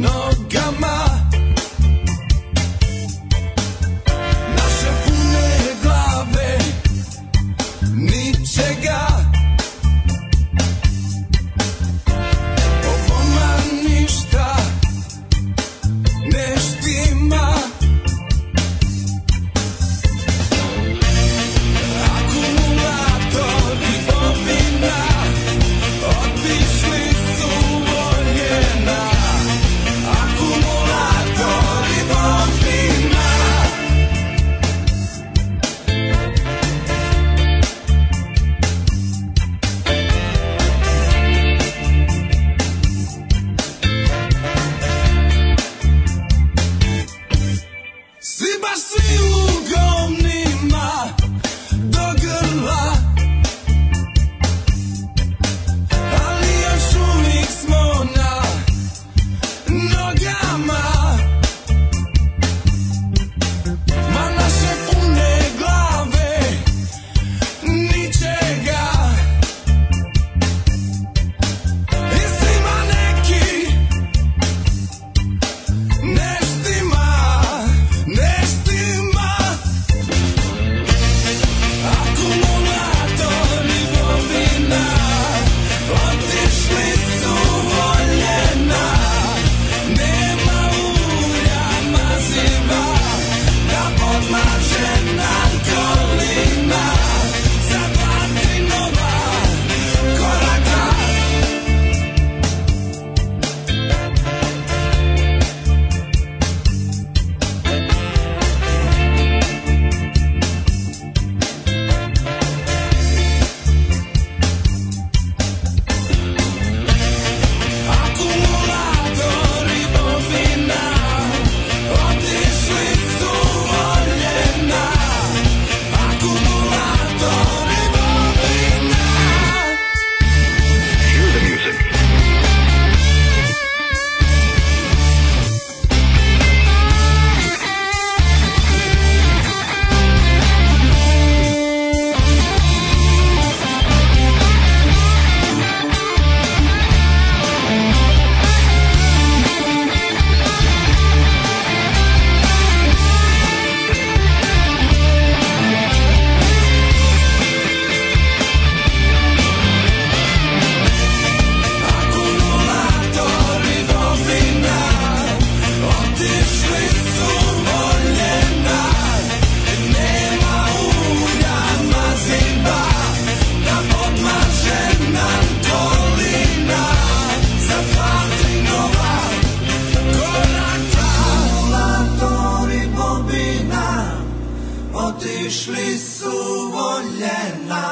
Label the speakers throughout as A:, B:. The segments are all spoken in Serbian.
A: nogama Naše pune glave ničega Ovoma ništa ne štima Akumulatori ovina otišli su voljena Akumulatori ovina Si baš si u govnima do grla Ali još uvijek smo na nogama Ma naše pune glave ničega I svima neki Nestima, nestima Akumulatori bobina Otišli su voljena Nema ulja maziva Da podmaže nam kolina Za patrinova koraka Akumulatori bobina Otišli su voljena Akumulatori bobina
B: Cue the music.
A: Akumulatori bobina Otišli su voljena Nema ulja maziba Da podmaže nam kolina Za patrinova koraka Akumulatori bobina Otišli su voljena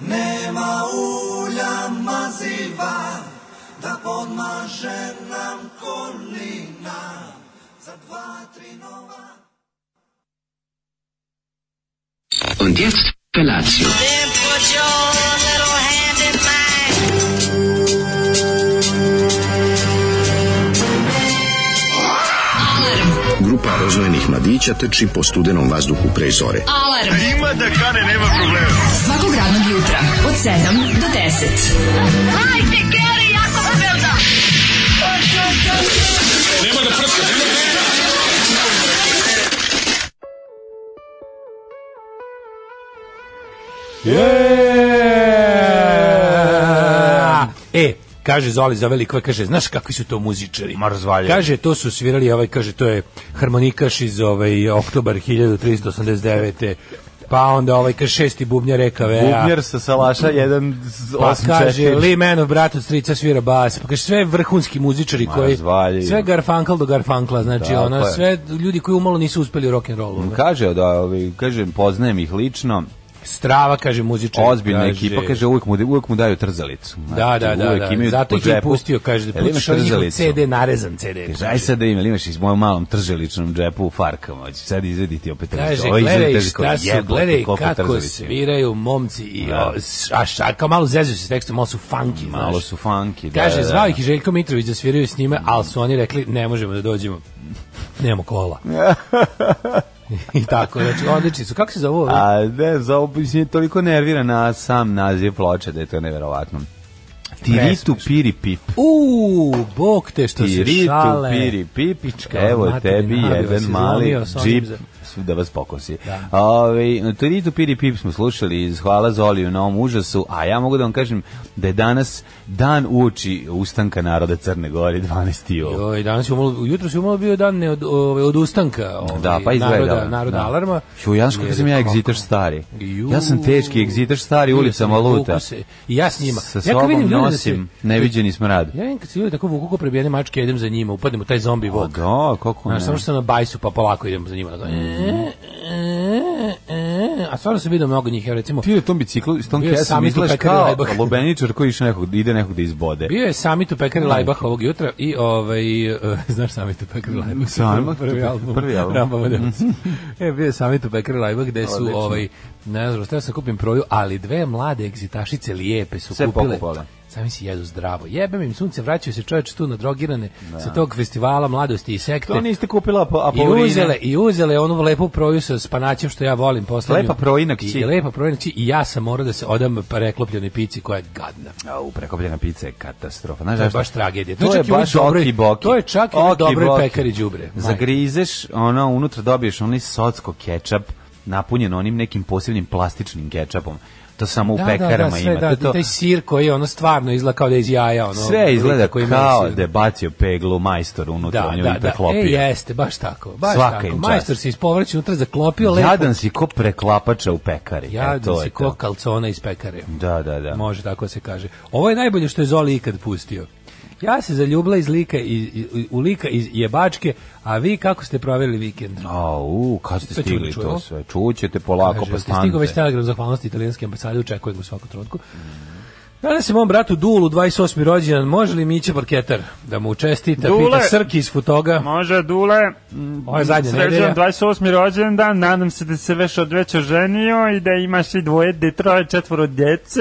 A: nema ulja maziva da podmaže nam kolina za dva, tri nova.
B: Und jetzt Felatio.
C: Then put your little hand in mine.
D: Grupa rozvojenih mladića trči po studenom vazduhu pre zore.
E: Alarm. Ima da kane, nema problema. Svakog radnog jutra, od 7 do 10. Hajde, Keri, jako se velda.
F: E, kaže Zoli za veliko, kaže, znaš kakvi su to muzičari? Ma Kaže, to su svirali, ovaj, kaže, to je harmonikaš iz ovaj, oktobar 1389. Pa onda ovaj, kaže, šesti bubnjar reka Vea.
G: Bubnjar sa Salaša, jedan z-
F: Pa
G: osam
F: kaže,
G: četiri.
F: Lee Manov, brat od strica, svira bas. Pa kaže, sve vrhunski muzičari koji...
G: razvaljuju.
F: Sve Garfunkel do Garfunkla, znači,
G: Tako
F: ono,
G: je.
F: sve ljudi koji umalo nisu uspeli u rock'n'rollu. ono.
G: Kaže, da, ovaj, kaže, poznajem ih lično,
F: Strava, kaže, muzičar.
G: ozbiljna ekipa, kaže, uvijek mu, uvijek mu daju trzalicu.
F: Da, da, da,
G: uvijek
F: da.
G: Znači, imaju
F: Zato
G: po
F: ih je
G: džepu.
F: pustio, kaže, da
G: Jel imaš
F: pustiš onaj njihov
G: trzalicu?
F: CD, narezan CD.
G: Kaže, aj sad da ima, imaš iz mojom malom trzeličnom džepu u farkama, hoće sad izvedi ti opet
F: Kaže,
G: nešto. Ovo izvedi
F: gledaj
G: trzalicu,
F: šta su,
G: jebote,
F: gledaj
G: koliko
F: kako
G: trzalica ima.
F: sviraju momci i
G: Da.
F: o, s- a šta, kao malo zezuju se s tekstom, malo su funky, znaš.
G: Malo su funky, da,
F: Kaže,
G: da,
F: zvao
G: da.
F: ih i Željko Mitrović da sviraju s njime, ali su oni rekli, ne možemo da dođemo. Nemamo kola. I tako, znači, odlični su. Kako se zove ovo?
G: A ne, za ovo mislim, toliko nervira na sam naziv ploče da je to neverovatno. Tiritu piri pip.
F: U, bog te što se
G: Tiritu
F: šale.
G: piri pipička,
F: Što,
G: evo
F: materine,
G: tebi
F: ali vas
G: jedan
F: je
G: mali
F: zlomio sa onim
G: džip
F: za-
G: su da vas pokosi. Ovaj, no, Tiritu piri pip smo slušali iz Hvala Zoliju na ovom užasu, a ja mogu da vam kažem da je danas dan uoči ustanka naroda Crne Gore 12. jula.
F: Joj, danas je umalo, jutro se umalo bio dan ne od, ovaj, od ustanka. Ovaj,
G: Da, pa izgleda.
F: Naroda, naroda
G: da.
F: alarma.
G: Ču, ja znaš kako sam ja
F: Jer je
G: egzitaš stari.
F: Ju.
G: Ja sam teški egzitaš stari
F: Vidio
G: ulica
F: sam ja,
G: Maluta.
F: vuku se. I ja s njima.
G: Sa
F: Ja kad vidim
G: sobom
F: ljude da
G: nosim
F: se-
G: neviđeni smrad.
F: Ja vidim kad se ljudi tako vuku ko prebijene mačke, ja idem za njima, upadnem u taj zombi
G: Pa
F: vok.
G: da, kako ne.
F: Znaš, samo što sam na bajsu, pa polako idem za njima.
G: Mm.
F: Tako, e, e, e. a stvarno sam vidio mnogo njih, ja recimo,
G: Ti na tom biciklu, s tom
F: Bio je
G: kesom
F: summit u
G: izgledaš
F: Pekaru
G: kao
F: Lajbah.
G: lubeničar koji išao nekog, ide nekog da izbode.
F: bio je summit u pekari Lajbah ovog jutra i ovaj, e, znaš summit u pekari Lajbah?
G: Summit u
F: prvi
G: Pekari-
F: album.
G: prvi album. Mhm.
F: Ramba Amadeus. e, bio je summit u pekari Lajbah gde su,
G: Odlično.
F: ovaj, ne znam, stavio sam kupim proju, ali dve mlade egzitašice lijepe su
G: Sve
F: kupile.
G: pokupale.
F: Sami si jedu zdravo. Jebem im sunce, vraćaju se čoveče tu nadrogirane sa tog festivala mladosti i sekte.
G: To niste kupila pa
F: I uzele, i uzele onu lepu proju sa spanaćem što ja volim poslednju.
G: Lepa projinak
F: I,
G: će.
F: i lepa projinak će. I ja sam morao da se odam pa preklopljene pici koja je gadna.
G: Au, prekopljena pizza je katastrofa. Znaš
F: To je
G: zašto?
F: baš tragedija.
G: To je
F: čak i u
G: baš
F: dobroj-
G: oki boki.
F: To je čak i u
G: Oki
F: dobroj
G: boki.
F: pekari đubre. Majko.
G: Zagrizeš, ono, unutra dobiješ onaj socko kečap, napunjen onim nekim posebnim plastičnim kečapom. To samo u
F: Da, da, da,
G: pekarama
F: sve,
G: ima.
F: da,
G: To je to-
F: taj sir koji je ono stvarno izgleda kao da je iz jaja. Ono,
G: sve izgleda
F: koji ima
G: kao
F: sir.
G: da je bacio peglu majstor unutra,
F: da,
G: on ju
F: da,
G: i
F: da, e,
G: preklopio.
F: jeste, baš tako. Baš
G: Svaka
F: tako.
G: im čast.
F: Majstor se ispovrće unutra zaklopio lepo.
G: Jadan si ko preklapača u pekari. e,
F: Jadan
G: to
F: si
G: je
F: ko
G: to.
F: kalcona iz pekare.
G: Da, da, da.
F: Može tako da se kaže. Ovo je najbolje što je Zoli ikad pustio. Ja se zaljubila iz lika iz, i- u lika iz jebačke, a vi kako ste proveli vikend?
G: A, u, kad ste
F: To ćemo da
G: stigli
F: čujemo.
G: to sve? Čućete polako,
F: Kaže,
G: pa
F: ste stigao već
G: stanite.
F: telegram zahvalnosti italijanske ambasade, očekujem ga u svakom trenutku. Danas je mom bratu Dulu 28. rođendan, može li Miće Barketar da mu čestita,
H: Dule!
F: pita Srki iz Futoga.
H: Može, Dule,
F: Ovo je zadnja nedelja.
H: srećan 28. rođendan, nadam se da se već odveće ženio i da imaš i dvoje, de troje, četvoro djece.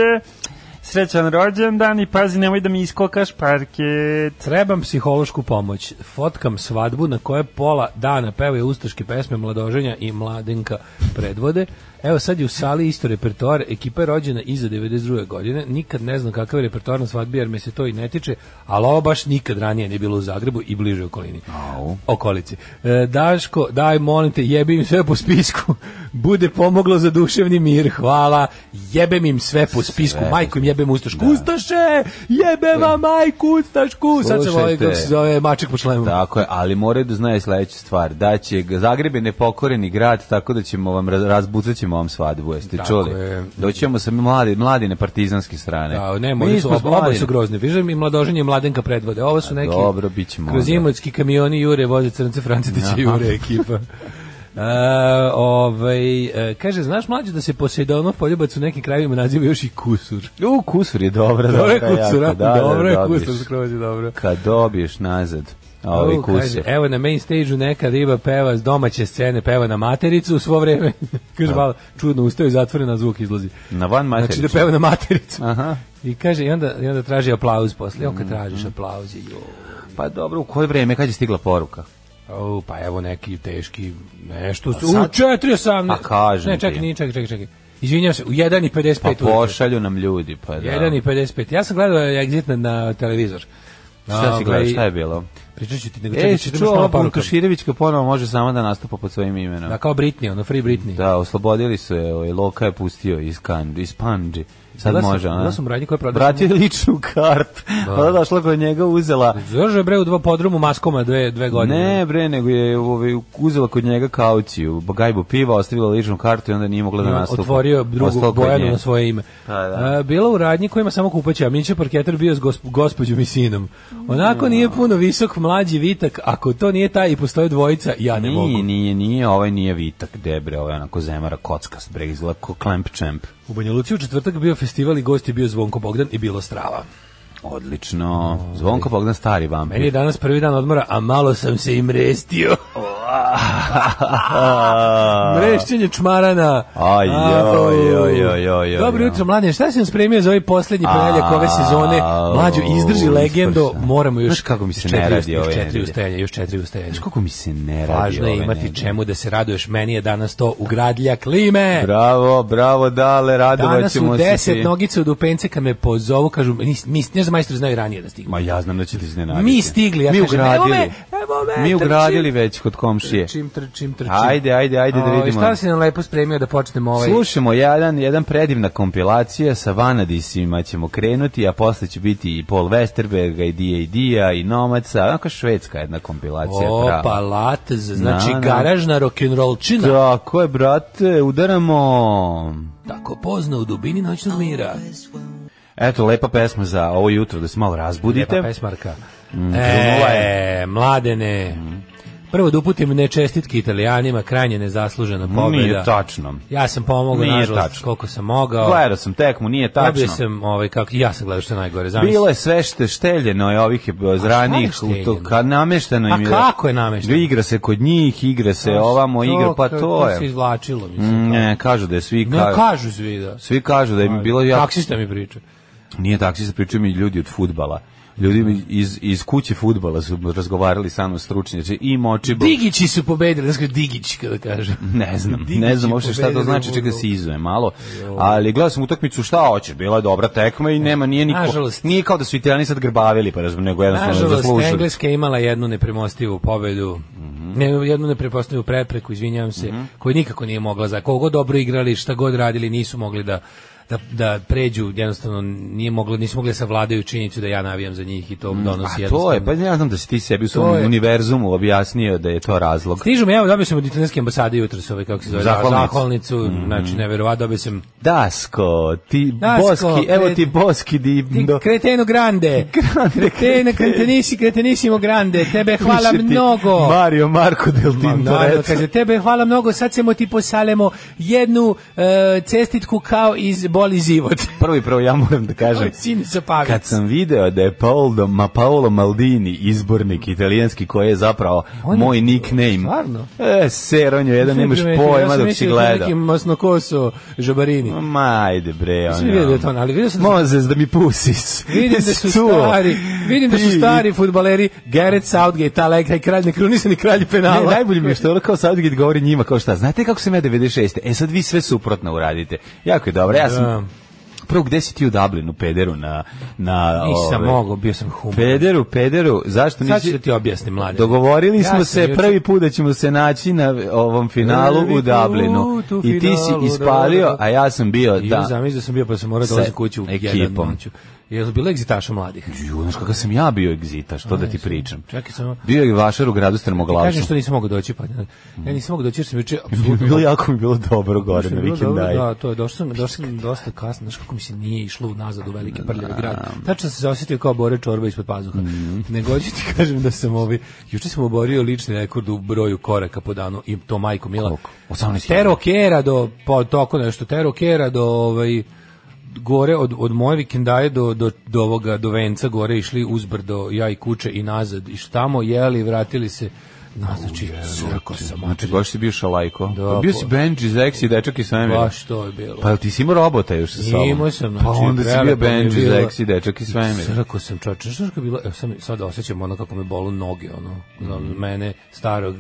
H: Srećan rođendan i pazi, nemoj da mi iskokaš parket.
F: Trebam psihološku pomoć. Fotkam svadbu na koje pola dana pevaju ustaške pesme Mladoženja i Mladenka predvode. Evo sad je u sali isto repertoar. Ekipa je rođena iza 92. godine. Nikad ne znam kakav je repertoar na svadbi jer me se to i ne tiče, ali ovo baš nikad ranije nije bilo u Zagrebu i bliže okolini.
G: Au.
F: Okolici. E, Daško, daj molim te, jebi im sve po spisku. Bude pomoglo za duševni mir. Hvala. Jebem im sve po spisku.
G: po
F: Majku im jebem ustašku. Ustaše! Jebe vam majku ustašku! sad se ovaj
G: Slušajte.
F: kako se zove mačak po člemu.
G: Tako je, ali moraju da znaju sledeću stvar, da će ga- Zagreb je nepokoreni grad, tako da ćemo vam raz- razbucat ćemo vam svadbu, jeste
F: Tako
G: čuli?
F: je.
G: Doćemo sa mladi, mladi na partizanske strane.
F: Da, ne,
G: Mi
F: oni su
G: smo
F: oba, oba
G: mladi.
F: su grozni. Vižem i mladoženje i mladenka predvode. Ovo su neki
G: dobro, bit ćemo
F: kroz
G: onda.
F: imotski kamioni Jure voze crnce Francetića
G: Aha.
F: i Jure ekipa. E, ovaj, e, kaže, znaš mlađe da se Poseidonov poljubac u nekim krajevima naziva još i kusur.
G: U, kusur je dobra,
F: Dobro je
G: dobra jako,
F: kusur, a?
G: da, da,
F: dobro je
G: dobiješ.
F: kusur, skroz je dobro.
G: Kad dobiješ nazad, ovi
F: Au,
G: kusur.
F: kaže, e, evo na main stage-u neka riba peva s domaće scene, peva na matericu u svo vreme. kaže, malo čudno ustaje i zatvore na zvuk izlazi.
G: Na van matericu.
F: Znači da peva na matericu.
G: Aha.
F: I kaže, i onda, i onda traži aplauz posle. Evo kad tražiš aplauz, je joj.
G: Pa dobro, u koje vreme, kad je stigla poruka?
F: Au, pa evo neki teški nešto. Su, u
G: sad-
F: 4.18.
G: A kažem
F: Ne, čekaj,
G: ti.
F: nije, čekaj, čekaj, čekaj. Izvinjam se, u 1.55.
G: Pa
F: ujutro.
G: pošalju nam ljudi, pa da.
F: 1.55. Ja sam gledao Exit na, na televizor.
G: Šta
F: ovaj-
G: si gledao, šta je bilo?
F: Pričat ću ti, nego
G: E,
F: čekaj,
G: si
F: čekaj,
G: čuo
F: čuo
G: ovo Buntuširevićka ponovo može sama da nastupa pod svojim imenom.
F: Da, kao Britney, ono, Free Britney.
G: Da, oslobodili su je, ovaj, Loka je pustio iz, kan, iz Panđi. Sad
F: Bila sam-
G: može, ona.
F: bila sam u radnji koja prodaje-
G: Vratio je ličnu kartu. Da. Ona došla kod njega, uzela...
F: Zdržao je bre u dva podrumu maskoma dve, dve godine.
G: Ne, bre, nego je ovaj, uzela kod njega kauciju, gajbu piva, ostavila ličnu kartu i onda nije mogla da
F: I on
G: nastupa.
F: otvorio drugu
G: Ostalo kod
F: Bojanu
G: nje.
F: na svoje ime.
G: Pa, da.
F: A, bila u radnji koja ima samo kupaća, a Minče Parketer bio s gosp gospođom i sinom. Onako nije puno visok, mlađi vitak, ako to nije taj i postoje dvojica, ja ne
G: Nije,
F: mogu.
G: nije, nije, ovaj nije Vitak, debre, ovaj je onako zemara, kockast, bre, izgleda ko Clamp Champ.
F: U Banja Luci u četvrtak bio festival i gost je bio Zvonko Bogdan i bilo strava.
G: Odlično. Zvonko Bogdan, stari vampir.
F: Meni je danas prvi dan odmora, a malo sam se i mrestio. Mrešćenje čmarana.
G: Aj, joj, joj, joj, joj, joj.
F: Dobro jutro, mladine. Šta si nam spremio za ovaj poslednji ponedjeljak ove sezone? Mlađo, izdrži
G: Au,
F: legendo.
G: ispršao.
F: Moramo još
G: Znaš kako mi se
F: još
G: ne
F: četiri-
G: radi
F: još
G: ove
F: četiri
G: nedelje?
F: ustajanja, još četiri ustajanja.
G: Znaš kako mi se ne radi
F: Važno je
G: ove
F: imati
G: nedelje?
F: čemu da se raduješ. Meni je danas to ugradlja klime.
G: Bravo, bravo, dale, radovat
F: Danas u
G: ćemo se.
F: 10 nogice u dupence kad me pozovu, kažu, mi, mi, ne znam, majstor znaju ranije da stignu.
G: Ma ja znam da ćete iznenaditi.
F: Mi stigli, ja
G: mi
F: kažem, evo
G: ugradili.
F: me, evo me,
G: mi
F: trčim.
G: ugradili već kod komšije.
F: Trčim, trčim, trčim.
G: Ajde, ajde, ajde da
F: Ovaj,
G: vidimo.
F: Šta si nam lepo spremio da počnemo ovaj...
G: Slušamo jedan, jedan predivna kompilacija sa Vanadisima ćemo krenuti, a posle će biti i Paul Westerberga, i D.A.D.-a, i Nomaca, onako švedska jedna kompilacija.
F: Opa,
G: prava.
F: latez, znači
G: Na, na.
F: garažna rock'n'rollčina.
G: Tako je, brate, udaramo...
F: Tako pozna u dubini noćnog mira.
G: Eto, lepa pesma za ovo jutro, da se malo razbudite.
F: Lijepa pesmarka.
G: Mm. krenula
F: E, mladene.
G: Mm.
F: Prvo da uputim nečestitke italijanima, krajnje nezaslužena pobjeda.
G: Nije tačno.
F: Ja sam pomogao,
G: Nije
F: nažalost,
G: tačno.
F: koliko sam mogao.
G: Gledao sam tekmu, nije
F: Dobio
G: tačno.
F: sam, ovaj, kako, i ja sam gledao što je najgore. Zamisli.
G: Bilo je sve šte šteljeno je ovih
F: je
G: ranih u
F: šteljeno?
G: to ka namešteno
F: A
G: im je.
F: kako je namešteno?
G: Igra se kod njih, igra se
F: To-
G: ovamo, igra pa to
F: se
G: je. Mm,
F: izvlačilo, mislim.
G: Ne, kažu da je svi
F: Ne
G: ka-
F: kažu svi da.
G: svi kažu da im je bilo ja
F: Taksista mi priča.
G: nije taksista pričaju mi ljudi od fudbala. Ljudi mi iz, iz kuće fudbala su razgovarali sa mnom stručnjaci i Močibor.
F: Digići su pobedili, znači Digić kada kažem.
G: Ne znam,
F: Digić
G: ne znam
F: je
G: uopšte šta to
F: pobedio ono.
G: znači, čekaj da
F: Liverpool.
G: se izuje malo. Ali gledao sam utakmicu, šta hoće, bila je dobra tekma i nema, nije niko,
F: Nažalost.
G: nije kao da su Italijani sad grbavili, pa razum, nego jednostavno
F: Nažalost,
G: zaslužili.
F: Engleska je imala jednu nepremostivu pobedu, ne, jednu neprepostivu prepreku, izvinjavam se, koju nikako nije mogla, za kogo god dobro igrali, šta god radili, nisu mogli da da, da pređu, jednostavno nije moglo, nisu mogli da savladaju činjenicu da ja navijam za njih i to donosi
G: A to
F: jednostavno.
G: je, pa ja znam da si ti sebi u svom
F: To je.
G: univerzumu objasnio da je to razlog.
F: Stižu mi, evo, dobio sam od italijanske ambasade jutros, ovaj, kako se zove,
G: Zahvalnicu. Mm-hmm.
F: zahvalnicu, znači, neverovatno, dobio sam
G: Dasko, ti
F: Dasko,
G: boski, evo ti
F: pred-
G: boski di...
F: Ti
G: do-
F: kreteno grande. Kretene, kretenisi, kretenissimo grande. Tebe hvala
G: Piše ti
F: mnogo.
G: Mario Marko del
F: Ma, naravno,
G: Tintoretto.
F: kaže, tebe hvala mnogo, sad ćemo ti posalemo jednu e, cestitku kao iz Boli život.
G: Prvi, prvo ja moram da kažem,
F: Sin sa pavic.
G: kad sam video da je Paolo, ma Paolo Maldini izbornik italijanski koji je zapravo
F: On-
G: moj nickname.
F: Stvarno?
G: E, seronjo, jedan nemaš pojma dok si gleda.
F: Nekim masnokoso žabarini.
G: Ma, ajde bre,
F: Nisam vidio da je to,
G: ono.
F: ali vidio sam da
G: Mozes, da mi pusis.
F: Vidim da su stari, vidim da su stari fudbaleri Gareth Southgate, ta leg, taj kralj nekrunisani kralj penala.
G: Ne, najbolje mi je što ono kao Southgate govori njima kao šta, znate kako sam ja 96. E sad vi sve suprotno uradite. Jako je dobro, ja sam...
F: Da.
G: Prvo, gde si ti u Dublinu, pederu, na... na
F: Nisam
G: ove-
F: mogao, bio sam human.
G: Pederu, pederu, zašto nisi...
F: Sad ću da ti objasnim, mlade.
G: Dogovorili
F: Ja
G: smo
F: sam
G: se
F: juče-
G: prvi put da ćemo se naći na ovom finalu
F: Prvi
G: u Dublinu.
F: put u
G: I ti si
F: finalu, da, da,
G: ispalio,
F: da.
G: a ja sam bio,
F: I da.
G: da...
F: zamisli da sam bio pa sam morao da
G: Sa
F: ulazim kuću u
G: ekipom.
F: ekipom. Noću. Je li bilo egzitaša mladih?
G: Ju, znaš kakav sam ja bio egzita, što da ti pričam.
F: Čekaj samo.
G: Bio je vašar u gradu Strmoglavcu.
F: Kažem što nisam mogao doći pa. Ja nisam mogao doći jer sam juče
G: Bilo
F: apsolutno
G: jako mi bilo dobro gore
F: Što
G: na
F: je bilo dobro,
G: vikendaju.
F: Da, to je došao sam, došao sam dosta kasno, znaš kako mi se nije išlo nazad u veliki prljavi grad. Tačno sam se osjetio kao bore čorba ispod pazuha. Nego hoću ti kažem da sam ovi, juče sam oborio lični rekord u broju koraka po danu i to majko Mila.
G: Koliko? 18
F: Tero kera do, pa toko nešto, tero kera do ovaj, gore od, od moje vikendaje do, do, do ovoga, do venca gore išli uzbrdo ja i kuće i nazad i tamo jeli, vratili se na, znači, crko sam,
G: Znači, baš si bio šalajko. Pa
F: Da,
G: bio
F: po-
G: si Benji, Zeksi, dečak i svemir.
F: baš to je bilo.
G: Pa jel ti si imao robota još sa sobom?
F: Imao sam, znači,
G: Pa onda si bio
F: prelepo mi je
G: Benji,
F: bilo.
G: Zeksi, dečak i svemir.
F: Srako sam čoče, znaš kako je bilo, evo sam, sad osjećam ono kako me bolu noge, ono, Znam, mene, starog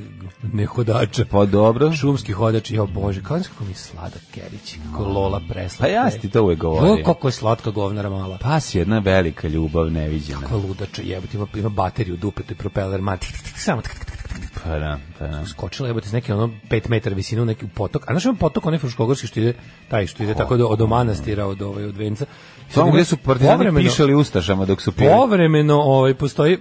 F: nehodača,
G: Pa dobro.
F: šumski hodač, jo bože, kao znaš kako mi je sladak kerić, kako Lola preslatka.
G: Pa ja
F: je.
G: sam ti to uvek
F: Jo,
G: govorio.
F: kako je slatka govnara mala. Pa,
G: Pa si jedna velika ljubav neviđena.
F: kakva ludača, jebote, ima, ima bateriju u dupetu i propeler, ma, tik, tik, tik, samo tik, tik, tik, tik,
G: Pa da, pa da.
F: skočila, jebote, s neke ono 5 metara visine u neki potok, a znaš ima potok, onaj fruškogorski što ide, taj što ide tako do, od omanastira, od, ovaj, od venca.
G: Samo gde su partizani
F: Povremeno-
G: pišali ustašama dok su pili.
F: povremeno ovaj postoji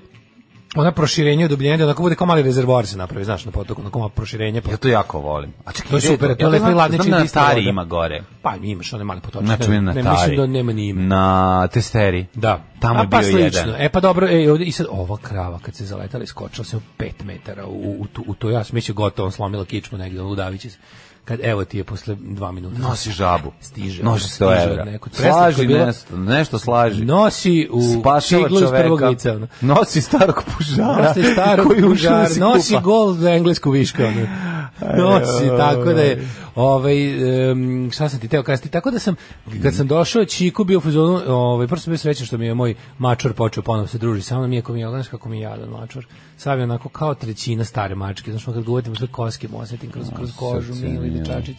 F: ona proširenje dubljenja da onako bude kao mali rezervoar se napravi znaš na potoku onako malo proširenje pa
G: Ja to jako volim. A čekaj,
F: To je
G: gde
F: super, to je
G: Jel
F: lepo i
G: znam-
F: ladnički
G: Znam da na
F: distil
G: Tari
F: voda.
G: ima gore.
F: pa imaš one male potočke
G: Znači,
F: ne,
G: na
F: ne
G: Tari.
F: mislim da nema ni ime
G: Na Testeri.
F: da
G: Tamo
F: A,
G: je
F: pa
G: bio
F: slično.
G: jedan.
F: e pa dobro e ovdje i sad ova krava kad se zaletala iskočila se 5 metara u, u, tu- u to ja sam mislio gotovo slomila kičmu negde udaviće se kad evo ti je posle dva minuta.
G: Nosi žabu.
F: Stiže. ono,
G: Nosi
F: stiže
G: 100
F: od
G: evra.
F: nekud. Preslatko
G: Slaži
F: je bilo.
G: nešto, nešto slaži.
F: Nosi u
G: Spašava
F: ciglu iz prvog
G: čoveka.
F: lica. Ono.
G: Nosi starog pužara.
F: Nosi starog
G: koji je ušao da
F: pužara,
G: se
F: nosi
G: kupa.
F: gol za englesku višku. ono. Nosi, tako da je, ovaj, em, šta sam ti teo kazati, tako da sam, kad sam došao, Čiku bio u fazonu, ovaj, prvo sam bio srećan što mi je moj mačor počeo ponovno se druži sa mnom, iako mi je, znaš kako mi je jadan mačor, sav je onako kao trećina stare mačke, znaš, ono kad govorim sve koske mu osjetim kroz, kroz kožu,
G: srce
F: mili
G: mi, ja.
F: dečačić.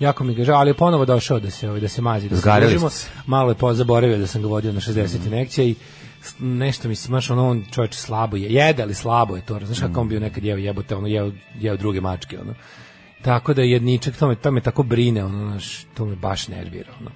F: Jako mi ga žao, ali je ponovo došao da se, ovaj, da se mazi, da se
G: Zgarili
F: družimo.
G: ste se.
F: Malo je pozaboravio da sam ga vodio na
G: Mhm.
F: 60 inekcija i s- nešto mi se maš ono on čovjek slabo je jede ali slabo je to znaš
G: Mhm.
F: kako on bio nekad jeo jebote ono jeo, jeo druge mačke ono tako da jedničak to me, to me tako brine ono znaš, to me baš nervira ono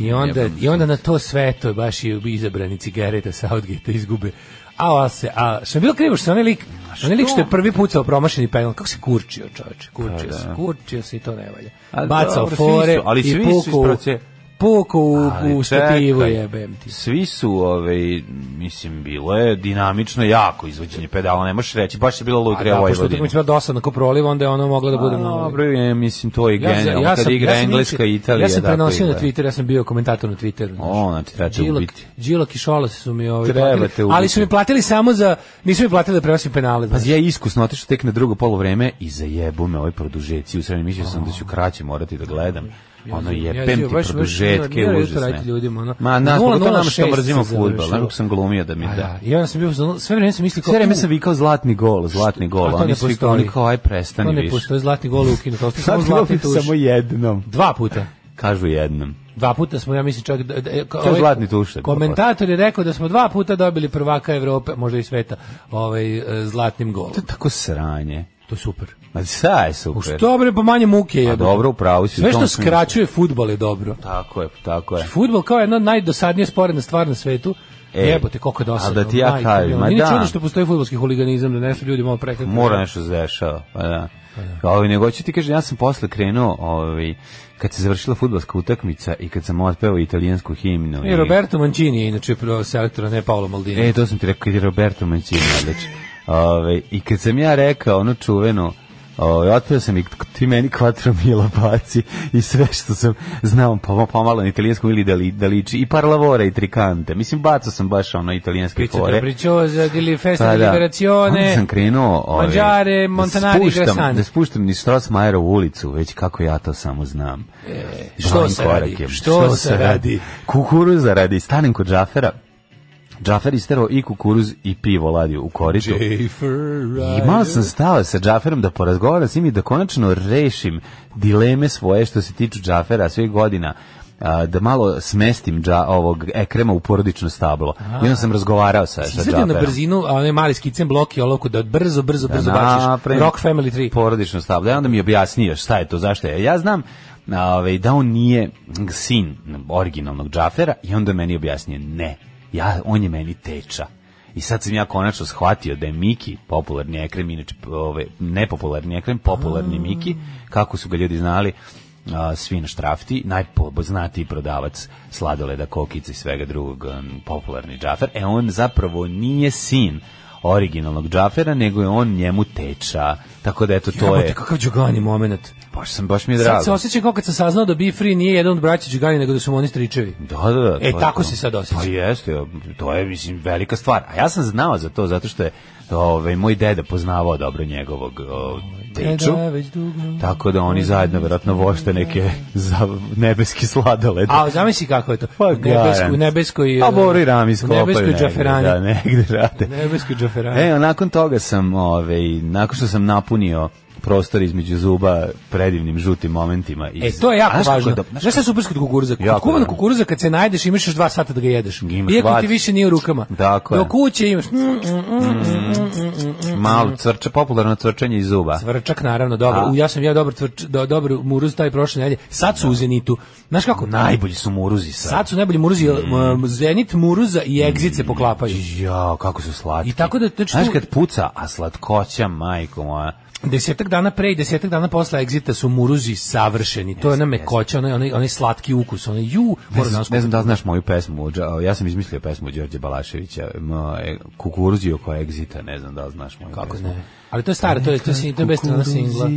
F: I onda, I onda na to sve to je baš i izabrani cigareta Southgate izgube. A, a se, a što je bilo krivo što je onaj lik, onaj lik što je prvi pucao promašeni penal, kako se kurčio čoveče, kurčio se, kurčio se i to ne valja.
G: Pa A
F: Bacao
G: dobro, svi
F: fore
G: su, ali
F: i
G: svi su
F: pukao,
G: isproce-
F: pukao u,
G: Ali
F: u stativu
G: čekaj,
F: jebem ti.
G: Svi su, ovaj, mislim, bilo je dinamično jako izvođenje pedala, ne možeš reći, baš je bilo lutrija
F: da, pošto je
G: Vojvodine.
F: utakmica bila dosadna ko proliv, onda je ono moglo da bude
G: A,
F: malo.
G: Dobro, je, mislim, to je
F: Ja, sam-
G: genijalno.
F: ja
G: Kad
F: sam-
G: igra
F: ja sam
G: Engleska
F: inače-
G: i Italija,
F: Ja sam
G: dakle,
F: prenosio na
G: igra.
F: Twitter, ja sam bio komentator na Twitteru. znaš.
G: O, znači, treba te
F: Đilak-
G: ubiti.
F: Đilak i Šolas su mi ovaj
G: Treba
F: platili,
G: te ubiti. Pa
F: ali su mi platili samo za, nisu mi platili da prenosim penale. znači. znaš.
G: Pazi, ja iskusno otišao tek na drugo polovreme i zajebu me ovoj produžeci. U sredini mislio sam da ću kraće morati da gledam. Ono je
F: Oh. ja
G: pem
F: zio,
G: ti
F: baš- baš
G: produžetke,
F: nervira jutro
G: užasne.
F: raditi ljudima, ono.
G: Ma, nas,
F: 0:06
G: pogotovo nam što
F: se
G: mrzimo
F: završilo.
G: futbol. Znaš kako sam glumio da mi
F: A
G: da.
F: da, I onda sam bio, u fazonu- sve vreme sam mislio kao...
G: Sve vreme
F: u,
G: sam vikao zlatni gol, zlatni
F: a
G: gol.
F: to
G: Oni
F: ne
G: svi
F: postoji.
G: oni kao, aj prestani
F: To
G: više.
F: ne postoje zlatni gol ukinut, ostao samo
G: Zlatni gol
F: zlatni tuš.
G: samo jednom.
F: Dva puta.
G: Kažu jednom.
F: Dva puta smo, ja mislim, čak... ovaj- Da, da, ka-
G: To je zlatni tušak.
F: Komentator je rekao da smo dva puta dobili prvaka Evrope, možda i sveta, ovaj, e, zlatnim golom.
G: To je tako sranje.
F: To je super.
G: Ma sad je super.
F: Što bre, pa manje muke je.
G: A dobro, u pravu si u
F: Sve što
G: tom smislu.
F: skraćuje futbol je dobro.
G: Tako je, tako je.
F: Futbol kao jedna od najdosadnije sporedna stvar na svetu.
G: E,
F: Jebote, koliko je dosadno.
G: a da ti ja
F: majko
G: kažem,
F: mila.
G: ma
F: Nije ni
G: da.
F: čudo što postoji futbolski huliganizam, da nešto ljudi malo prekretno.
G: Mora nešto se dešava. Pa da. Ovaj nego ću ti kažem ja sam posle krenuo, ovaj kad se završila fudbalska utakmica i kad sam otpevao italijansku himnu.
F: I E, Roberto Mancini je inače pro selektora, ne Paolo Maldini.
G: E, to sam ti rekao, kad je Roberto Mancini odličan. Ovaj, I kad sam ja rekao ono čuveno, ovaj, otpeo sam i k- ti meni quattro mila baci i sve što sam znao pomo- pomalo na italijanskom ili da, li, da liči i parlavore i trikante. Mislim, bacao sam baš ono italijanske
F: Pizza
G: fore.
F: capricciosa, dili festa
G: Pa
F: di
G: da.
F: liberazione.
G: Onda sam krenuo ove,
F: Mađare, Montanari,
G: da spuštam,
F: Gresani.
G: da spuštam ni Strossmayera u ulicu, već kako ja to samo znam.
F: E, što
G: Brojim
F: se radi?
G: korakem.
F: Što se radi?
G: Kukuruza radi. Stanem kod Džafera. Džafer isterao i kukuruz i pivo ladio u koritu. I malo sam stao sa Džaferom da porazgovaram s njim i da konačno rešim dileme svoje što se tiču Džafera svih godina a, da malo smestim dža, ovog ekrema u porodično stablo. I onda sam razgovarao sa, sa
F: Izvedio
G: Džaferom.
F: na brzinu, a onaj mali skicen blok i olovku da brzo, brzo, brzo baciš.
G: napravim
F: Rock Family 3.
G: Porodično stablo. I onda mi objasnio šta je to, zašto je. Ja znam a, ovaj, da on nije sin originalnog Džafera i onda meni objasnio ne, ja, on je meni teča. I sad sam ja konačno shvatio da je Miki popularni ekrem, inače p- ovaj, nepopularni ekrem, popularni
F: Mm.
G: Miki, kako su ga ljudi znali, a, Svin Štrafti, najpoznatiji prodavac sladoleda, kokice i svega drugog, um, popularni Džafer. E on zapravo nije sin originalnog Džafera, nego je on njemu teča. Tako da eto to
F: Jebote,
G: je.
F: kakav Đugani moment.
G: Baš sam baš mi je
F: Sad se
G: drago.
F: osjećam kao kad sam saznao da Bifri nije jedan od braća Đugani, nego da su mu oni stričevi.
G: Da, da, da.
F: E,
G: to je
F: tako
G: to.
F: se sad osjećam.
G: Pa jeste, to je, mislim, velika stvar. A ja sam znao za to, zato što je ovaj, moj deda poznavao dobro njegovog o, teču.
F: Deda već dugo.
G: Tako da oni zajedno verovatno vošte neke za nebeski sladoled.
F: A zamisli kako je to.
G: Pa
F: u, nebesku,
G: garant.
F: u nebeskoj... e,
G: A Bori Rami
F: U
G: sklopaju
F: nebeskoj
G: negde, Da,
F: džaferani.
G: negde rade.
F: U nebeskoj džaferani.
G: E, a nakon toga sam, ovaj, nakon što sam napunio prostor između zuba predivnim žutim momentima.
F: E,
G: Iz...
F: to je jako
G: A znaš kako
F: važno.
G: do- znaš
F: Znaš šta je super kod kukuruza? Kod
G: Jako
F: kuvanog
G: dobro.
F: kukuruza kad se najdeš imaš još dva sata da ga jedeš.
G: Imaš
F: Iako ti
G: vat.
F: više nije u rukama.
G: Tako je.
F: Do kuće imaš. Mm,
G: Malo crče, popularno crčanje iz zuba.
F: Tvrčak naravno, dobro.
G: A.
F: U, ja sam ja dobar tvrč, do, dobar muruz taj prošle nedelje. Sad su u Zenitu. Znaš kako?
G: Najbolji su muruzi sad.
F: Sad su najbolji muruzi, mm. Zenit, Muruza i Exit
G: Mm.
F: se poklapaju.
G: Jao, kako su slatki.
F: I tako da, znači,
G: Znaš
F: tu-
G: kad puca, a slatkoća, majko moja.
F: Desetak dana pre i desetak dana posle Exita su muruzi savršeni. to je ona mekoća, onaj, onaj, onaj slatki ukus, onaj ju,
G: Ne
F: moram da
G: znam,
F: vam
G: ne znam da li znaš moju pesmu, Đa- ja sam izmislio pesmu Đorđe Balaševića, m, e, Kukuruzio koja egzita, ne znam da li znaš moju
F: Kako
G: pesmu.
F: ne? Ali to je Mm, staro, to je to je sin- to je bez strana singla.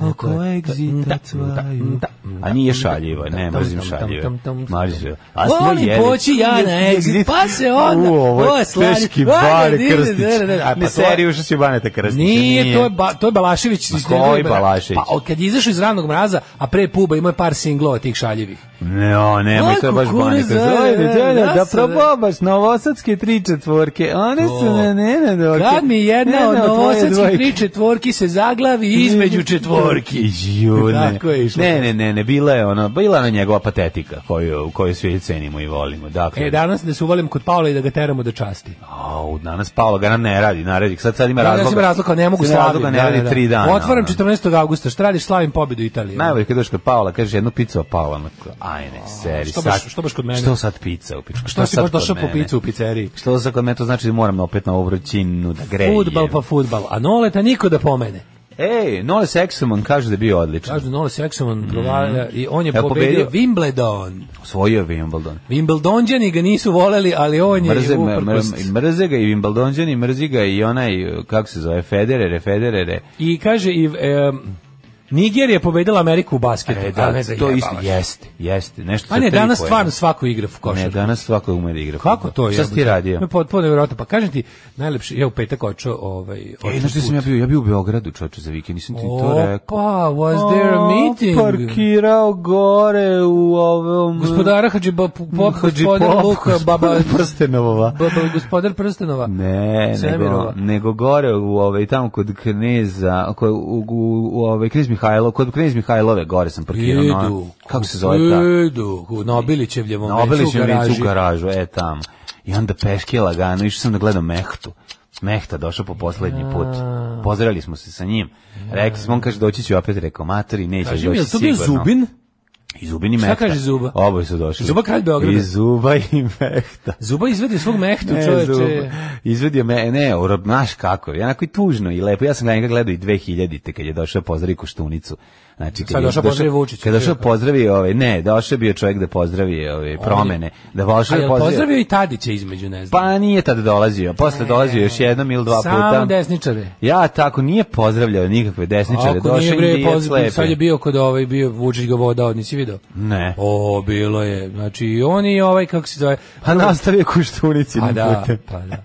G: Oko egzita tvaju. A mm, nije šaljivo, ne, mrzim šaljive. Mrzim. A
F: Volim poći ja na exit, pa se onda...
G: U, ovo je
F: slani-
G: teški
F: Ajde,
G: bare
F: dine,
G: krstić.
F: dine, dine. A, pa
G: Ne,
F: to-
G: seriju što si Baneta Krstića.
F: Nije, to je, ba, to je Balašević.
G: Ma
F: iz Dnevnog
G: koji
F: vremena.
G: Balašević?
F: Pa od kad je izašao iz ranog mraza, a pre puba imao je par singlova tih šaljivih.
G: Ne, o, nemoj, to je baš
F: Kako
G: Baneta
F: kukuruz,
G: Krstić. Ajde,
F: ajde,
G: ajde,
F: e, da
G: Da
F: se-
G: probabaš novosadske tri četvorke. One su
F: To.
G: na nenadorke.
F: Kad mi jedna od
G: Nenad, tvoje
F: novosadskih
G: dvojke.
F: tri četvorki se zaglavi između četvorki.
G: Ju, ne.
F: Tako je išlo.
G: Ne, ne, ne, ne, bila je ona, bila je ona njegova patetika koju, koju svi cenimo i volimo. Dakle,
F: E, danas da se uvalim kod Paola i da ga teramo da časti.
G: Au, danas Paolo ga nam ne radi, naredi. Sad sad ima
F: Ja
G: razloga.
F: ne znam razloga, ne mogu
G: Sad ima
F: slavim.
G: Razloga ne radi tri dana.
F: Otvaram
G: ono.
F: 14. augusta, šta radiš, slavim pobedu Italije.
G: Najbolje kad dođeš kod Paola, kaže jednu picu, a ono Paola na ajne, seri,
F: što baš-
G: sad-
F: što baš kod mene?
G: Što sad pica u pičku?
F: Što si
G: sad
F: baš
G: kod
F: došao po
G: mene?
F: picu u pizzeriji?
G: Što sad kod mene, to znači da moram opet na ovu vrućinu da grejem.
F: Futbal pa futbal, a noleta niko da pomene.
G: Ej, Nole Sexman kaže da je bio odličan.
F: Kažu Nola Sexton provalja i on je
G: Mhm. Evo,
F: pobedio
G: pobedio-
F: Wimbledon.
G: Osvojio je Wimbledon.
F: Wimbledonđani ga nisu voleli, ali on je
G: Mrze, mr,
F: uprkos-
G: mrze ga i Wimbledonđani, mrzi ga i onaj, kako se zove, Federere, Federere.
F: I kaže i em, Niger je pobedila Ameriku u basketu.
G: E,
F: A
G: da,
F: ne
G: to
F: zajebavaš.
G: isto, jeste, jeste. Nešto
F: A
G: sa
F: Pa ne,
G: tri
F: danas
G: poena.
F: stvarno svaku igra u košarku.
G: Ne, danas svako ume da igra.
F: Kako to je?
G: Šta si ti radio?
F: Me potpuno nevjerojatno. Pa kažem ti, najlepši, ja u petak očeo ovaj...
G: Ej,
F: očeo
G: E, znaš što sam
F: put.
G: ja bio? Ja bio u Beogradu, čoče, za vikend, nisam ti to rekao.
F: Opa, was there a meeting?
G: Parkirao gore u ovom...
F: Gospodara Hadži Bop, Pop,
G: Hadži
F: gospodar
G: Pop,
F: Luka, baba,
G: gospodar Prstenova.
F: baba, gospodar Prstenova.
G: Ne, nego,
F: Semirova.
G: nego gore u ovaj tamo kod kneza, kod u, u, u ovaj knez Mihajlo, kod knez Mihajlove gore sam parkirao. na-
F: Idu.
G: ono, kako se zove ta?
F: Idu, u Nobilićevljevom
G: Na Obiliću
F: vecu u
G: u
F: garaži.
G: garažu, e tamo. I onda peške lagano, išao sam da gledam Mehtu. Mehta došao po poslednji put. Pozdravili smo se sa njim. Rekli smo, on kaže doći ću opet, rekao, matori, neće doći
F: Kaži mi, je
G: sigurno.
F: li to bio Zubin?
G: I Zubin i
F: Šta
G: Mehta.
F: kaže Zuba?
G: Oboje su došli.
F: Zuba kralj Beograda.
G: I Zuba i Mehta.
F: Zuba izvedi svog mehtu,
G: Ne,
F: čoveče.
G: Zuba. E, Izvedio me, ne, orob, znaš kako, je onako i tužno i lepo. Ja sam ga njega gledao i 2000-te kad je došao pozdravi Koštunicu. Znači, kad
F: Sad došao pozdravi Vučića.
G: Kad je došao pozdravi, ovaj, ne, došao je bio čovjek da pozdravi ove, promene. Da došao
F: A
G: je
F: je
G: pozdravio.
F: pozdravio i Tadića između, ne znam.
G: Pa nije tad dolazio, posle dolazio još jednom ili dva
F: Samo
G: puta.
F: desničare.
G: Ja tako nije pozdravljao nikakve desničare,
F: Ako
G: došao
F: nije
G: je
F: bre
G: Indijac
F: pozdrav, sad je
G: lepi.
F: bio kod ovaj, bio Vučić ga vodao, nisi video?
G: Ne.
F: O, bilo je. Znači, i on i ovaj, kako se zove...
G: Pa nastavio Koštunici
F: Pa
G: na
F: da,
G: putem.
F: pa da.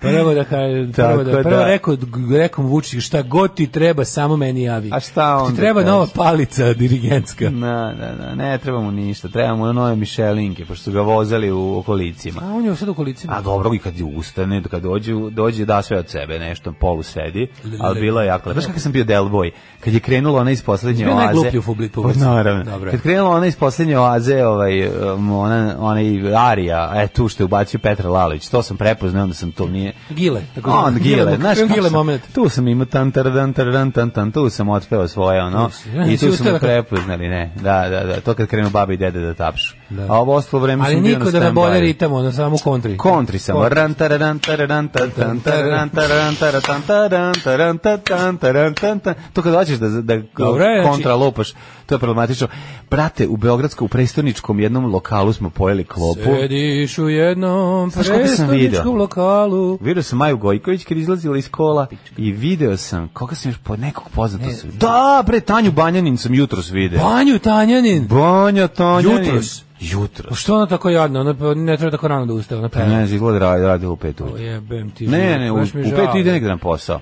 F: Prvo da kažem,
G: Tako
F: prvo da, prvo
G: da.
F: rekao, rekao mu Vučiću, šta god ti treba, samo meni javi.
G: A šta
F: Ti
G: onda Mm.
F: treba
G: kažeš?
F: nova palica dirigentska.
G: Na, na, na, ne treba mu ništa, treba mu nove mišelinke, pošto su ga vozali u okolicima.
F: A on je sad u kolicima.
G: A dobro, i kad je ustane, kad dođe, dođe da sve od sebe, nešto polu sedi, ali bilo je jako lepo. Znaš kakav sam bio delboj? Kad je krenula ona iz poslednje
F: Bio
G: oaze... Pa
F: najgluplji u publi- publici.
G: Naravno.
F: Dobro je.
G: Kad krenula ona iz poslednje oaze, ovaj, um, ona, onaj Arija, e, tu što je ubacio Petar Lalović, to sam prepoznao, onda sam to nije...
F: Gile. Tako
G: On
F: zvani.
G: Gile,
F: Gile,
G: znaš
F: film
G: kako
F: Gile
G: sam-
F: moment.
G: Tu sam imao tan tar dan tar dan tan tan, tu sam otpeo svoje ono.
F: Nisi, ne,
G: I
F: nisi
G: tu su me
F: ustao dakle- kad-
G: prepoznali, ne. Da, da, da, to kad krenu babi i dede da tapšu.
F: Da.
G: A ovo ostalo vreme
F: Ali
G: sam bio na
F: niko da me
G: standby.
F: bolje ritam, ono samo u kontri.
G: Kontri samo. Ran tararan tararan tan tan tararan tararan tararan tararan tararan tararan tararan tan tan. To kad hoćeš da da
F: Dobro je, znači-
G: kontra lopaš, to je problematično. Brate, u beogradskom u prestoničkom jednom lokalu smo pojeli klopu.
F: Sediš u jednom
G: Znaš koga sam video?
F: predstavničkom lokalu.
G: Video sam Maju Gojković kad je izlazila iz kola i video sam koga sam još po nekog poznatog sam. Da, bre, Tanju Banjanin sam jutros video.
F: Banju Tanjanin!
G: Banja Tanjanin.
F: Jutros? Pa
G: Jutros.
F: Što ona tako jadna? Ona pa ne treba tako rano da ustaje, ona peva.
G: Ne, izgleda da je radila u pet ujutru.
F: Jebem ti.
G: Ne,
F: život,
G: ne, u,
F: baš mi
G: u pet
F: žao.
G: ide negdje na posao.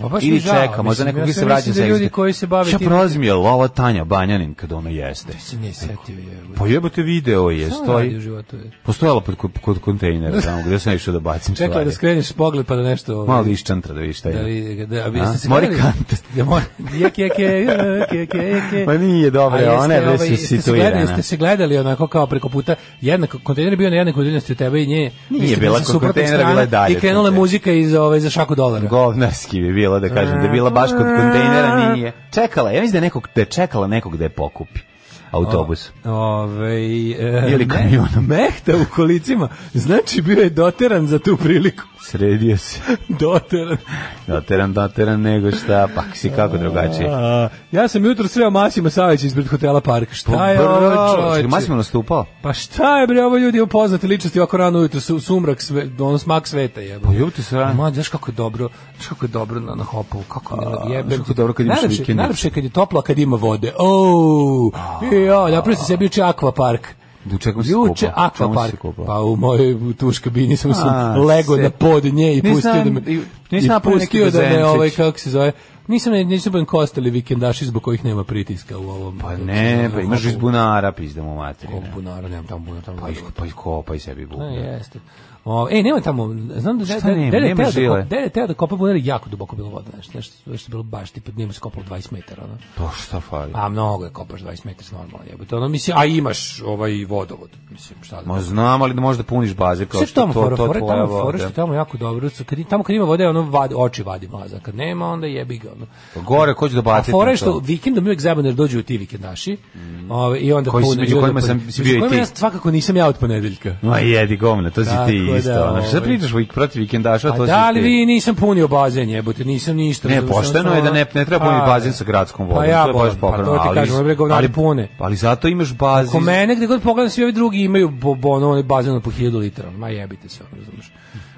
F: Pa baš mi
G: Ili
F: žao,
G: čeka, možda
F: mislim,
G: nekog
F: ja
G: ja
F: sve
G: se vraća
F: mislim
G: sa
F: da ljudi
G: egzita.
F: koji se bave
G: Šta
F: tim-
G: prolazi mi je lova Tanja Banjanin kad ona jeste?
F: Se ne setio je.
G: Pa jebote video je,
F: Šta ona radi u
G: stoji.
F: životu? je?
G: Postojala pod, kod, kod kontejnera, tamo gde sam išao da bacim
F: Čekaj
G: stvari.
F: da skreneš pogled pa da nešto... ovaj,
G: Malo iščantra da vidiš šta
F: Da
G: je.
F: vidi, da, a vi
G: A?
F: ste se
G: Mori
F: gledali?
G: Kant.
F: Ja mor- jeke, jeke, jeke, jeke, jeke.
G: Ma nije dobro,
F: A jeste,
G: ona je bre
F: ovaj, jeste se
G: situirana.
F: gledali- Jeste se gledali onako kao preko puta, jednak kontejner je bio na jednakoj udaljenosti od tebe i nje. Vi
G: Nije
F: ste
G: bila
F: bili sa
G: kod
F: suprotnih
G: kontejnera,
F: strana
G: bila je dalje
F: I krenula
G: kontejner.
F: muzika iz ove za šaku dolara.
G: Govnarski bi bilo da kažem, da je bila baš kod kontejnera, nije. Čekala, ja mislim da je, nekog, da je čekala nekog da je pokupi autobus.
F: Ove, e,
G: Ili
F: me-
G: kamionom.
F: Mehta u kolicima, znači bio je doteran za tu priliku.
G: Sredio se.
F: Doteran.
G: Doteran, doteran, nego šta, pa si kako drugačije.
F: A, ja sam jutro sreo Masima Savića ispred hotela Park. Šta je ovo, čovječe?
G: Masimo nastupao?
F: Pa šta je bre ovo ljudi upoznati ličnosti ovako rano ujutro su sumrak sve ono smak sveta jebe.
G: Pa jebote se rano.
F: Ma znaš kako je dobro, znaš kako je dobro na na hopu, kako mi je jebe.
G: znaš kako je dobro kad imaš
F: Najlepše-
G: vikendicu.
F: Najlepše je kad je toplo, a kad ima vode. O! Jo, napravio sam sebi juče akvapark.
G: Da, u čemu si
F: Juče
G: kupao? U čemu si
F: akvapark.
G: se kupao?
F: Pa u mojoj tuš kabini sam
G: A,
F: sam lego
G: se-
F: na pod nje i
G: Nisam-
F: pustio da me
G: i- nisam
F: i
G: napravio neki
F: pustio da me
G: bazenčić.
F: ovaj kako se zove. Nisam nisam budem kostali vikendaši zbog kojih nema pritiska u ovom.
G: Pa ne, pa imaš iz bunara, pizdamo
F: Kog
G: materine.
F: bunara, nemam tamo bunara, tamo.
G: Pa ih- pa iskopaj sebi
F: Ne,
G: bunar.
F: jeste. O, e, nema tamo, znam da
G: Šta
F: dede
G: nema?
F: dede
G: Nema
F: teo da
G: žile.
F: kop- dede teo da kopa bunare jako duboko bilo voda, nešto, nešto, nešto je bilo baš, tipa njemu se kopalo 20 metara, ono.
G: To šta fali?
F: A mnogo je kopaš 20 metara, normalno jebote. Ono, mislim, a imaš ovaj vodovod, mislim, šta da...
G: Ma znam, ali da možeš da puniš baze kao
F: Sve
G: što
F: tamo
G: to,
F: fora,
G: to
F: fora,
G: tvoja
F: tamo fora što
G: voda.
F: je tamo jako dobro. su- Kad, tamo kad ima vode, ono vad, oči vadi mlaza. Kad nema, onda jebi ga. Ono.
G: Pa Gore, ko će da
F: A
G: baciti?
F: fora
G: na
F: je što
G: to? Mm.
F: vikendom uvijek zajebano jer dođu ti vikendaši. Ove, i onda
G: Koji su-
F: pune-
G: među
F: i onda
G: kojima
F: pune-
G: sam- si
F: među
G: bio i
F: kojima
G: ti.
F: Ja svakako nisam ja od ponedeljka.
G: Ma jedi govna, to si
F: Tako
G: ti
F: da,
G: isto. ono. Šta
F: ovaj.
G: pričaš vik- protiv vikendaša,
F: Pa
G: to si
F: da li
G: ti.
F: vi nisam punio bazen, jebote, nisam ništa.
G: Ne,
F: razumeš,
G: pošteno
F: ono-
G: je da ne, ne treba puniti
F: Pa,
G: bazen sa gradskom vodom,
F: Pa ja,
G: to je baš
F: bolam, pa
G: popravno.
F: to ti kažem, bre, govnari pune.
G: Ali zato imaš bazen.
F: Ko mene, gde god pogledam, svi ovi drugi imaju bo, bo, ono, onaj bazen od po 1000 litara. Ma jebite se, ono, razumiješ.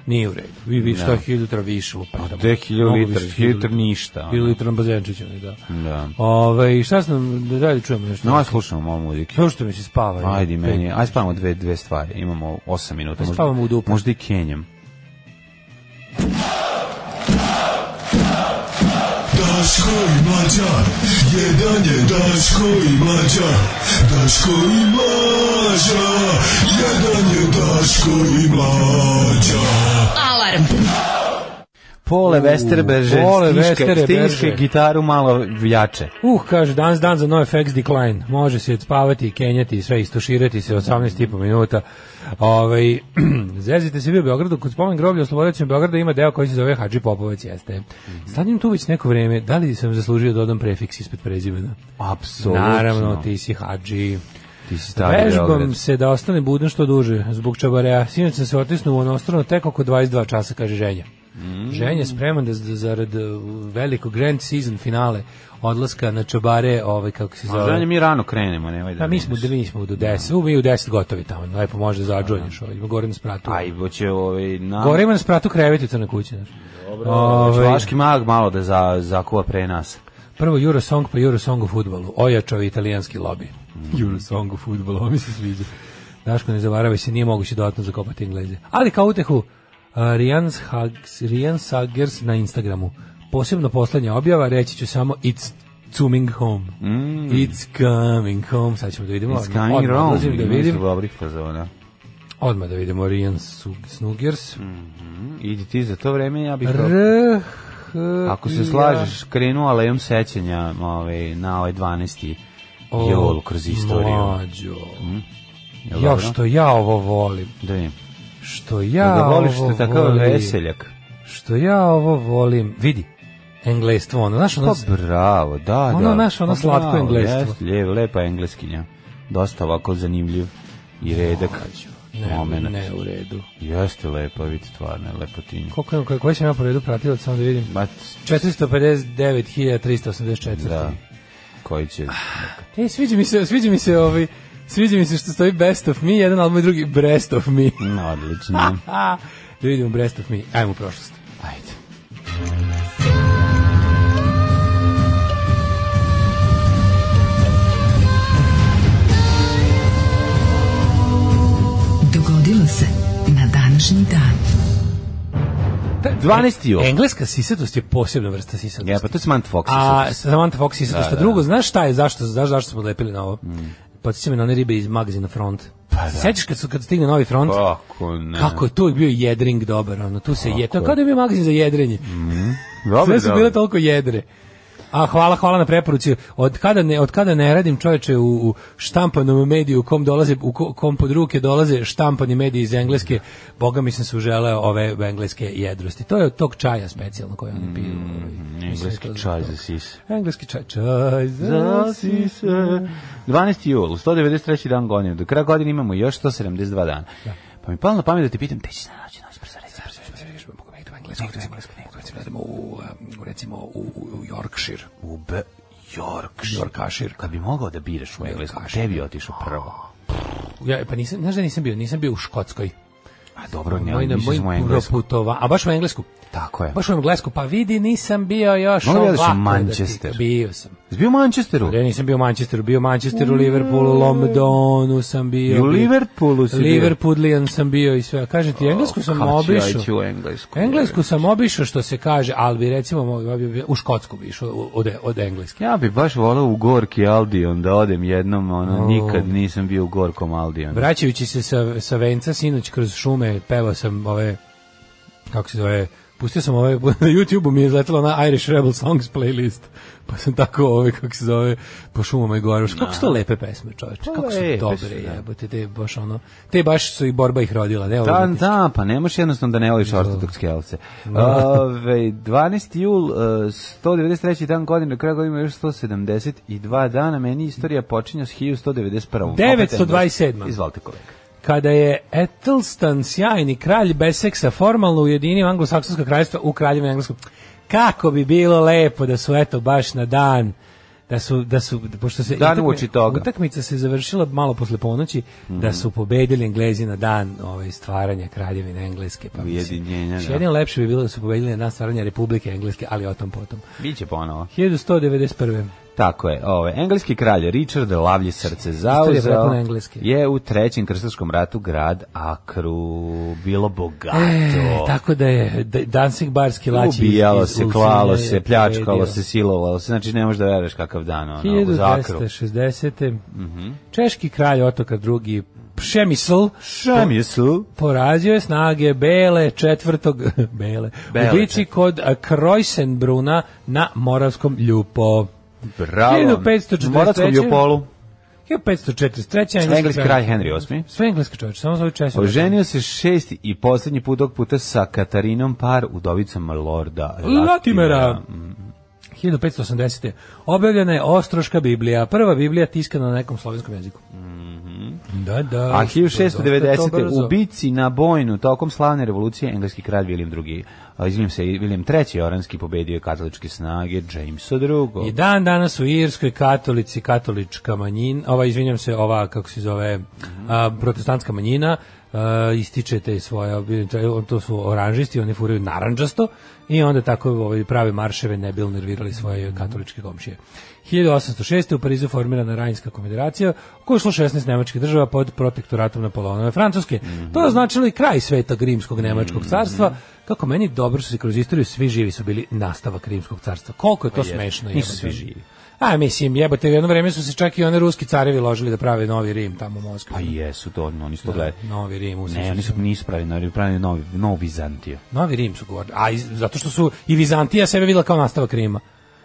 F: Nije u redu. Vi vi što je 1000 litara više lupetamo.
G: gde 1000
F: Mnogo
G: litara?
F: više,
G: 1000 litara ništa, ono.
F: 1000 litara bazenčića, ono, da.
G: Da.
F: Ove, i šta sam, da radi čujemo nešto.
G: No, aj slušamo malo muzike.
F: Sve što mi se spava.
G: Ajde meni, aj spavamo dve, dve stvari, imamo 8 minuta. možda-
F: spavamo u dupe.
G: Možda i Kenjam.
A: Daško i mlađa, jedan je Daško i mlađa, Daško i mlađa, jedan je Daško i mlađa.
E: Alarm.
G: Pole Westerberger,
F: Pole
G: stiške,
F: Westerberger.
G: stiške gitaru malo jače.
F: Uh, kaže, danas dan za NoFX Decline. Može se spavati, kenjati i sve, istuširati se 18,5 minuta. Ove, zezite se vi u Beogradu, kod spomen groblja oslobodaćem Beograda ima deo koji se zove Hadži Popovac, jeste. Stanim tu već neko vreme, da li sam zaslužio dodam prefiks ispred prezimena?
G: Apsolutno.
F: Naravno, ti si Hadži.
G: ti si stari
F: Vežbam
G: Beograd.
F: se da ostane budan što duže, zbog čabareja. Sinoć sam se otisnuo u onostrano tek oko 22 časa, kaže ženja. Ženja je spreman da z- zarad uh, velikog grand season finale odlaska na čabare, ovaj, kako se
G: A Ženja,
F: zove.
G: mi rano krenemo, nemoj da...
F: Pa mi smo, da, mi smo u 10, u, mi u 10 gotovi tamo, lepo može da zađonješ, ovaj, ima gore na spratu.
G: Aj, boće ovaj... Na...
F: Gore ima na spratu krevetica na kući, znaš. Ovaj, Dobro,
G: Vaški mag malo da za, zakuva pre nas.
F: Prvo Eurosong, pa Eurosong u futbolu. Ojačao je italijanski lobby.
G: Mm.
F: Eurosong u futbolu, ovo mi se sviđa. Daško, ne zavaravaj se, nije moguće dodatno zakopati Engleze. Ali kao utehu, a, Rian, Hags, Rian Sagers na Instagramu. Posebno poslednja objava, reći ću samo it's coming home. It's coming home. Sad ćemo da vidimo.
G: Mm. It's coming
F: Odmah
G: wrong.
F: odlazim Da vidim.
G: Dobrih fazona.
F: Odmah da vidimo Rian Sug- Snugers.
G: Mm. Idi ti za to vreme, ja bih...
F: R, H,
G: Ako
F: I, A.
G: se slažeš, krenu alejom sećanja ovaj, na ovaj 12.
F: O,
G: jol kroz istoriju.
F: Mlađo.
G: Jel
F: Ja
G: dobro?
F: što ja ovo volim.
G: Da vidim.
F: Što ja
G: Da voliš što
F: ovo
G: je takav
F: volim,
G: veseljak.
F: Što ja ovo volim. Vidi, englestvo, ono, znaš, ono,
G: Pa bravo, da, da.
F: Ono naše, ono
G: Pa
F: slatko
G: bravo,
F: englestvo.
G: jest, lijep, lepa engleskinja. Dosta ovako zanimljiv i redak.
F: ne,
G: momenat.
F: ne, u redu.
G: Jeste lepa, vidi stvarno, je lepotinja.
F: Koliko je, koji- koji sam ja po redu pratila, samo da vidim.
G: Ma,
F: 459.384.
G: da, koji će...
F: E, sviđa mi se, sviđa mi se ovaj, sviđa mi se što stoji Best of Me, jedan album i drugi Breast of Me.
G: Mm, Odlično.
F: Ha, da vidimo Breast of Me, ajmo u prošlost.
G: Ajde.
E: Dogodilo se na današnji dan.
F: Pa, e,
G: 12. jol.
F: Engleska sisatost je posebna vrsta sisatosti.
G: Ja, pa to je Samantha Fox.
F: A Samantha Fox je što drugo, znaš šta je, zašto, znaš zašto smo lepili na ovo? Podsjeća me na one ribe iz magazina Front. Pa da. Sećaš kad, su, kad stigne novi Front?
G: Kako Pa, ne.
F: Kako je tu bio jedring dobar, ono, tu se je, to je kao da je bio magazin za jedrenje.
G: Dobro,
F: Sve su bile
G: dobro.
F: toliko jedre. A hvala, hvala na preporuci. Od kada ne, od kada ne radim čoveče u, u štampanom mediju u kom dolaze u ko- kom pod ruke dolaze štampani mediji iz Engleske, boga mi sam se uželeo ove engleske jedrosti. To je od tog čaja specijalno koji oni piju. ovaj, mislim da je to
G: Engleski
F: za
G: čaj
F: to.
G: za sise.
F: Engleski čaj, čaj za
G: Za
F: si
G: sise. 12. jul, 193. dan godine. Do kraja godine imamo još 172 dana. Pa mi palo na pamet da te pitam, te ćeš na noći noć, brzo reci, brzo, brzo, brzo, brzo,
F: recimo, recimo, recimo, recimo, u, um, recimo, u, u, u Yorkshire.
G: U B... Yorkshire.
F: Yorkshire.
G: Kad bi mogao da biraš u Englesku,
F: Yorkshire.
G: gde bi otišao prvo?
F: Ja, pa nisam, znaš da nisam bio, nisam bio u Škotskoj.
G: A dobro,
F: Moj,
G: ne,
F: na,
G: ali mislio sam u
F: moj
G: Englesku.
F: proputova, a baš u Englesku.
G: Tako je.
F: Baš u Englesku, pa vidi, nisam bio još
G: Mogu da odeš u
F: ovako. Da
G: Manchester?
F: ti, bio sam.
G: Jesi bio u Manchesteru?
F: Ja nisam bio u Manchesteru, bio u Manchesteru, Liverpoolu, Londonu sam bio.
G: I u Liverpoolu si bio.
F: Liverpoolian sam bio i sve. Kažem ti, Englesku sam
G: Kako ću ja
F: obišao.
G: ići u Englesku?
F: Englesku sam obišao što se kaže, ali bi recimo mogao bi- u Škotsku bi išao od, od Engleske.
G: Ja bi baš volao u Gorki Aldion da odem jednom, ono, nikad nisam bio u Gorkom ono. Aldion.
F: Vraćajući se sa, sa venca, sinoć kroz šume, pevao sam ove, kako se zove, pustio sam ove, na YouTube-u mi je izletela na Irish Rebel Songs playlist, pa sam tako ove, kako se zove, po šumama i goraš. Kako su to lepe pesme, čoveče, kako su
G: Pa Lepe su,
F: dobre,
G: da.
F: jebote, te baš ono, te baš su i borba ih rodila, ne? ono,
G: Da,
F: Ovo,
G: da, pa ne možeš jednostavno da ne voliš ortodokske elce. Ove, 12. jul, e, 193. dan godine, do kraja godine ima još 172 dana, meni istorija počinja s 1191. Opet
F: 927..
G: Izvolite kolega.
F: kada je Ethelstan sjajni kralj Beseksa formalno ujedinio anglosaksonska kraljstva u kraljevinu engleskom. Kako bi bilo lepo da su eto baš na dan da su da su pošto se
G: Dan uoči toga. Mhm.
F: utakmica se završila malo posle ponoći da su pobedili Englezi na dan ovaj stvaranja kraljevine Engleske pa mislim,
G: Ujedinjenja, da.
F: još jedino lepše bi bilo da su pobedili na dan stvaranja Republike Engleske ali o tom potom
G: Biće ponovo.
F: 1191.
G: Tako je, ovaj engleski kralj Richard Lavlje srce zauzeo
F: prepuna engleske.
G: je u trećem krstaškom ratu grad Akru bilo bogato.
F: E, tako da je da- Danzig barski laći
G: Ubijalo
F: iz- iz
G: se,
F: Ulcinja
G: klalo
F: je
G: se, pljačkalo
F: pobedio.
G: se, silovalo se, znači ne možeš da veruješ kakav dan ono, u zakru.
F: 1260.
G: Mhm.
F: Češki kralj Otokar II. Pšemisl
G: Šam je su?
F: porazio je snage Bele četvrtog Bele,
G: Bele
F: u bici kod a, Krojsenbruna na Moravskom Ljupo.
G: Bravo.
F: 1543.
G: U Moravskom Ljupolu.
F: 1543. engleski
G: Engleski kralj Henry VIII.
F: Sve engleski čovječ, samo zove Česi.
G: Oženio se šesti i poslednji put tog puta sa Katarinom par udovicom Lorda Latimera.
F: Latimera. 1580. Objavljena je Ostroška Biblija, prva Biblija tiskana na nekom slovenskom jeziku. Da, da.
G: Mhm. A
F: Dosta to
G: 1690.
F: brzo.
G: u bici na Bojnu tokom slavne revolucije engleski kralj William II. a, Izvinim se, William III. Oranski pobedio je katoličke snage Jamesa
F: I
G: II.
F: dan danas u Irskoj katolici, katolička manjina, ova, izvinjam se, ova, kako se zove, a, protestantska manjina, a, ističete svoje, to su oranžisti, oni furaju naranđasto i onda tako ovaj, prave marševe ne bi nervirali svoje katoličke komšije. 1806. u Parizu formirana Rajinska konfederacija, u kojoj je šlo 16 nemačkih država pod protektoratom Napoleonove Francuske. To je značilo i kraj svetog rimskog nemačkog carstva, kako meni dobro što se kroz istoriju svi živi su bili nastavak rimskog carstva. Koliko je to smešno.
G: nisu
F: jebote.
G: svi živi.
F: A mislim, jebote, u jedno vreme su se čak i one ruski carevi ložili da prave novi Rim tamo u Moskvi.
G: Pa jesu to, oni su to gledali.
F: Novi Rim, uzeli
G: Ne,
F: su
G: oni su
F: se-
G: nisu pravili, novi, pravili novi, novi Vizantiju.
F: Novi Rim su govorili. A iz- zato što su i Vizantija sebe videla kao nastavak Rima.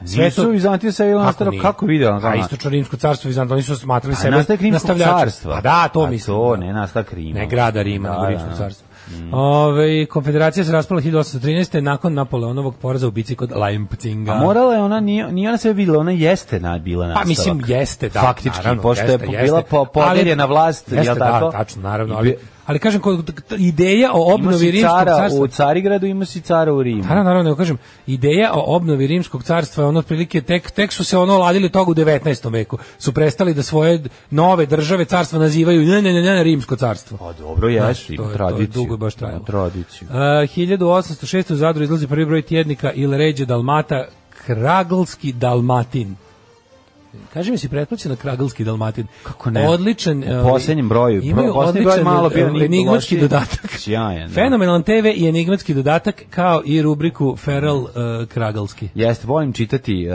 F: Sve
G: Nisu
F: to-
G: Vizantiju se vidjela
F: Kako
G: nastavak,
F: nije?
G: kako ono vidjela?
F: A istočno rimsko carstvo Vizantija, oni su smatrali sebe
G: nastavak rimskog
F: nastavljačima.
G: carstva.
F: A da, to
G: A
F: mislim.
G: to,
F: da.
G: ne nastavak Rima.
F: Ne grada Rima,
G: Da,
F: nego
G: da,
F: rimskog
G: da. Mm.
F: carstva. Ove, konfederacija se raspala 1813. nakon Napoleonovog poraza u bici kod Leipzinga.
G: A morala je ona, nije, nije ona sve vidjela, ona jeste na, bila nastavak.
F: Pa mislim jeste, da,
G: Faktički,
F: naravno,
G: pošto je
F: jeste,
G: bila
F: jeste.
G: po- podeljena
F: Ali-
G: vlast,
F: jeste,
G: jel tako?
F: Da, tačno, naravno,
G: I
F: ali,
G: bi-
F: ali kažem, kod- t- ideja o
G: Ima
F: obnovi
G: si
F: rimskog
G: cara
F: carstva...
G: u Carigradu, ima si cara u Rimu.
F: Naravno, naravno, nego kažem, ideja o obnovi rimskog carstva je ono otprilike tek, tek su se ono ladili toga u 19. veku. Su prestali da svoje d- nove države carstva nazivaju ne, ne, ne, ne, rimsko carstvo.
G: Pa dobro,
F: Znaš,
G: jeste,
F: to
G: ima
F: je- to je
G: tradiciju.
F: dugo je baš trajalo.
G: Ima Tradiciju.
F: Uh, 1806. u Zadru izlazi prvi broj tjednika ili ređe Dalmata, Kragalski Dalmatin. Kaže mi si pretplaćena Kragalski Dalmatin.
G: Kako ne?
F: Odličan. uh,
G: U poslednjem broju.
F: Imaju
G: Pro- poslednji broj
F: odličan
G: malo bio
F: eh,
G: ni
F: enigmatski
G: lošiji.
F: dodatak.
G: Sjajan, da.
F: Fenomenalan TV i enigmatski dodatak kao i rubriku Feral eh, Kragalski.
G: Jeste, volim čitati uh,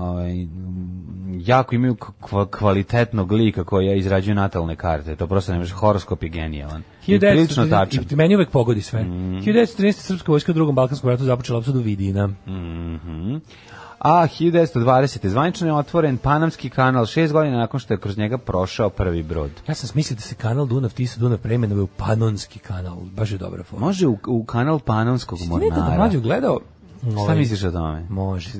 G: ovaj, m, jako imaju kva- kvalitetnog lika koji ja izrađuju natalne karte. To prosto ne možeš, horoskop je genijalan. I prilično
F: 1913
G: tačan. Mm.
F: i Meni uvek pogodi sve. 1913. srpska vojska u drugom Balkanskom ratu započela opsadu Vidina.
G: Mm. A 1920. zvanično je otvoren Panamski kanal šest godina nakon što je kroz njega prošao prvi brod.
F: Ja sam smislio da se kanal Dunav Tisa Dunav preimenuje u Panonski kanal. Baš je dobra forma.
G: Može u, u kanal Panamskog
F: Jesi ti
G: mornara.
F: nekada mlađu gledao?
G: Šta
F: Ovaj,
G: misliš o tome?
F: Može.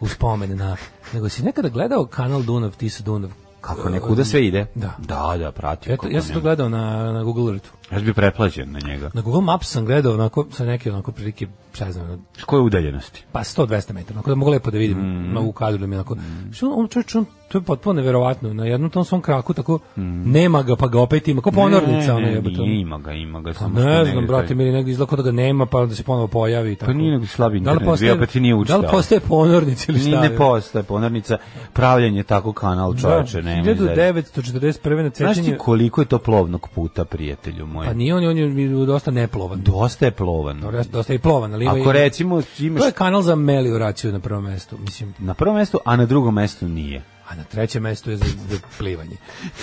F: U spomen na... Nego si nekada gledao kanal Dunav, Tisa Dunav?
G: Kako nekuda sve ide?
F: Da.
G: Da, da, pratio.
F: Eto, ja sam to gledao na, na Google Earthu.
G: Ja sam bio preplaćen na njega.
F: Na Google Maps sam gledao onako, sa neke onako prilike, šta ja znam, ono,
G: S koje udaljenosti?
F: pa 100-200 metara, onako da mogu lepo da vidim mm. u kadru da mi onako,
G: Mm.
F: što on, on čovječ, on, to je potpuno neverovatno, na jednom tom svom kraku tako, nema ga, pa ga opet ima, kao ponornica, ono
G: Mm. ne,
F: je,
G: ne, nije, ima ga, ima ga. Samo što
F: Ne znam,
G: negde
F: brate,
G: taj-
F: mi je negdje izlako da ga nema, pa da se ponovo pojavi. i Tako.
G: nije nego slabi internet,
F: Da li postaje,
G: ja pa ti nije
F: da li
G: učitao.
F: postaje ponornica ili
G: Ni
F: šta?
G: ne postaje ponarnica, pravljanje tako kanal čoveče,
F: da,
G: nema. izgleda.
F: 1941. na
G: Znaš ti
F: cečenju,
G: koliko je to plovnog puta, prijatelju moj?
F: pa nije on, on je dosta neplovan.
G: Dosta je plovan.
F: Dobro, Dosta je i plovan, ali ima
G: Ako
F: i-
G: recimo imaš
F: To je kanal za melioraciju na prvom mestu, mislim,
G: na prvom mestu, a na drugom mestu nije.
F: a na trećem mestu je za, za plivanje.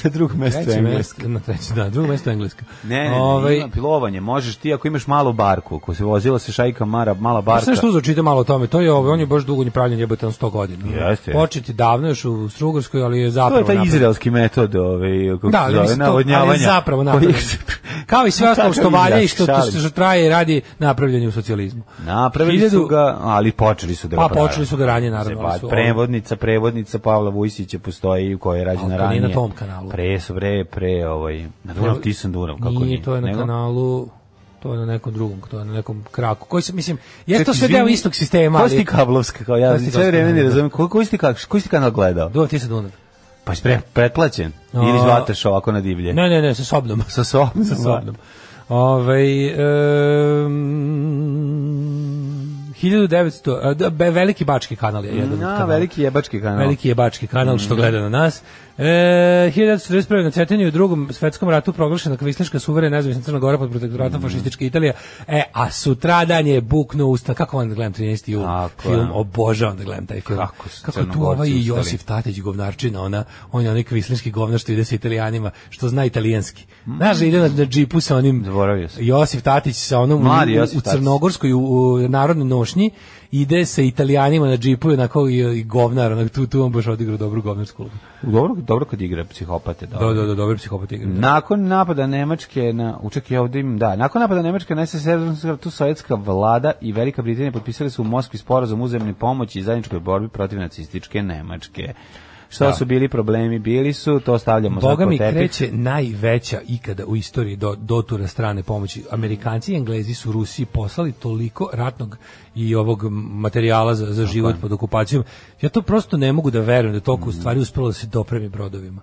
G: Na drugom mestu
F: Treće
G: engleski.
F: mesto, na trećem, da, drugo mesto je engleska.
G: Ne, ne, ne,
F: Ovaj,
G: ima pilovanje. Možeš ti ako imaš malu barku, ako se vozila se šajka mara, mala barka.
F: Sve Pa što uzočite malo o tome, to je ovo, on je baš dugo nepravljen jebatan 100 godina.
G: Jeste, jeste.
F: Početi davno još u Strugorskoj, ali je
G: To
F: zapravo
G: je taj
F: napravljen.
G: izraelski metod, ovaj, kako
F: Da,
G: se
F: ali
G: zove,
F: mislim to,
G: navodnjavanja.
F: ali je zapravo napravljen.
G: Koji-
F: Kao i sve ostalo što
G: Kakav
F: valja i
G: izraz,
F: što,
G: šalim
F: što, što traje i radi napravljanje u socijalizmu.
G: Napravili su
F: Hiljadu-
G: ga, ali počeli su da
F: Pa,
G: ga prave.
F: počeli su ga ranije, naravno, ali su-
G: prevodnica, prevodnica Pavla Vujsića postoji u kojoj je rađena
F: Ali to
G: ranije.
F: nije na tom kanalu.
G: Pre, su, pre, pre, ovaj, na Dunav, ti sam Dunav, kako nije.
F: nije, to je na
G: Nego-
F: kanalu to je na nekom drugom, to je na nekom kraku. Koji se, mislim, jeste E, to
G: Čekaj,
F: sve deo
G: izvini,
F: istog sistema,
G: Ko si ti
F: ali...
G: kablovska, kao
F: Ko
G: ja,
F: si ti
G: sve vreme
F: kablovska?
G: ne razumijem. Ko, koji si ti, kak, koji si ti kanal gledao?
F: Duva ti se Dunav.
G: Pa si pre, pretplaćen?
F: A-
G: Ili zvataš ovako na divlje?
F: Ne, ne, ne, sa sobnom.
G: Sa sobom,
F: sa sobnom. Ove, 1900, a, e, da, be- veliki bački kanal je jedan od
G: Na,
F: kanala.
G: veliki jebački kanal.
F: Veliki je bački kanal što gleda na nas. E, 1941. na Cetinju u drugom svetskom ratu proglašena kvisliška suverena nezavisna Crna Gora pod protektoratom fašističke Italije. E, a sutradan je bukno ustan. Kako vam da gledam 13. jul
G: Tako je.
F: film? Obožavam da gledam taj film.
G: Kako su
F: Kako tu
G: Crnogorci
F: ovaj i
G: ustali.
F: Josif Tatić govnarčina, ona, on je onaj kvisliški govnar što ide sa italijanima, što zna italijanski. Znaš, ide na, na džipu sa onim...
G: Mm. Zaboravio sam.
F: Josif Tatić sa onom
G: Mladi
F: u,
G: Josif
F: u
G: Tatić.
F: Crnogorskoj u, u narodnoj nošnji ide sa italijanima na džipu i onako i, i govnar, onak, tu, tu on baš odigrao dobru govnarsku ulogu.
G: Dobro, dobro kad igra psihopate, dobro.
F: Da, da, da, dobar psihopat igra.
G: Nakon napada Nemačke na učak je ovdje im, da, nakon napada Nemačke na SSR, tu sovjetska vlada i Velika Britanija potpisali su u Moskvi sporazum uzemne pomoći i zajedničkoj borbi protiv nacističke Nemačke. Šta su bili problemi? Bili su, to stavljamo sad
F: Boga
G: pod
F: mi
G: tepih.
F: kreće najveća ikada u istoriji do, dotura strane pomoći. Amerikanci i Englezi su Rusiji poslali toliko ratnog i ovog materijala za, za život pod okupacijom. Ja to prosto ne mogu da verujem da je toliko u
G: Mm.
F: stvari uspelo da se dopremi brodovima.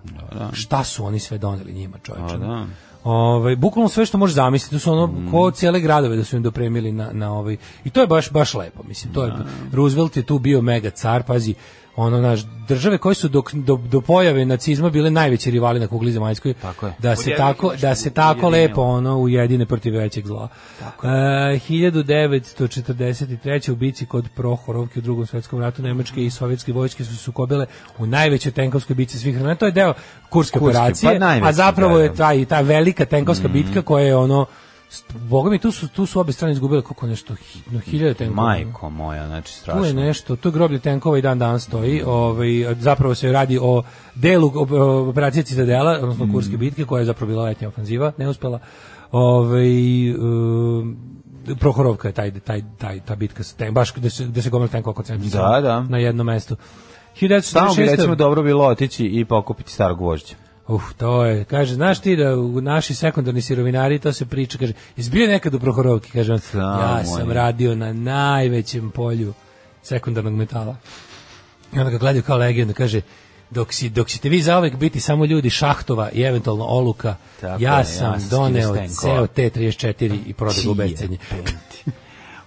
F: Šta su oni sve doneli njima, čovječe?
G: Pa da. Mm.
F: Ovaj bukvalno sve što možeš zamisliti, to su ono ko cijele gradove da su im dopremili na na ovaj. I to je baš baš lepo, mislim. To je Roosevelt je tu bio mega car, pazi. Ono naš države koje su dok, do, do pojave nacizma bile najveći rivali na kugli zemaljskoj
G: Tako je. znači
F: da se
G: Ujedinili
F: tako da se tako
G: ujedinili.
F: lepo ono ujedine protiv većeg zla. E, 1943. u bici kod Prohorovke u Drugom svjetskom ratu nemačke i sovjetske vojske su se sukobile u najvećoj tenkovskoj bici svih vremena. To je deo Kurske,
G: Kurske,
F: operacije,
G: pa najveći,
F: a zapravo
G: da, Mhm.
F: je
G: da.
F: ta i ta velika tenkovska bitka koja je ono st- Boga mi tu su tu su obje strane izgubile koliko nešto hitno hiljade tenkova.
G: Majko moja, znači
F: Tu je
G: strašno.
F: nešto, tu je groblje tenkova i dan dan stoji. Ovaj a zapravo se radi o delu op- operacije Citadela, odnosno
G: Mhm.
F: Kurske bitke koja je zapravo bila letnja ofanziva, neuspela. Ovaj um, Prohorovka je taj, taj, taj, ta bitka, sa ten, baš gde se, gde se gomila tenkova koncentrica
G: Da, da.
F: na jednom mestu.
G: Samo bi
F: 1946.
G: recimo dobro bilo otići i pokupiti starog vožđa.
F: Uf, to je, kaže, znaš ti da u naši sekundarni sirovinari to se priča, kaže, izbio nekad u Prohorovki, kaže on,
G: Samo
F: ja sam
G: je.
F: radio na najvećem polju sekundarnog metala. I onda ga gledaju kao legendu, kaže, dok, si, dok ćete vi zaovek biti samo ljudi šahtova i eventualno oluka,
G: Tako je,
F: ja
G: ja
F: sam
G: sam
F: doneo
G: skinuo s
F: ceo
G: tenkova."
F: T34 i prodao ga u bescenje.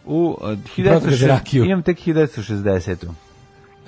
G: U, od
F: Protiv
G: 1960,
F: rakiju.
G: imam tek 1960.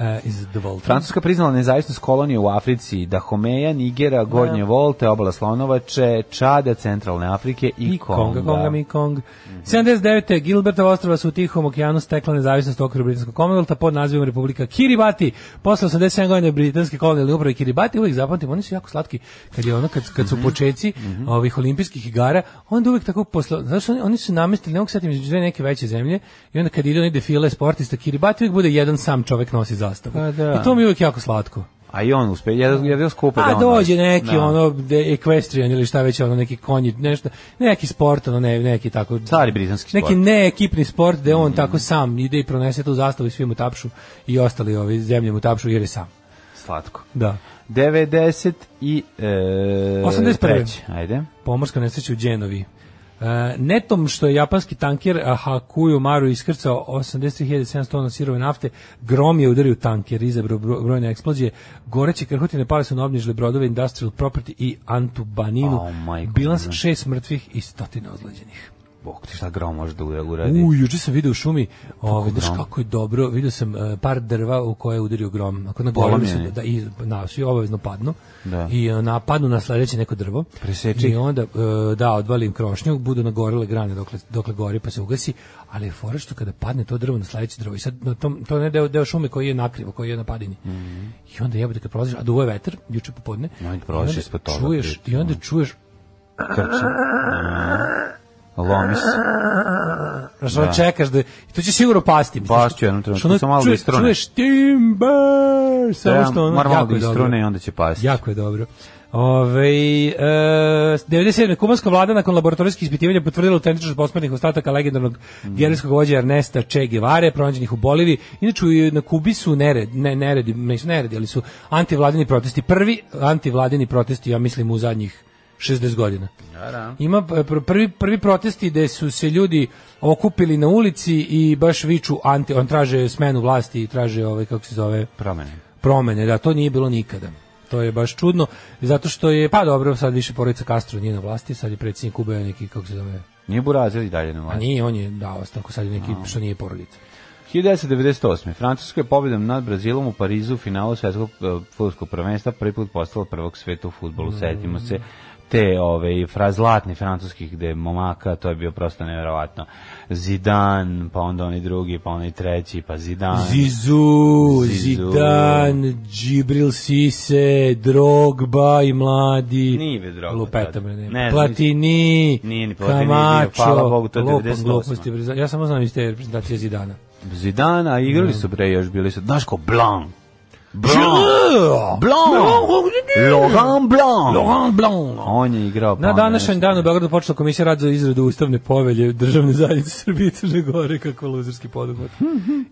F: E, izvolite.
G: Francuska priznala nezavisnost kolonije u Africi, Dahomeja, Nigera, Gornje Volte, Obala Slonovače, Čada, Centralne Afrike i,
F: i Konga, Konga,
G: Konga.
F: mi Kong. 79. Gilbertova ostrava su u Tihom okeanu stekla nezavisnost u okviru Britanskog Commonwealtha pod nazivom Republika Kiribati. Posle 87 godina britanske kolonijalne uprave Kiribati uvijek zapamtim, oni su jako slatki kad je ono kad, kad su počeci ovih olimpijskih igara, onda uvijek tako posle, znaš, oni, oni su namestili, ne mogu setim između dve neke veće zemlje i onda kad ide onaj defile sportista Kiribati uvijek bude jedan sam čovek nosi zastavu.
G: Pa da.
F: I to mi je uvijek jako slatko.
G: A i on uspe, jedan, jedan skupa Pa da
F: A
G: on
F: Pa dođe
G: dođe.
F: neki
G: Da.
F: ono de, equestrian ili šta već ono neki konji nešto neki sport ono ne, neki tako
G: Stari britanski
F: neki
G: sport. Mm.
F: neekipni sport gde on tako sam ide i pronese tu zastavu i svi mu tapšu i ostali ovi zemlje mu tapšu jer je sam.
G: Slatko.
F: Da.
G: 90 i... E,
F: 81..
G: treći, Ajde.
F: Pomorska nesreća u Đenovi. E, netom što je japanski tanker a, Hakuyu Maru iskrcao 83.700 tona sirove nafte, grom je udario tanker, izabrao bro- brojne eksplozije, goreće krhotine pale su na obnižile brodove Industrial Property i Antubaninu,
G: Au, majko
F: bilans
G: moja.
F: šest mrtvih i stotine ozlađenih.
G: Bog ti šta grom može da uradi.
F: U, juče sam video u šumi, ovaj, znaš
G: grom?
F: kako je dobro, video sam e, par drva u koje je udario grom, ako na gore
G: Polomljeni.
F: mislim da, da i, na, svi obavezno padnu,
G: Da.
F: i e, napadnu na sledeće neko drvo,
G: Preseči.
F: i onda, e, da, odvalim krošnju, budu nagorele grane dokle, dokle gori pa se ugasi, ali je fora što kada padne to drvo na sledeće drvo, i sad na tom, to je ne deo, deo šume koji je nakrivo, koji je na padini,
G: Mhm.
F: i onda jebote kad prolaziš, a duvo je vetar, juče popodne,
G: Ma,
F: i
G: prolaziš
F: onda
G: ispod toga,
F: čuješ,
G: pričam.
F: i onda čuješ
G: Krči. Lomi se.
F: Znaš, ono čekaš da... I to će siguro pasti. mislim,
G: Baš
F: što-
G: ću jednom trenutku,
F: što ono
G: samo malo da
F: čuje-
G: istrune.
F: Čuješ timber, samo
G: Treba-
F: što ono...
G: moram malo
F: jako
G: da
F: je dobro.
G: istrune i onda će pasti.
F: Jako je dobro. Ove, e, 97. kubanska vlada nakon laboratorijskih ispitivanja potvrdila autentičnost posmrtnih ostataka legendarnog
G: Mhm.
F: gerijskog vođa Ernesta Che Guevare, pronađenih u Boliviji. Inače, u- na Kubi su nered, ne, neredi, nisu neredi, ali su antivladini protesti. Prvi antivladini protesti, ja mislim, u zadnjih 60 godina. Ima e, pr- prvi, prvi protesti gde su se ljudi okupili na ulici i baš viču anti, on traže smenu vlasti i traže ovaj kako se zove
G: Promene.
F: promene, da to nije bilo nikada. To je baš čudno, zato što je, pa dobro, sad više porodica Castro nije na vlasti, sad je predsjednik Kube neki, kako se zove,
G: Nije burazir i dalje na
F: a
G: vlasti.
F: nije, on je dao ostavku, sad je neki, što nije porodica.
G: 1998. Francuska je pobjedom nad Brazilom u Parizu u finalu svetskog e, futbolskog prvenstva prvi put postala prvog sveta u futbolu.
F: Mm.
G: Setimo se te ove E, fra zlatni francuskih gde je momaka, to je bio prosto nevjerovatno. Zidane, pa onda oni drugi, pa oni treći, pa Zidane.
F: Zizu,
G: Zizou.
F: Zidane, Džibril Sise, Drogba i mladi.
G: Nije bio Drogba
F: Lupeta,
G: tad.
F: bre, ne.
G: Ne znam,
F: Platini,
G: nije ni Platini bio,
F: Kamacho,
G: hvala Bogu, to je
F: lupam
G: 98.
F: gluposti, bre, ja samo znam iz te reprezentacije Zidana.
G: Zidane, a igrali su bre još bili su, znaš ko, Blanc. Blanc.
F: Blanc.
G: Laurent Blanc.
F: Laurent Blanc.
G: On je igrao. pa
F: Na
G: onda
F: današnjem
G: nešto.
F: danu u Beogradu počela komisija rad za izradu ustavne povelje državne zajednice Srbije i Crne Gore, kako luzerski poduhvat.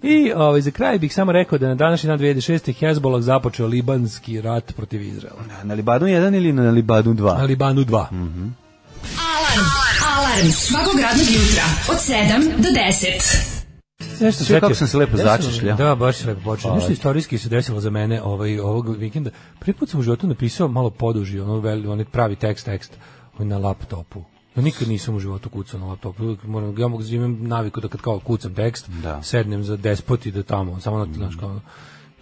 F: I ovaj, za kraj bih samo rekao da na današnji dan 2006. Hezbollah započeo libanski rat protiv Izraela.
G: Na Libanu 1 ili na Libanu 2?
F: Na Libanu 2.
E: Alarm. Alarm. Svakog radnog jutra od 7 do 10.
F: Nešto
G: Sve kako
F: setio.
G: sam se lepo Ovaj.
F: Ja sam-
G: začešljao.
F: Da, baš se lepo počeo.
G: Hvala
F: Nešto
G: ti.
F: istorijski se desilo za mene ovaj, ovog vikenda. Prvi put sam u životu napisao malo poduži, ono, veli, onaj pravi tekst, tekst ovaj, na laptopu. Ja nikad nisam u životu kucao na laptopu. Uvijek Moram, ja mogu imam naviku da kad kao kucam tekst,
G: Da. Mm.
F: sednem za despot i da tamo, samo na, znaš, kao,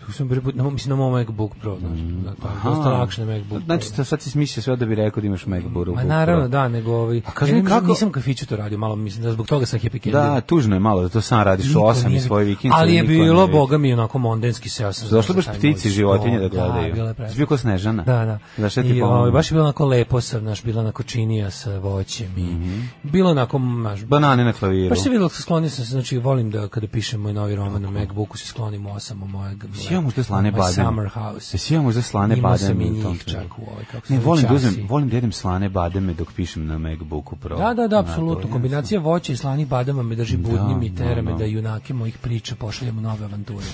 F: tu sam prvi put, na, mislim na mom MacBook Pro, znaš, mm. da, to, dosta lakše na MacBook
G: Znači,
F: Pro.
G: to sad si smislio sve da bi rekao da imaš MacBook.
F: Ma naravno, da, nego ovaj,
G: A kaži
F: ja
G: mi
F: nisam-
G: kako-
F: nisam u kafiću to radio, malo mislim da zbog toga sam happy
G: Da, tužno je malo da to sam radiš u
F: Niko
G: 8 i
F: nije-
G: svoj vikend.
F: Ali je bilo, boga mi, onako mondenski se. Ja sam
G: Došli
F: znao
G: baš
F: za taj
G: ptici,
F: moj
G: životinje da
F: ston. Da,
G: gledaju.
F: bilo je
G: Si
F: previše.
G: bio ko Snežana.
F: Da, da.
G: Znaš, ja ti
F: I, ovaj,
G: pomogu.
F: baš je bilo onako lepo sam, znaš, bila onako činija sa voćem i
G: Mhm.
F: bilo onako, znaš,
G: Banane na klaviru.
F: baš se vidjelo, sklonio sam se, znači volim da kada pišem moj novi roman na Macbooku se sklonim u osamo mojeg.
G: Jesi imao možda slane
F: my
G: badem?
F: ovaj summer house.
G: Jesi imao možda slane
F: Imao sam
G: bademe
F: i
G: u tom
F: njih
G: trenutku?
F: čak u ovoj, kako se
G: Ne,
F: zove,
G: volim da,
F: časi.
G: uzmem, volim da jedem slane bademe dok pišem na MacBooku Pro.
F: Da, da, da,
G: Na, to
F: apsolutno.
G: je-
F: Kombinacija voća i slanih badama me drži budnim i
G: da,
F: tera me
G: da.
F: da junake mojih priča pošaljemo nove avanture.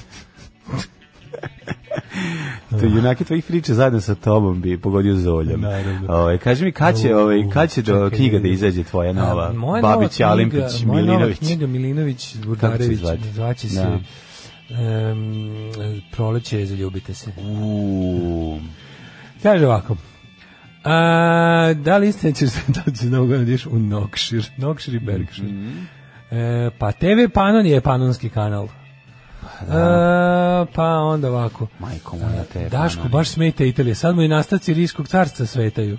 G: To je junaki tvojih priča zajedno sa tobom bi pogodio zoljom.
F: Naravno.
G: Ovaj kaži mi kad će ovaj kad će do
F: Čekaj,
G: knjiga da
F: vidim.
G: izađe tvoja nova
F: A, moja nova
G: Babić
F: knjiga-
G: Alimpić
F: moja nova
G: Milinović.
F: knjiga Milinović
G: Kako se
F: Burdarević
G: zvaće?
F: zvaće se
G: Da.
F: em, proleće je, zaljubite se.
G: U.
F: Kaže ovako. A, da li ste ćeš se da ćeš na ugodan ideš u Nokšir, Nokšir i
G: Mhm.
F: Berkšir. E, pa TV Panon je panonski kanal. E, pa onda ovako.
G: Majko moja te. ono.
F: Daško,
G: Fana.
F: baš smete Italije. Sad mu i nastavci Rijskog carstva svetaju. E,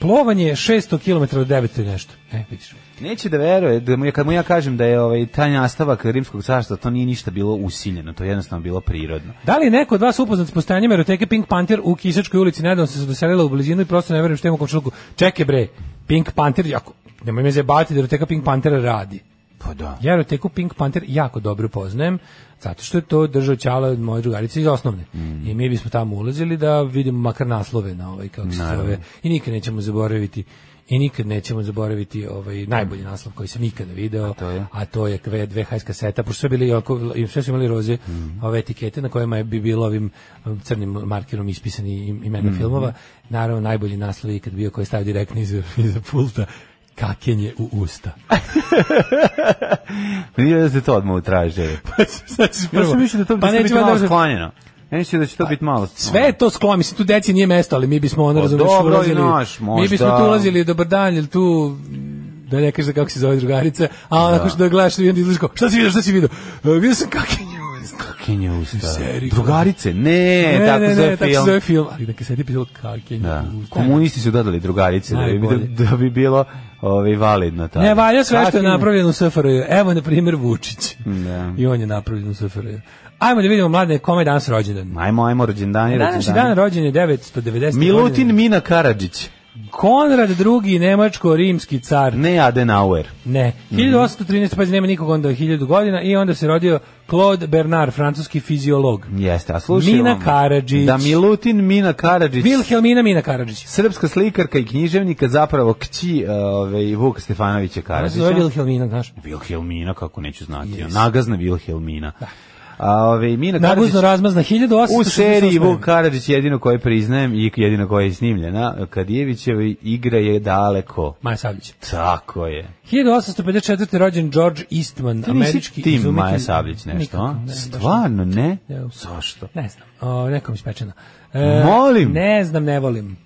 F: plovanje 600 km od 9 nešto. E, vidiš.
G: Neće da veruje, da mu, ja- kad mu ja kažem da je ovaj, taj nastavak Rimskog carstva, to nije ništa bilo usiljeno, to je jednostavno bilo prirodno.
F: Da li je neko od vas upoznat s postojanjem eroteke Pink Panther u Kisačkoj ulici? Nedavno se doselila u blizinu i prosto ne verujem što ima u komšiluku. Čekaj bre, Pink Panther, jako, nemoj me zajebavati da eroteka Pink Panthera radi.
G: Pa da.
F: Ja eroteku Pink Panther jako dobro poznajem, zato što je to držao ćala od moje drugarice iz osnovne.
G: Mm.
F: I mi bismo tamo ulazili da vidimo makar naslove na ovaj, kako se zove. I nikad nećemo zaboraviti i nikad nećemo zaboraviti ovaj najbolji naslov koji sam ikada video, a
G: to je?
F: a to je dve, dve hajs kaseta, pošto su bili oko, i sve su imali roze
G: Mm.
F: ove etikete na kojima je bi bilo ovim um, crnim markerom ispisani im-
G: Mm.
F: imena filmova. Naravno, najbolji naslov je ikad bio koji je stavio direktno iza, iza pulta kakenje u usta.
G: Pa Nije da se to odmah utraže.
F: Znači,
G: Ja sam mislio da to, da će biti
F: Pa nećemo
G: malo
F: da- Pa
G: sklonjeno. Ja mislim da će to biti malo
F: Sve je to sklo, mislim, tu deci nije mesto, ali mi bismo ono,
G: Pa
F: razumiješ,
G: dobro,
F: ulazili,
G: i naš,
F: mi
G: možda.
F: bismo tu ulazili, dobar dan, jel tu, da ne kažeš kako se zove drugarica, a onako što da gledaš, i onda izlaziš kao, šta si vidio, šta si vidio? E, vidio sam kakenje u usta.
G: Kakinje usta.
F: Serija.
G: Drugarice? Ne, E, tako
F: ne,
G: zove
F: ne, tako
G: film.
F: se zove film, ali neka se ti pisalo kakenje
G: Da.
F: u usta.
G: Komunisti su dodali drugarice da bi,
F: Najbolje.
G: da bi bilo ovaj, validno. Tada.
F: Ne valja sve što je
G: Kakinje-
F: napravljeno u SFRJ. Evo, na primjer, Vučić.
G: Da.
F: I on je napravljen u SFRJ. Ajmo da vidimo, mladne, kome je danas rođendan?
G: Ajmo, ajmo, rođendani,
F: Današnji dan rođen je 990.
G: Milutin Mina Karadžić.
F: Konrad II. Nemačko-rimski car.
G: Ne Adenauer.
F: Ne.
G: Mm.
F: 1813, pazi, nema nikog onda 1000 godina i onda se rodio Claude Bernard, francuski fiziolog.
G: Jeste, a slušaj
F: Mina
G: ovamo.
F: Karadžić.
G: Da Milutin Mina Karadžić.
F: Vilhelmina Mina Karadžić.
G: Srpska slikarka i književnika, zapravo kći ovaj, Vuka Stefanovića
F: Ona se Zove
G: Karadžića.
F: Vilhelmina, znaš.
G: Vilhelmina, kako neću znati.
F: Yes.
G: Nagazna Vilhelmina. A, ovaj, Mina Karadžić...
F: Naguzno razmazna 1800.
G: U seriji Vuk Karadžić jedino koji priznajem i jedino koja je snimljena, Kadijevićeva igra je daleko.
F: Maja Savljić.
G: Tako je.
F: 1854. rođen George Eastman,
G: Ti
F: američki
G: nisi tim
F: izumitelj-
G: Maja Savljić nešto,
F: Nikako,
G: a?
F: ne, baš ne.
G: Stvarno ne?
F: Ne.
G: Zašto?
F: Ne znam, o, nekom ispečena. E,
G: Molim.
F: Ne znam, ne volim.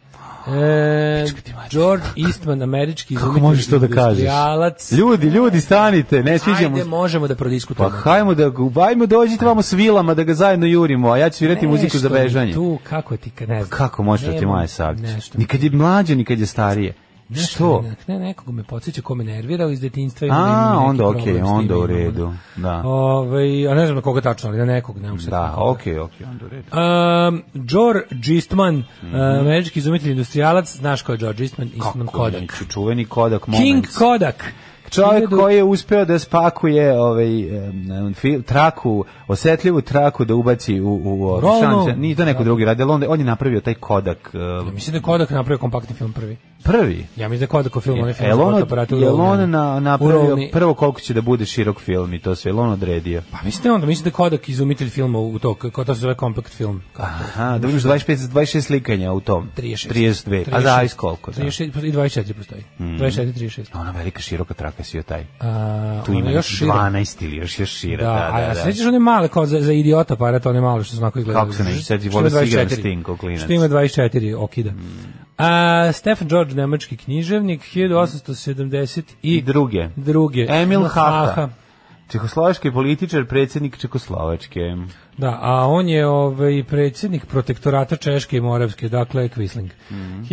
F: E, George Eastman, američki
G: Kako
F: izumitelj,
G: možeš to da kažeš?
F: industrijalac.
G: Ljudi, ljudi, stanite, ne sviđa mu
F: Ajde,
G: se.
F: možemo da
G: Pa
F: prodiskutujemo.
G: hajmo da, ajmo dođite vamo s vilama da ga zajedno jurimo, a ja ću svirati muziku za
F: Nešto mi
G: bežanje.
F: Tu, kako ti, ka- ne znam.
G: Kako može da ti
F: Nemam
G: Maja Savljić?
F: Nešto.
G: Nikad je mlađe, nikad je starije.
F: Nešto
G: Što?
F: mi- Ne, nekog me podsjeća ko me nervirao iz detinjstva. i
G: A,
F: onda imam neki
G: onda
F: problem
G: okej,
F: s tim,
G: onda u
F: imam,
G: redu,
F: ono.
G: da.
F: Ovaj, a ne znam na koga tačno, ali na nekog, ne mogu se
G: Da,
F: setiti.
G: okej, okej, onda u redu.
F: Um, George Eastman,
G: Mhm.
F: uh, američki izumitelj industrijalac, znaš ko je George Eastman? Eastman Kodak.
G: neću, Čuveni Kodak moment.
F: King Kodak.
G: Čovjek
F: Hiljadu-
G: koji je uspeo da spakuje ovaj em, fi- traku, osetljivu traku da ubaci u u, u
F: Rolnu.
G: šance. Nije to neko drugi radio, on, on je napravio taj Kodak e,
F: Ja mislim da je Kodak napravio kompaktni film prvi.
G: prvi.
F: Ja mislim da je Kodak u filmu, onaj film
G: E, Jel
F: za
G: on,
F: fotoaparate u
G: jel
F: rolni.
G: on na,
F: U
G: napravio
F: rolni-
G: prvo koliko će da bude širok film i to sve, jel on odredio?
F: Pa mislite onda, mislite da je Kodak izumitelj filma u to, kako to se zove kompakt film. Kako?
G: Aha, da vidiš 25, 26 slikanja u tom.
F: 36.
G: 32, a
F: 36.
G: zavis koliko. Da. Mm.
F: 36 pa i 24 postoji. 24, 36.
G: A Ona velika široka traka je sio taj.
F: A,
G: Tu
F: ona
G: ima
F: još
G: još
F: šira.
G: 12 ili još još šira.
F: Da,
G: Da, da,
F: a
G: da,
F: ja se sjećaš one male kao za, za idiota aparat, one male što su onako izgledali.
G: Kako se neću sjetiti,
F: Što
G: volio
F: ima
G: si igram
F: 24?
G: s tim kao klinac. Mm.
F: Što ima 24 okida. A, Stefan George, nemački književnik, 1870 i
G: I druge.
F: druge.
G: Emil Haha.
F: Haha.
G: Čehoslovački političar, predsjednik Čehoslovačke.
F: Da, a on je ovaj predsjednik protektorata Češke i Moravske, dakle Quisling.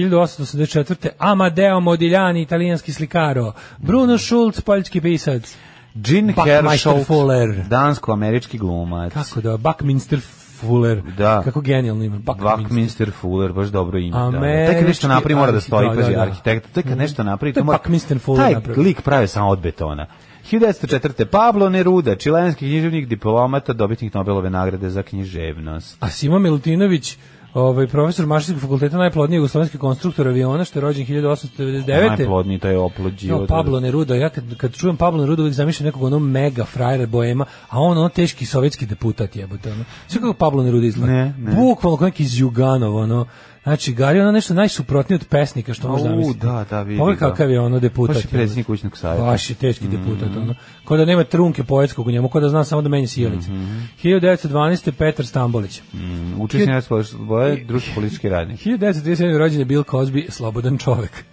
F: 1884. Amadeo Modigliani, italijanski slikaro. Bruno Schulz, poljski pisac.
G: Gene
F: Buckminster
G: Herschel,
F: Fuller.
G: dansko-američki glumac.
F: Kako da, Buckminster Fuller.
G: Da.
F: Kako genijalno ime. Buckminster.
G: Buckminster Fuller, baš dobro ime. Da.
F: Američki
G: Taj kad nešto napravi mora da stoji,
F: arhitekt,
G: pazi,
F: da, da, da.
G: arhitekt. Taj kad nešto napravi,
F: To je
G: mora...
F: Buckminster Fuller
G: Taj
F: napravio.
G: lik pravi samo od betona. 1904. Pablo Neruda, čilenski književnik, diplomata, dobitnik Nobelove nagrade za književnost.
F: A Simo Milutinović, ovaj profesor Mašinskog fakulteta, najplodniji jugoslovenski konstruktor aviona, što je rođen 1899.
G: Najplodniji, to je oplođio.
F: Jo, Pablo Neruda, ja kad, kad čujem Pablo Neruda uvijek zamišljam nekog onog mega frajera boema, a on ono teški sovjetski deputat jebote. Ono. Sve kako Pablo Neruda izgleda.
G: Ne, ne.
F: Bukvalno kao neki iz Juganov, ono. Znači, Gari ono nešto najsuprotnije od pesnika što možda
G: U,
F: zamisliti.
G: da, da, vidi,
F: Ovo je kakav
G: da.
F: je ono deputat.
G: Baš je predsjednik Mm. kućnog savjeta.
F: Baš je teški deputat. Ono. Kao da nema trunke poetskog u njemu, kao da zna samo da menja sijalice.
G: Mm-hmm.
F: 1912. Petar Stambolić.
G: Mm. Učesnik Nespološboje, društvo politički radnik.
F: 1937. rođen je Bill Cosby, slobodan čovek.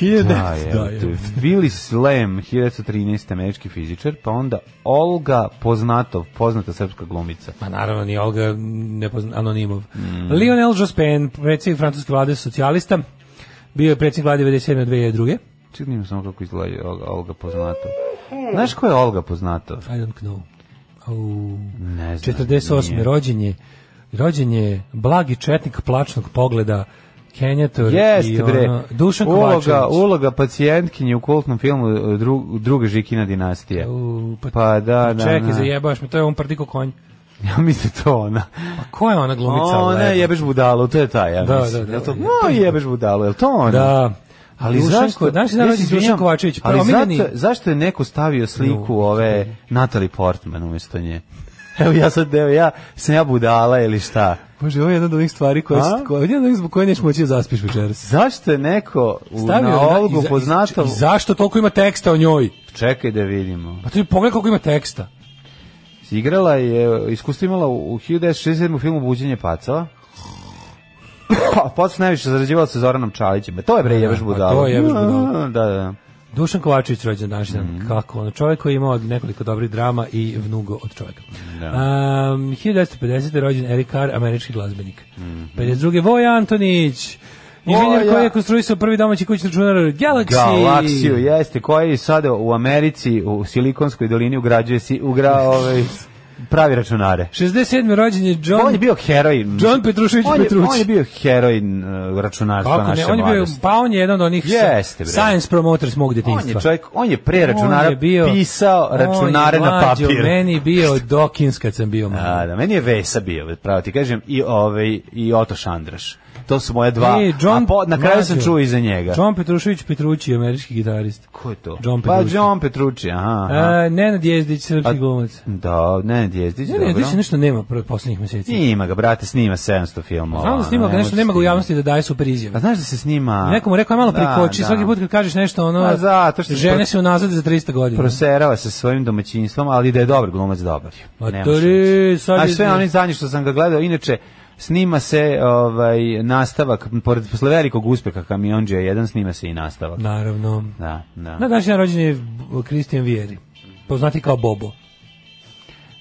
F: 1900,
G: Da,
F: da,
G: je.
F: je.
G: Willis Lem, 1913. američki fizičar, pa onda Olga Poznatov, poznata srpska glumica.
F: Ma naravno, ni Olga ne pozna, anonimov.
G: Mm.
F: Lionel Jospin, predsjednik francuske vlade socijalista, bio je predsjednik vlade 97. do 2002.
G: Čekaj, nima samo kako izgleda Olga, Olga Poznatov. Znaš ko je Olga Poznatov?
F: I don't know. Au.
G: Ne znam.
F: 48.
G: nije.
F: rođen je, rođen je blagi četnik plačnog pogleda, Kenjator i
G: Jeste bre.
F: ono, Dušan
G: uloga,
F: Kovačević.
G: uloga pacijentkinje u kultnom filmu e, dru, druga Žikina dinastija.
F: U,
G: Pa da, da,
F: Čekaj,
G: da.
F: zajebaš me, to je on prdiko konj.
G: Ja mislim to ona.
F: Pa ko je ona glumica?
G: ona
F: leba?
G: je jebeš budalu, to je ta, ja
F: Da,
G: mislim.
F: da, da.
G: Jel to, no, jebeš budalu, je to ona?
F: Da. Ali zašto? Znaš,
G: ja
F: znaš,
G: se
F: Dušan
G: izvinjam,
F: Kovačević,
G: ali
F: promiljeni-
G: zato, zašto je neko stavio sliku
F: Jo,
G: ove Natalie Portman umjesto nje? Evo ja sad, evo ja, sam ja budala ili šta?
F: Bože, ovo je jedna od onih stvari koja,
G: A?
F: se- koja, jedna od onih zbog koje nećeš moći da zaspiš večeras.
G: Zašto je neko u,
F: Stavio
G: na
F: je na-
G: Olgu
F: i za-
G: poznato...
F: i zašto toliko ima teksta o njoj?
G: Čekaj da vidimo.
F: Pa tu je pogledaj koliko ima teksta.
G: Igrala je, iskustvo imala u u 1967. filmu Buđenje pacala. A posle najviše zarađivala sa Zoranom Čalićem. E, To je bre jebeš
F: a
G: budala.
F: to je jebeš budala.
G: Da, da, da.
F: Dušan Kovačević rođen danas
G: Mhm.
F: mm. kako ono čovjek koji je imao nekoliko dobrih drama i vnugo od čovjeka.
G: Da.
F: Um, 1950. je rođen Eric Carr, američki glazbenik.
G: Mhm.
F: 52. Voja Antonić, inženjer
G: Voja.
F: koji je konstruisao prvi domaći kućni računar Galaxy.
G: Galaksiju,
F: Znači-
G: jeste, koji sada u Americi, u Silikonskoj dolini ugrađuje si, ugra, ovaj, pravi računare.
F: 67. rođen je John...
G: On je bio heroin.
F: John Petrušević
G: on je,
F: Petruć.
G: On je bio heroin uh, računarstva
F: Kako ne,
G: naše
F: on je bio,
G: mladosti.
F: pa on je jedan od onih
G: Jeste, bre.
F: science promoters mog
G: On
F: detinjstva.
G: je čovjek, on je pre računara
F: On je bio-
G: pisao računare
F: on je
G: na
F: mlađo
G: papir.
F: meni bio Dawkins kad sam bio mali.
G: A, da, meni je Vesa bio, pravo ti kažem, i, ovaj, i Oto Šandraš. To su moje dva,
F: E, John-
G: a po, na kraju sam
F: mlađo.
G: čuo iza njega.
F: John Petrušević Petrući, američki gitarist.
G: Ko je to?
F: John E.
G: pa
F: Petrucci.
G: John Petrucci, aha. aha.
F: A, Nenad Jezdić,
G: A-
F: srpski glumac.
G: da, ne, Jezdić,
F: Nenad
G: dobro.
F: Jezdić nešto nema pro- poslednjih meseci.
G: Snima ga, brate, snima 700 filmova.
F: Znam da snima, ali
G: ono,
F: nešto
G: ne
F: nema ga u
G: može
F: javnosti da daje super izjave.
G: A znaš da se snima...
F: Nekomu rekao je malo
G: Da,
F: prikoči,
G: da.
F: svaki put kad kažeš nešto, ono,
G: Pa zato što-
F: žene se unazade za 300 godina.
G: Proserava se svojim domaćinstvom, ali da je dobar glumac, dobar. je.
F: Ma
G: Nema
F: Pa to
G: šta
F: ri,
G: reći.
F: sad
G: A
F: je-
G: sve oni zadnji što sam ga gledao, inače, snima se ovaj nastavak, pored, posle velikog uspeha Kamionđija 1, snima se i nastavak.
F: Naravno.
G: Da, da.
F: Na današnji dan rođen je Kristijan Vieri, poznati kao Bobo.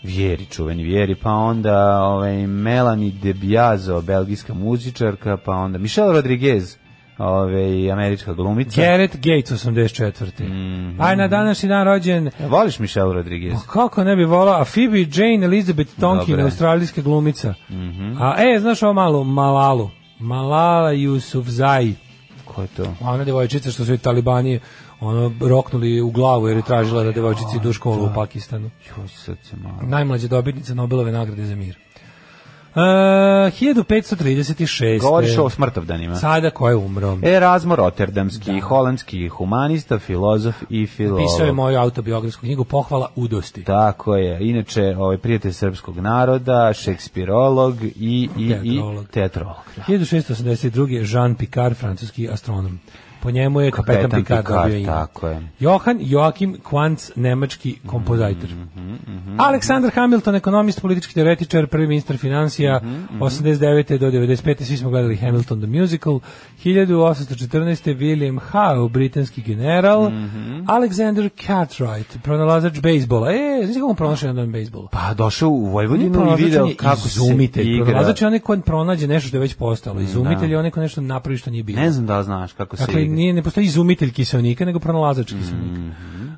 G: Vjeri, čuveni Vjeri, pa onda ovaj, Melanie DeBiazo, belgijska muzičarka, pa onda Michelle Rodriguez, ovaj, američka glumica.
F: Gareth Gates, 84.
G: Mhm.
F: A na današnji dan rođen
G: Voliš Michelle Rodriguez?
F: Pa Kako ne bi volao, a Phoebe Jane Elizabeth Tonkin,
G: Dobre. Mhm.
F: australijska glumica. A e, znaš ovo malu, Malalu, Malala Yusufzai,
G: Ko je to?
F: ona devojčica što su i talibani ono, roknuli u glavu jer je tražila da devojčici idu u školu u Pakistanu.
G: Joj, srce malo.
F: Najmlađa dobitnica Nobelove nagrade za mir. E, 1536.
G: Govoriš o E, smrtovdanima.
F: Sada ko je umro?
G: Erasmo Rotterdamski, holandski humanista, filozof i filolog.
F: Pisao je moju autobiografsku knjigu Pohvala udosti.
G: Tako je. Inače, ovaj prijatelj srpskog naroda, šekspirolog i, i, i
F: Teatrolog.
G: teatrolog. Da.
F: 1682. Jean Picard, francuski astronom. Po njemu je kapetan,
G: Kapetan
F: Picard,
G: Picard,
F: dobio ime.
G: tako je.
F: Johan Joachim Quantz, nemački kompozajter.
G: Mhm,
F: Aleksandar Hamilton, ekonomist, politički teoretičar, prvi ministar financija,
G: Mhm,
F: 89. do 95. Svi smo gledali Hamilton the Musical. 1814. William Howe, britanski general.
G: Mhm.
F: Alexander Cartwright, pronalazač bejsbola. E, znaš kako on pronašao jedan bejsbola?
G: Pa došao u Vojvodinu
F: Pronalazač
G: i video
F: je
G: kako se
F: izumitelj.
G: igra.
F: Pronalazač je znači onaj ko pronađe nešto što je već postalo. Izumitelj je onaj ko nešto napravi što nije bilo.
G: Ne znam da li znaš kako se
F: Dakle,
G: igra. Mhm.
F: nije, ne postoji izumitelj kiselnika, nego pronalazač kiselnika.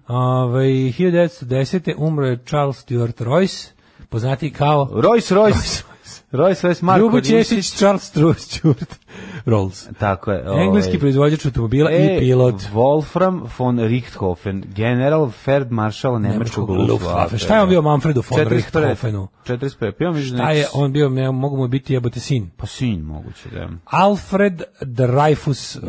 F: Ovaj, 1910. umro je Charles Stuart Royce, poznati kao
G: Rolls Royce. Rolls Royce Marko
F: Ljubo
G: Rimšić.
F: Ćesić, Charles Stru- Stuart Rolls.
G: Tako je. ovaj.
F: Engleski proizvođač automobila
G: E,
F: i pilot.
G: Wolfram von Richthofen, general Feldmaršal
F: Nemačkog
G: nemačkog Luftwaffe.
F: Luftwaffe. Šta je on bio Manfredu von Richthofenu?
G: 45. Pa ja mislim da
F: Šta
G: neki-
F: je, on bio, ne, mogu mu biti jebote sin.
G: Pa sin moguće, da.
F: Alfred Dreyfus, eh,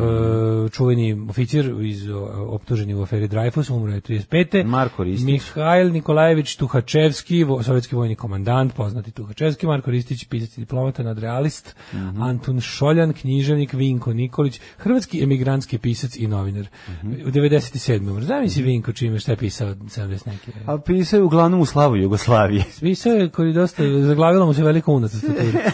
F: čuveni oficir iz eh, optuženi u aferi Dreyfus, umro je 35.
G: Marko Ristić.
F: Mihajl Nikolajević Tuhačevski, vo- sovjetski vojni komandant, poznati Tuhačevski, Marko Ristić, pisac i diplomata, nadrealist,
G: Mhm.
F: Antun Šoljan, književnik, Vinko Nikolić, hrvatski emigrantski pisac i novinar.
G: Mhm.
F: U 97. umro. Znam si Vinko čime šta je pisao od 70 neke.
G: A pisao je uglavnom u slavu Jugoslavije.
F: Pisao je koji dosta, zaglavila mu se velika una tastatura.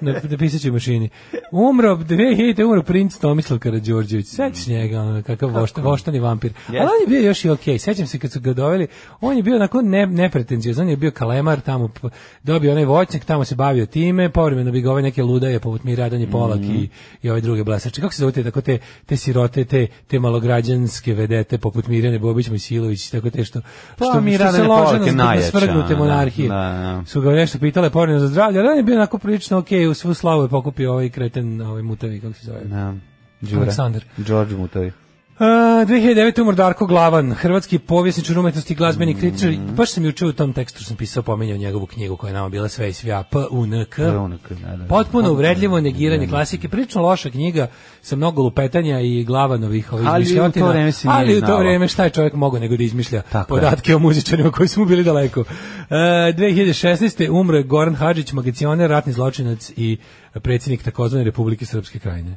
F: Na, na pisaćoj mašini. Umro, 2000. umro princ Tomislav Karađorđević. Sećaš
G: Mm.
F: njega, ono, kakav vošta, voštani vampir. Ali on je bio još i okej. Sećam se kad su ga doveli, on je bio onako ne, nepretencijozan, on je bio kalemar, tamo p- dobio onaj voćnik, tamo se bavio time, povremeno bi ga ove neke ludaje, poput mi Radanje Polak
G: Mhm.
F: i, i ove druge blasače. Kako se zove te, tako te, te sirote, te, te malograđanske vedete, poput Mirjane Bobić, Mojsilović, tako te što,
G: Pa,
F: što, što
G: Mirjana
F: se lože
G: Polak je
F: na, na
G: najjača,
F: svrgnute
G: da,
F: monarhije
G: da, da.
F: su ga nešto pitale porno za zdravlje, ali on je bio onako prilično okej, u svu slavu je pokupio ovaj kreten, ovaj mutavi, kako se zove.
G: Da. Đura.
F: Aleksandar.
G: Đorđe Mutovi.
F: Uh, Uh, 2009. umor Darko Glavan, hrvatski povjesničar umetnosti, glazbeni kritičar. Baš sam juče u tom tekstu što sam pisao pominjao njegovu knjigu koja je nama bila sve i svija PUNK.
G: PUNK, da, da.
F: Potpuno uvredljivo negiranje klasike, prilično loša knjiga sa mnogo lupetanja i Glavanovih ovih
G: Ali u to
F: izmišljotina.
G: vreme se nije
F: Ali u to
G: znalo.
F: vreme šta je čovjek mogao nego da izmišlja
G: Tako je.
F: podatke o muzičarima koji su mu bili daleko. Uh, 2016. umro je Goran Hadžić, magacioner, ratni zločinac i predsjednik takozvane Republike Srpske krajine.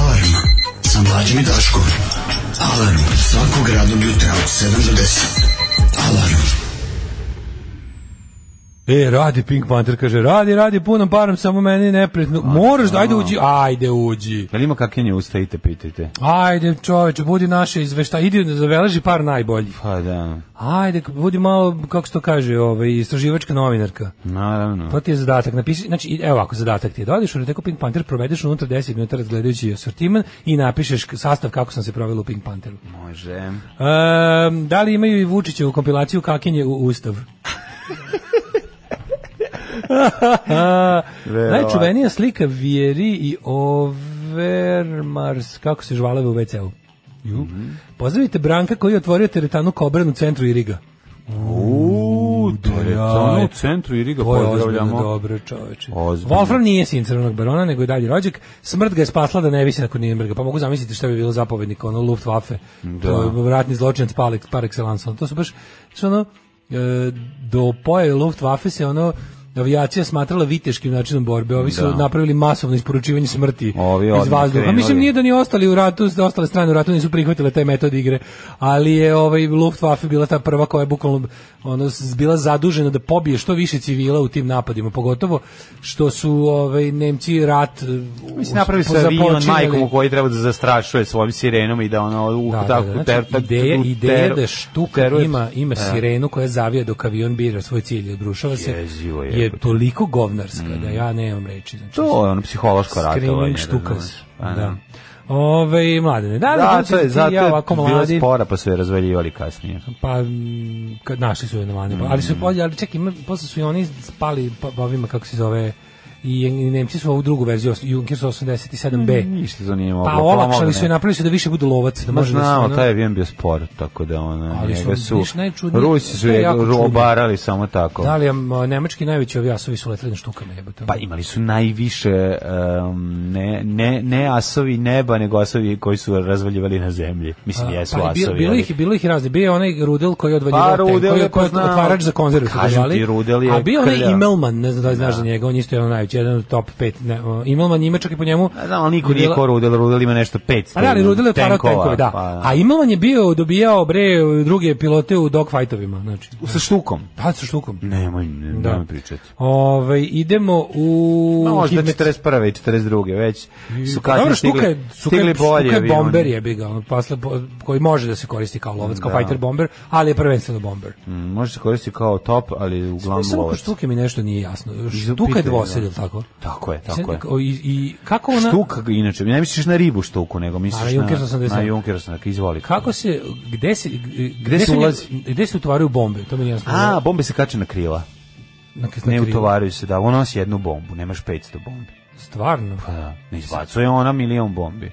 A: Alarm sa mlađim i Daškom. Alarm svakog radnog jutra od 7 do 10. Alarm.
F: E, radi Pink Panther, kaže, radi, radi, punom parom, samo meni neprijatno. Moraš da, ajde uđi, ajde uđi.
G: Jel ima kakve ustajite, pitajte.
F: Ajde, čoveče, budi naše izvešta, idi da zaveleži par najboljih.
G: Pa da,
F: Ajde, budi malo, kako se to kaže, ovaj, istraživačka novinarka.
G: naravno.
F: To ti je zadatak. Napiši, znači, i- evo ovako, zadatak ti je. Dodiš u Reteku Pink Panther, provedeš unutra 10 minuta razgledajući sortiman i napišeš k- sastav kako sam se provela u Pink Pantheru.
G: Može.
F: Ehm, da li imaju i Vučićevu kompilaciju Kakinje u Ustav?
G: Verovatno.
F: Najčuvenija slika Vjeri i Overmars, kako se žvalave u WC-u. Ju. Pozdravite Branka koji je otvorio teretanu Kobran u centru Iriga.
G: Uuu, to je to u centru Iriga,
F: To je ozbiljno
G: pozdravljamo.
F: dobro, čoveče.
G: Ozbiljno.
F: Wolfram nije sin crvenog barona, nego je dalje rođak. Smrt ga je spasla da ne visi nakon Nirenberga. Pa mogu zamisliti šta bi bilo zapovednik, ono Luftwaffe. To je ratni zločinac par, ex- par excellence. Ono, To su baš, što ono, e, do poje Luftwaffe se ono, avijacija smatrala viteškim načinom borbe. Ovi su
G: Da.
F: napravili masovno isporučivanje smrti
G: Ovi
F: iz
G: odmah
F: vazduha. A Mislim,
G: krenuli.
F: nije da ni ostali u ratu, da ostale strane u ratu nisu prihvatile taj metod igre, ali je ovaj Luftwaffe bila ta prva koja je bukvalno ono s- bila zadužena da pobije što više civila u tim napadima, pogotovo što su ovaj Nemci rat
G: Mislim, napravi sa avion majkom u koji treba da zastrašuje svojim sirenom i da ono u
F: Da, da,
G: tako
F: da.
G: ter-
F: Znači,
G: tak-
F: ideja,
G: ter-
F: ideja da štuka
G: teruje-
F: ima, ima
G: E.
F: sirenu koja zavija dok avion bira svoj cilj i odbrušava se,
G: Jezivo je. Mm.
F: je toliko govnarska da ja nemam reči. Znači,
G: To je ono psihološko ratovanje.
F: Screaming
G: da
F: štukas.
G: znaš.
F: Da.
G: Pa da.
F: Ove, mladene, da,
G: Da, to je, zato
F: ja
G: je
F: ovako
G: bila
F: mladi,
G: spora, pa su je razvaljivali kasnije.
F: pa mm, kad našli su je na vani, pa- ali su
G: Mm.
F: bolje, ali čekaj, ima, posle su i oni spali pa, pa ovima, kako se zove, i, i Nemci su ovu drugu verziju, os- Junkers 87B,
G: Ništa za nije moglo.
F: pa olakšali
G: pomogne.
F: su je, napravili su da više budu lovac, da
G: Ma
F: može da se,
G: znamo,
F: ono-
G: taj avion bio spor, tako da ono,
F: Ali su,
G: njega su,
F: viš, najčudnije-
G: Rusi su
F: to je
G: je
F: jako čudno.
G: obarali samo tako.
F: Da li je m, nemački najveći ovi jasovi su leteli na štukama, jebote.
G: Pa imali su najviše um, ne, ne, ne asovi neba, nego asovi koji su razvaljivali na zemlji. Mislim, jesu
F: Pa,
G: asovi.
F: bilo, bilo,
G: ali-
F: ih, bilo ih razni. Bio je onaj Rudel koji je
G: Pa,
F: odvaljivao tenkove,
G: Rudel
F: koji
G: je
F: je koji je
G: poznao.
F: otvarač za konzerve. što ga
G: Kažem ti,
F: zvali.
G: Rudel je
F: A bio onaj
G: krljav.
F: Immelman, ne znam da li znaš za njega, on isto je ono najveći, jedan od top 5. Ne, o, Immelman ima čak i po njemu.
G: A Pa znam, ali niko nije
F: bila-
G: ko Rudel, Rudel ima nešto 500
F: Pa da, ali Rudel je otvarao
G: tenkova,
F: tenkove, da.
G: pa
F: A Immelman je bio, dobijao bre druge pilote u dogfightovima, znači.
G: Sa štukom.
F: Da, sa štukom.
G: Nemoj, ne,
F: Da.
G: nemoj pričati.
F: Ovaj idemo u...
G: No, možda
F: Hidmet.
G: 41. i 42. već su kasnije
F: Dobro,
G: stigli,
F: štuka je, štuka je,
G: stigli bolje.
F: štuka je
G: avioni.
F: bomber je ga, ono, posle, bo- koji može da se koristi kao lovac, kao fighter bomber, ali je prvenstveno bomber.
G: Mm, Može se koristiti kao top, ali uglavnom
F: Samo kod
G: lovac.
F: štuke mi nešto nije jasno. Štuka
G: pitanja,
F: je
G: da.
F: dvoselj, jel tako?
G: ono- Tako je, tako je.
F: I, i kako ona...
G: Štuka, inače, ne misliš na ribu štuku, nego misliš
F: A,
G: na...
F: Junkers 87.
G: Na Junkers 87, izvoli.
F: Kako se, gde se, gde,
G: Gde se
F: su nje-
G: ulazi?
F: Gde se utvaraju bombe? To mi nije jasno.
G: A, bombe se kače na krila.
F: Na- na
G: Ne
F: krivu.
G: utovaraju se, da, ono nosi jednu bombu, nemaš 500 bombi.
F: Stvarno.
G: Pa da, ne izbacuje ona milion bombi.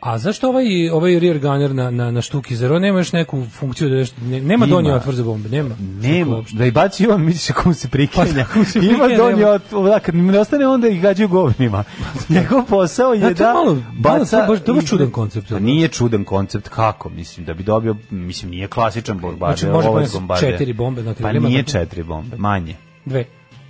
F: A zašto ovaj, ovaj rear gunner na, na, na štuki? Zar on nema još neku funkciju? Da nešto, ne- nema
G: Ima.
F: donji otvor za bombe? Nema.
G: Nema, da i baci on, misliš ako mu se prikrenja.
F: Pa, ako mu se
G: Ima
F: prikrenja,
G: donje,
F: nema.
G: od, da, kad mu ne ostane onda ih gađaju govnima. Njegov posao je
F: Da, to je
G: da
F: malo- malo
G: baca...
F: to baš- to je baš
G: i-
F: čudan koncept, jel
G: Pa
F: da?
G: nije čudan koncept, kako? Mislim, da bi dobio, mislim, nije klasičan bombarder.
F: Znači, može
G: ovaj
F: ponesti
G: bombarder.
F: četiri bombe na
G: Pa
F: krilima,
G: nije
F: dakle.
G: četiri bombe, manje.
F: Dve.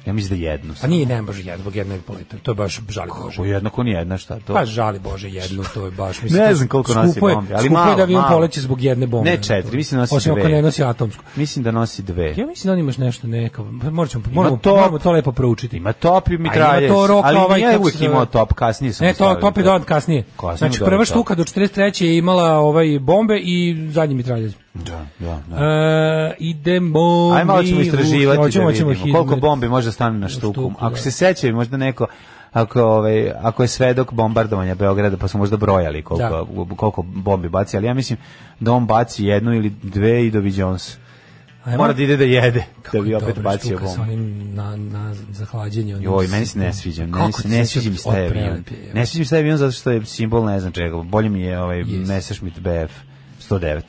G: Ja mislim da jednu.
F: Pa nije, nema Bože, jedno, zbog jedne poleta. To je baš žali Bože.
G: Ovo jednako nije jedna, šta to?
F: Pa žali Bože jednu, to je baš
G: Ne
F: to-
G: znam koliko nosi
F: skupo je-
G: bombi, ali
F: skupo je
G: malo,
F: da avion
G: malo.
F: poleće zbog jedne bombe.
G: Ne četiri, mislim da nosi
F: Osim ako
G: dve.
F: ne nosi atomsku.
G: Mislim da nosi dve.
F: Pa Ja mislim da on imaš nešto neka, pa morat ćemo, moramo,
G: top.
F: moramo to lepo proučiti.
G: Ima top i mitralje,
F: to rok,
G: ali
F: ovaj,
G: nije
F: kako se
G: uvijek
F: zove?
G: imao top, kasnije sam
F: Ne, to,
G: stavio
F: top je dodat kasnije.
G: Kasnije
F: znači,
G: dodat
F: prva
G: top.
F: štuka do 43. je imala ovaj bombe i zadnji mitraljez.
G: Da, da, da.
F: E, idemo...
G: Ajmo, malo ćemo
F: mi u-
G: istraživati
F: hoćemo,
G: da
F: hoćemo
G: vidimo koliko
F: Hidmet.
G: bombi može da stane na štuku.
F: štuku,
G: ako
F: da.
G: se sećaju, možda neko ako ovaj ako je svedok bombardovanja Beograda pa su možda brojali koliko koliko bombi baci, ali ja mislim da on baci jednu ili dve i doviđons.
F: Ajmo.
G: mora da ide da jede, da bi
F: je
G: opet
F: dobra
G: bacio
F: štuka sa
G: bombu.
F: onim na, na, za hlađenje. onim
G: Joj, meni se
F: sitnim.
G: ne sviđa, ne,
F: ono Kako ti
G: ne
F: se
G: sviđa mi se taj
F: odprelep
G: avion.
F: je, evo.
G: Ne sviđa mi se taj avion zato što je simbol ne znam čega. Bolje mi je ovaj
F: Jest.
G: Messerschmitt BF 109.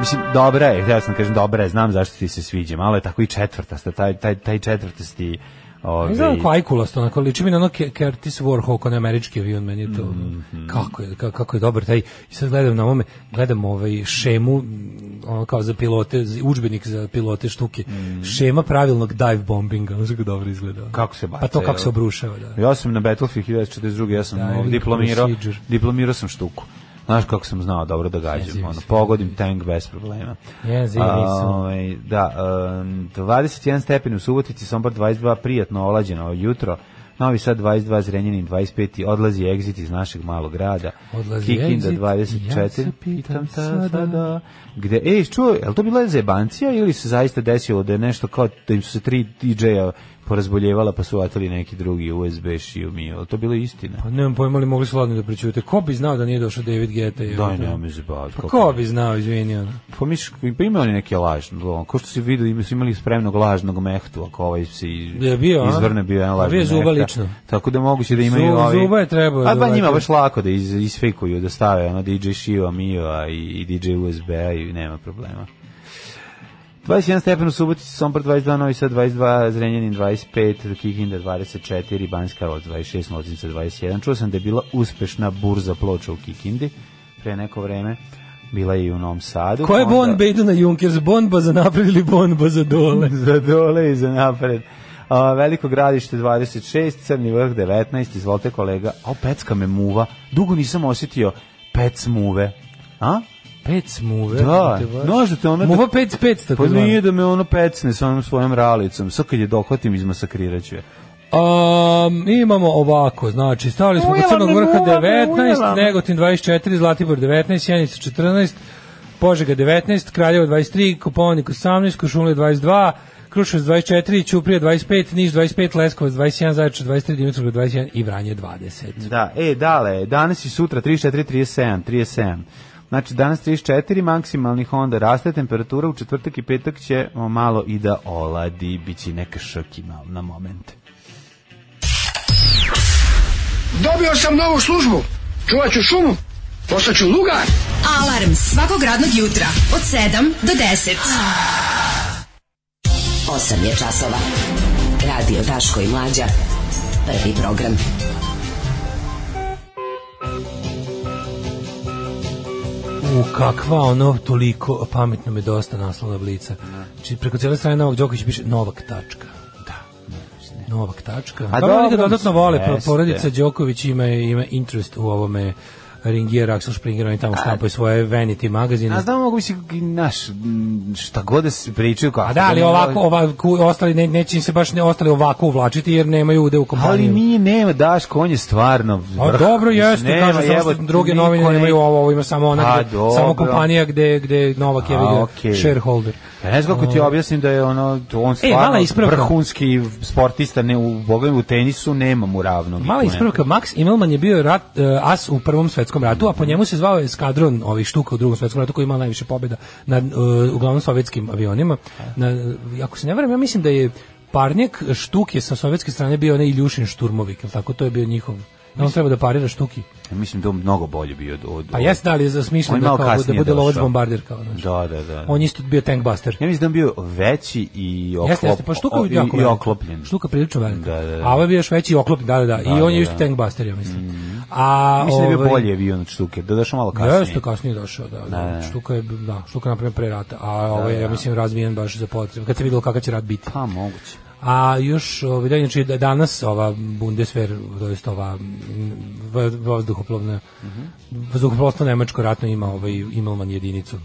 G: Mislim, dobra je, htio sam da kažem, dobra je, znam zašto ti se sviđa, malo je tako i četvrtasta, taj, taj, taj četvrtasti, ovaj,
F: Izgleda onako ajkulasto, onako liči mi na ono Ke- Curtis Warhawk, onaj američki avion, meni je to, ono,
G: Mhm.
F: kako, je, ka- kako je dobar taj, i sad gledam na ovome, gledam ovaj šemu, mm, ono kao za pilote, učbenik za pilote štuke, šema pravilnog dive bombinga, ono kako dobro izgleda.
G: Mhm. Kako se baca,
F: Pa to kako
G: jel?
F: se obrušava, da.
G: Ja sam na Battlefield 1942. Ja sam
F: Da,
G: ovaj,
F: ili
G: diplomirao,
F: procedure.
G: diplomirao sam štuku. Znaš kako sam znao dobro da gađam.
F: Jezivi
G: Ono,
F: si.
G: pogodim tank bez problema.
F: Jezivi
G: A,
F: su.
G: ovaj, da, um, 21 stepen u Subotici, Sombor 22, prijatno olađeno jutro. Novi Sad 22, Zrenjanin 25, odlazi exit iz našeg malog grada.
F: Odlazi
G: Kikinda
F: exit,
G: 24.
F: ja se pitam
G: tada,
F: sada.
G: Gde, ej, čuo, je li to bila zebancija ili se zaista desilo da je nešto kao da im su se tri DJ-a porazboljevala pa su vatili neki drugi USB Xiaomi, je li to bila istina?
F: Pa nemam pojma li mogli sladno da pričujete. Ko bi znao da nije došao David Geta? jebote?
G: Daj, nema me zabaviti.
F: Pa ko bi znao, izvini, ono.
G: Pa misliš, pa ima oni neki lažno, ko što si vidio, ima su imali spremnog lažnog mehtu, ako ovaj se iz-
F: Je bio, a?
G: izvrne bio jedan
F: A
G: lažni
F: bio je Zuba
G: mehta.
F: lično.
G: Tako da moguće da imaju
F: Zu-
G: ovi...
F: Zuba je trebao
G: A
F: da
G: ba njima
F: leti.
G: baš lako da iz, isfikuju, da stave ono DJ Shio, Mio a i, i DJ USB a i nema problema. 21 stepen u Subotici, Sombor 22, Novi Sad 22, Zrenjanin 25, Kikinda 24, Banjska Rod 26, Loznica 21. Čuo sam da je bila uspešna burza ploča u Kikindi pre neko vreme. Bila je i u Novom Sadu.
F: Ko je
G: Onda-
F: Bon Bejdu na Junkers? Bonba za napred ili Bonba za dole?
G: za dole i za napred. A, veliko gradište 26, Crni vrh 19, izvolite kolega. A, pecka me muva. Dugo nisam osjetio pec muve. A?
F: Pec muve.
G: Da,
F: brate, baš.
G: znaš da te ona...
F: Muva pec pec, tako
G: Pa nije da me ono pecne sa onom svojom ralicom. Sad kad je dohvatim, izmasakrirat ću je.
F: Um, imamo ovako, znači stavili smo kod
H: Ujela
F: Crnog
H: me,
F: vrha
H: ujela me,
F: 19,
H: ujela me.
F: Negotin 24, Zlatibor 19, Sjenica 14, Požega 19, Kraljevo 23, Koponik 18, Košumlje 22, Kruševac 24, Ćuprija 25, Niš 25, Leskovac 21, Zaječar 23, Dimitrovgrad 21 i Vranje 20.
G: Da, e, dale, danas i sutra 34, 37, 37. Znači, danas 34 maksimalnih, onda raste temperatura, u četvrtak i petak će o, malo i da oladi, bit će i neka šokima na momente.
A: Dobio sam novu službu. Čuvat ću šumu. Postaću lugar.
E: Alarm svakog radnog jutra od 7 do 10.
I: 8 je časova. Radio Daško i Mlađa. Prvi program.
F: U kakva ono toliko pametno mi je dosta naslovna blica. Znači preko cijele strane Novak Đoković piše Novak tačka. Da. Novak tačka. A da, oni ga
G: dobro,
F: dodatno vole, pa
G: jeste.
F: porodica Đoković ima, ima interest u ovome Ringier, Axel Springer, oni tamo štampaju svoje Vanity magazine.
G: A znamo, mogu mislim, naš, m, šta god da se pričaju, kako...
F: A da, ali
G: ne-
F: ovako, ovako ostali ne, neće im se baš ne ostali ovako uvlačiti jer nemaju ude u kompaniju.
G: Ali nije, nema, Daško, on je stvarno...
F: A
G: vrh.
F: dobro
G: Mislim,
F: jeste,
G: nema,
F: kaže samo što
G: jebote,
F: druge
G: niko
F: novine
G: ne-
F: nemaju ovo, ovo ima samo ona
G: A,
F: gde-
G: dobro.
F: samo kompanija gde gde Novak je
G: A,
F: video
G: okej.
F: shareholder. E,
G: Ja ne znam kako ti objasnim da je ono, on
F: mala
G: stvarno
F: ispravka.
G: vrhunski sportista, ne, u, Boga mi, u tenisu nema mu ravnog.
F: Mala
G: Ne.
F: ispravka, Max Immelman je bio rat, e, as u Prvom svetskom ratu, a po njemu se zvao eskadron ovih štuka u Drugom svetskom ratu koji je imao najviše pobjeda nad e, uglavnom sovjetskim avionima. Na, e, ako se ne varam, ja mislim da je parnjak štuke sa sovjetske strane bio onaj Iljušin Šturmovik, jel tako? To je bio njihov. Da on treba da parira štuki.
G: Ja Mislim da je on mnogo bolje bio od... od
F: Pa
G: od-
F: jeste da li je za
G: On
F: smišljeno
G: je
F: da,
G: malo
F: kao, da
G: kasnije
F: bude lovac
G: došao.
F: bombarder kao, znaš.
G: Da, da, da.
F: On je isto bio tankbuster.
G: Ja mislim da je on bio veći i oklop,
F: Jeste, jeste, pa štuka je
G: i,
F: jako
G: i
F: velika.
G: oklopljen.
F: Štuka prilično velika.
G: Da, da, da.
F: A ovo je bio još veći i oklopljen, da, da, da. I on je isto tankbuster, ja mislim. A,
G: Mhm. Mislim da je bio
F: ovaj,
G: bolje bio od štuke, da je došao malo kasnije.
F: Jeste kasnije došao, da. da,
G: da.
F: Štuka je da, štuka napravljena pre rata, a ovaj ja mislim razvijen baš za potrebe. Kad se videlo kakav će rat biti.
G: Pa moguće.
F: A još ovaj da, inače da- danas ova Bundeswehr, to ova m, v- vazduhoplovna vazduhoplovstvo nemačko ratno ima ovaj Immelman jedinicu.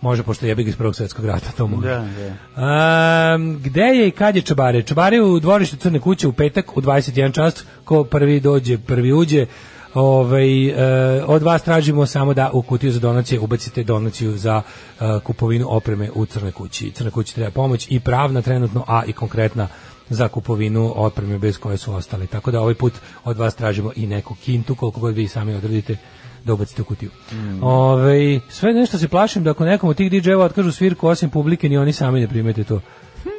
F: Može pošto jebi ga iz Prvog svjetskog rata to može.
G: Da, da.
F: Ehm, gde je i kad je Čabare? Čabare je u dvorištu Crne kuće u petak u 21 čas, ko prvi dođe, prvi uđe. Ovaj, e, od vas tražimo samo da u kutiju za donacije ubacite donaciju za eh, e, kupovinu opreme u Crnoj kući. Crna kući treba pomoć i pravna trenutno, a i konkretna za kupovinu opreme bez koje su ostali. Tako da ovaj put od vas tražimo i neku kintu, koliko god vi sami odredite da ubacite u kutiju.
G: Mm.
F: Ovaj, sve nešto se plašim da ako nekom od tih DJ-eva otkažu svirku osim publike, ni oni sami ne primete to.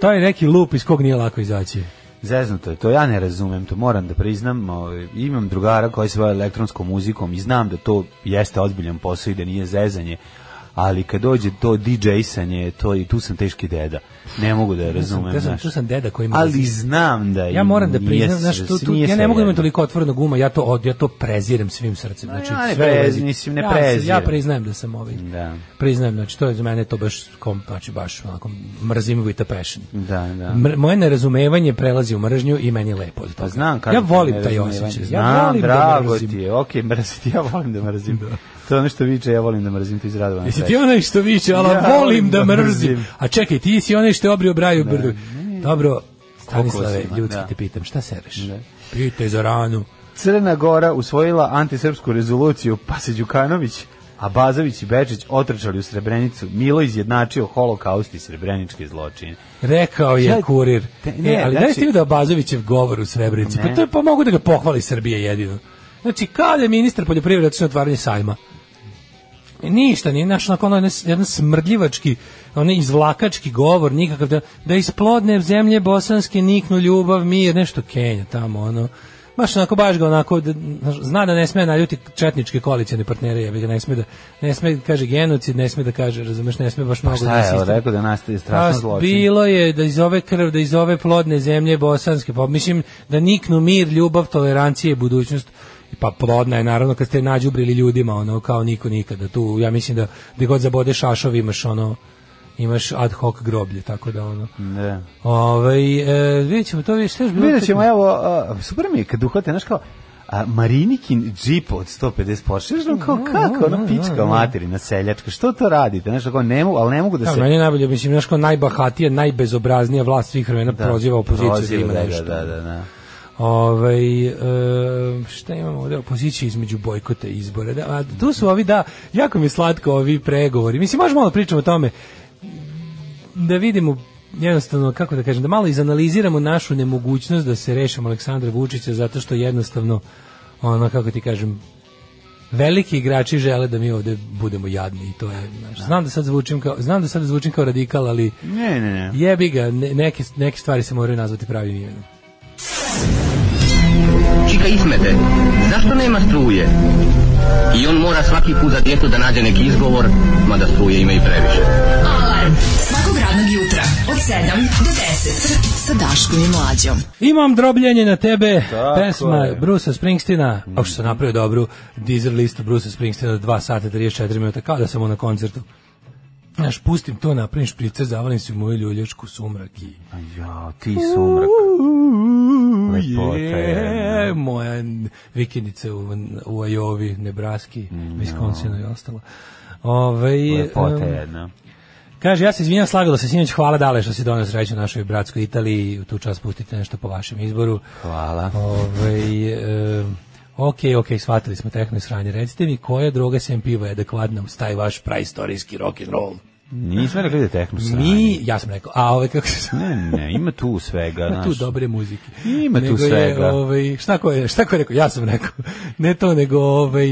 F: To je neki lup iz kog nije lako izaći.
G: Zeznuto je to, ja ne razumem to, moram da priznam, ovaj, imam drugara koji se bavi elektronskom muzikom i znam da to jeste ozbiljan posao i da nije zezanje, ali kad dođe to DJ-sanje, to i tu sam teški deda. Ne mogu da je razumem,
F: Ja sam,
G: znaš.
F: tu sam deda koji ima
G: Ali znam da
F: Ja moram da priznam,
G: jes-
F: znaš, tu, tu,
G: nije
F: ja
G: sve
F: ne mogu da imam
G: jedno.
F: toliko otvorenog uma, ja to, od, ja to prezirem svim srcem. Znači,
G: ja ne
F: sve u vezi-
G: prezirem, mislim, ne Mm.
F: ja, se- Ja,
G: prezirem.
F: priznajem da sam ovaj.
G: Da.
F: Priznajem, znači, to je za mene to baš, kom, znači, baš onako, mrzim with a passion.
G: Da, da.
F: Mr- moje nerazumevanje prelazi u mržnju i meni je lepo. od
G: Pa
F: toga.
G: znam kako
F: ja
G: ti
F: volim
G: ne
F: taj
G: razumevanje.
F: osjećaj.
G: Znam,
F: ja volim da
G: drago
F: mrzim.
G: ti je. Okej, mrziti, ja volim da mrzim. To je ono što viče, ja volim da mrzim, to iz Radovana
F: Jesi ti
G: Sreća.
F: onaj što viče, ali
G: Ja
F: volim da
G: volim da
F: mrzim.
G: mrzim.
F: A čekaj, ti si onaj što je obrio braju brdu. Dobro, Stanislave,
G: vas ima,
F: ljudski
G: da.
F: te pitam, šta sereš? Pitaj za ranu.
G: Crna Gora usvojila antisrpsku rezoluciju, pa se Đukanović, Abazović i Bečić otrčali u Srebrenicu. Milo izjednačio holokaust i srebreničke zločine.
F: Rekao je
G: Ja-
F: kurir.
G: Te-
F: ne,
G: ne,
F: e, ali
G: znači-
F: znači, ste vidio da Abazovićev govor u Srebrenici? Pa
G: Ne.
F: to je pa mogu da ga pohvali Srbije jedino. Znači, kada je ministar poljoprivrede otišao na otvaranje sajma? E, Ništa, nije naš onako ono, jedan- jedan smrdljivački, onaj izvlakački govor, nikakav da, da isplodne zemlje bosanske niknu ljubav, mir, nešto Kenja tamo, ono. Baš onako, baš ga onako, da, znaš, zna da ne sme naljuti četničke koalicijane partnere, jebi ga, ne sme da, ne sme da kaže genocid, ne sme da kaže, razumeš, ne sme baš mnogo
G: Pa Šta
F: da
G: je, evo,
F: insistira.
G: rekao da nastaje strašno
F: Pa,
G: zločin.
F: Bilo je da iz ove krv, da iz ove plodne zemlje bosanske, pa mislim da niknu mir, ljubav, tolerancija i budućnost. Pa plodna je naravno kad ste nađubrili ljudima, ono kao niko nikada. Tu ja mislim da gde god zabode šašov imaš ono imaš ad hoc groblje, tako da ono.
G: Da.
F: Ovaj e, vidjet ćemo to vidjet što je još bilo.
G: Vidjet ćemo, evo, a, super mi je kad uhvate, znaš kao, a, Marinikin džip od 150 Porsche, znaš, ono kao, kako, ono pička materina, seljačka, što to radite, znaš, kao, ne mogu, ali ne mogu da
F: Da,
G: se...
F: meni je najbolje, mislim, znaš kao najbahatija, najbezobraznija vlast svih vremena proziva opoziciju da
G: proziva,
F: ima
G: da,
F: nešto.
G: Da, da, da.
F: Ovaj e, šta imamo ovde opozicija između bojkota i izbora. Da, a tu su ovi da jako mi je slatko ovi pregovori. Mislim možemo malo da pričamo o tome da vidimo jednostavno kako da kažem da malo izanaliziramo našu nemogućnost da se rešimo Aleksandra Vučića zato što jednostavno ono kako ti kažem veliki igrači žele da mi ovde budemo jadni i to je znaš, znam da sad zvučim kao znam da sad zvučim kao radikal ali
G: Ne, ne, ne.
F: jebi ga ne- neke neke stvari se moraju nazvati pravim imenom
B: Čika Ismete, zašto nema struje? I on mora svaki put za djetu da nađe neki izgovor, mada struje ima i previše.
I: Alarm svakog radnog jutra od 7 do 10 sa Daškom i Mlađom.
F: Imam drobljenje na tebe,
G: Tako
F: pesma
G: je. Mhm.
F: Brusa Springsteena, mm. što sam napravio dobru Deezer listu Brusa Springsteena 2 sata 34 minuta, kao da sam mu na koncertu. Znaš, pustim to, napravim šprice, zavalim se u moju ljuljačku sumrak i...
G: Pa Ja, ti sumrak. Lepota je.
F: je, moja vikendica u, u Ajovi, Nebraski, Wisconsinu i ostalo. Ove,
G: Mhm.
F: um,
G: Lepota je jedna.
F: Kaže, ja se izvinjam, slagalo se sinoć, hvala dale što si donio sreću našoj bratskoj Italiji, u tu čas pustite nešto po vašem izboru.
G: Hvala.
F: Ovaj, e, ok, ok, shvatili smo tehno i sranje. Recite mi, koja droga sem piva je adekvatna uz taj vaš praistorijski rock and roll?
G: Nismo rekli da je tehno sranje.
F: Mi, ja sam rekao, a ove kako se
G: Ne, ne, ima tu svega.
F: ima tu
G: znaš.
F: dobre muzike.
G: Ima tu
F: nego Je,
G: svega.
F: ovaj, šta ko je, šta ko je rekao? Ja sam rekao. Ne to, nego ovaj,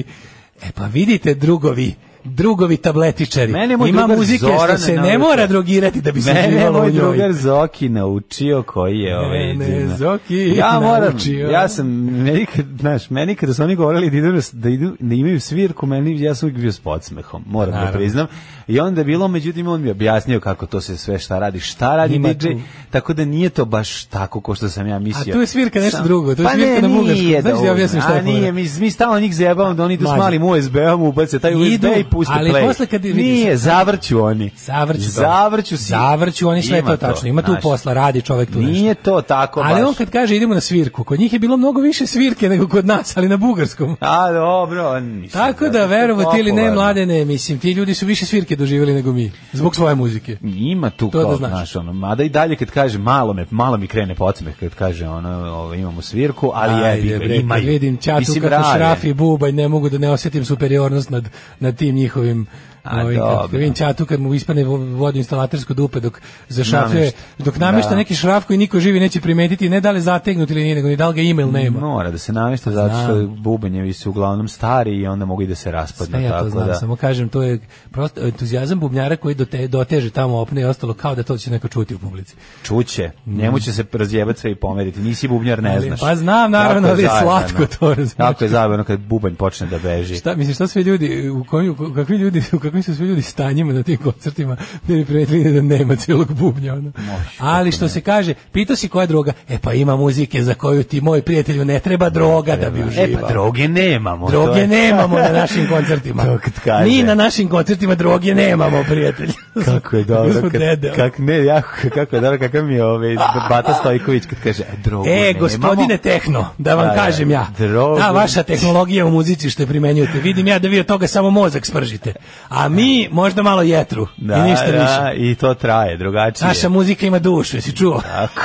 F: e pa vidite drugovi, drugovi tabletičari.
G: Mene je moj
F: Ima
G: drugar
F: muzike
G: Zoran
F: što se ne
G: naučio.
F: mora drogirati da bi se
G: Mene je
F: uživalo u
G: moj
F: njoj.
G: drugar Zoki naučio koji je ovaj
F: Mene
G: divna.
F: Zoki
G: ja moram,
F: naučio.
G: ja sam meni kad, znaš, meni kada su oni govorili da idu da idu da imaju svirku, meni ja sam uvijek bio s podsmehom, moram
F: Naravno.
G: da priznam. I onda je bilo međutim on mi je objasnio kako to se sve šta radi, šta radi
F: Ima
G: DJ,
F: tu.
G: tako da nije to baš tako kao što sam ja mislio.
F: A tu je svirka nešto drugo, tu je
G: pa
F: svirka
G: ne,
F: na bugarskom.
G: nije
F: Znaš da ja objasnim šta je
G: A nije,
F: fora?
G: mi, mi stalno njih zebamo da oni idu s
F: Mlađe.
G: malim USB-om, ubace taj USB
F: Idu,
G: i puste
F: ali
G: play.
F: posle kad vidiš-
G: Nije, zavrću oni.
F: Zavrću to.
G: Zavrću si.
F: Zavrću, oni sve
G: Ima
F: to tačno. Ima tu
G: znaš.
F: posla, radi čovek tu nešto.
G: Nije to tako
F: ali
G: baš.
F: on kad kaže idemo na svirku, kod njih je bilo mnogo više svirke nego kod nas, ali na bugarskom.
G: A, dobro, on mislim.
F: Tako da
G: je
F: verovati ili ne
G: popularno.
F: mlade ne, mislim, ti ljudi su više svirke doživjeli nego mi, zbog svoje muzike.
G: Ima tu
F: To
G: to
F: da
G: kao,
F: znaš.
G: znaš, ono, mada i dalje kad kaže, malo me, malo mi krene podsmeh kad kaže, ono, ovo, imamo svirku, ali jebi ga,
F: bre,
G: imaju.
F: kad vidim čatu
G: Mislim,
F: kako
G: rade.
F: šrafi bubanj, ne mogu da ne osjetim superiornost nad, nad tim njihovim
G: A,
F: ovim, kako
G: dobro.
F: vidim čatu kad mu ispane vo- vodoinstalatersko dupe dok zašrafuje,
G: Namešta.
F: dok namešta
G: Da.
F: neki šraf koji niko živi neće primetiti, ne da li je zategnut ili nije, nego ni da li ga ima ili nema. Pa
G: Mora da se namješta zato što
F: Znam.
G: bubanjevi su uglavnom stari i onda mogu i da se raspadnu.
F: Sve E, ja
G: tako
F: to znam,
G: da.
F: samo kažem, to je prosto entuzijazam bubnjara koji dote, doteže tamo opne i ostalo kao da to će neko čuti u publici.
G: Čuće, njemu će se razjebati sve i pomeriti. Nisi bubnjar, ne
F: Ali,
G: znaš.
F: pa znam, naravno,
G: Jako
F: ali je
G: zajebano.
F: slatko to, razumiješ.
G: Jako je zajebano kad bubanj počne da beži.
F: Šta, mislim, šta sve ljudi, u, koji, u, kakvi ljudi, u kakvim su sve ljudi stanjima na tim koncertima, da bi primetili da nema cijelog bubnja. Ono. Ali što se kaže, pitao si koja je droga? E pa ima muzike za koju ti, moj prijatelju, ne treba droga da bi uživao.
G: E pa droge nemamo. to
F: Droge
G: je-
F: nemamo na našim koncertima.
G: To kad kaže.
F: Mi na našim koncertima droge nemamo, prijatelj.
G: Kako je dobro,
F: Smo
G: kad,
F: dede, ono.
G: kak, ne, jako, kako je dobro, kakav mi je ovaj Bata Stojković kad kaže, e, drogu
F: E,
G: nemamo.
F: gospodine Tehno, da vam
G: Da, da,
F: kažem ja,
G: drogu-
F: ta vaša tehnologija u muzici što je primenjujete, vidim ja da vi od toga samo mozak spržite, a mi možda malo jetru
G: Da,
F: i ništa
G: da,
F: više.
G: I to traje, drugačije.
F: Naša muzika ima dušu, jesi čuo?
G: Tako.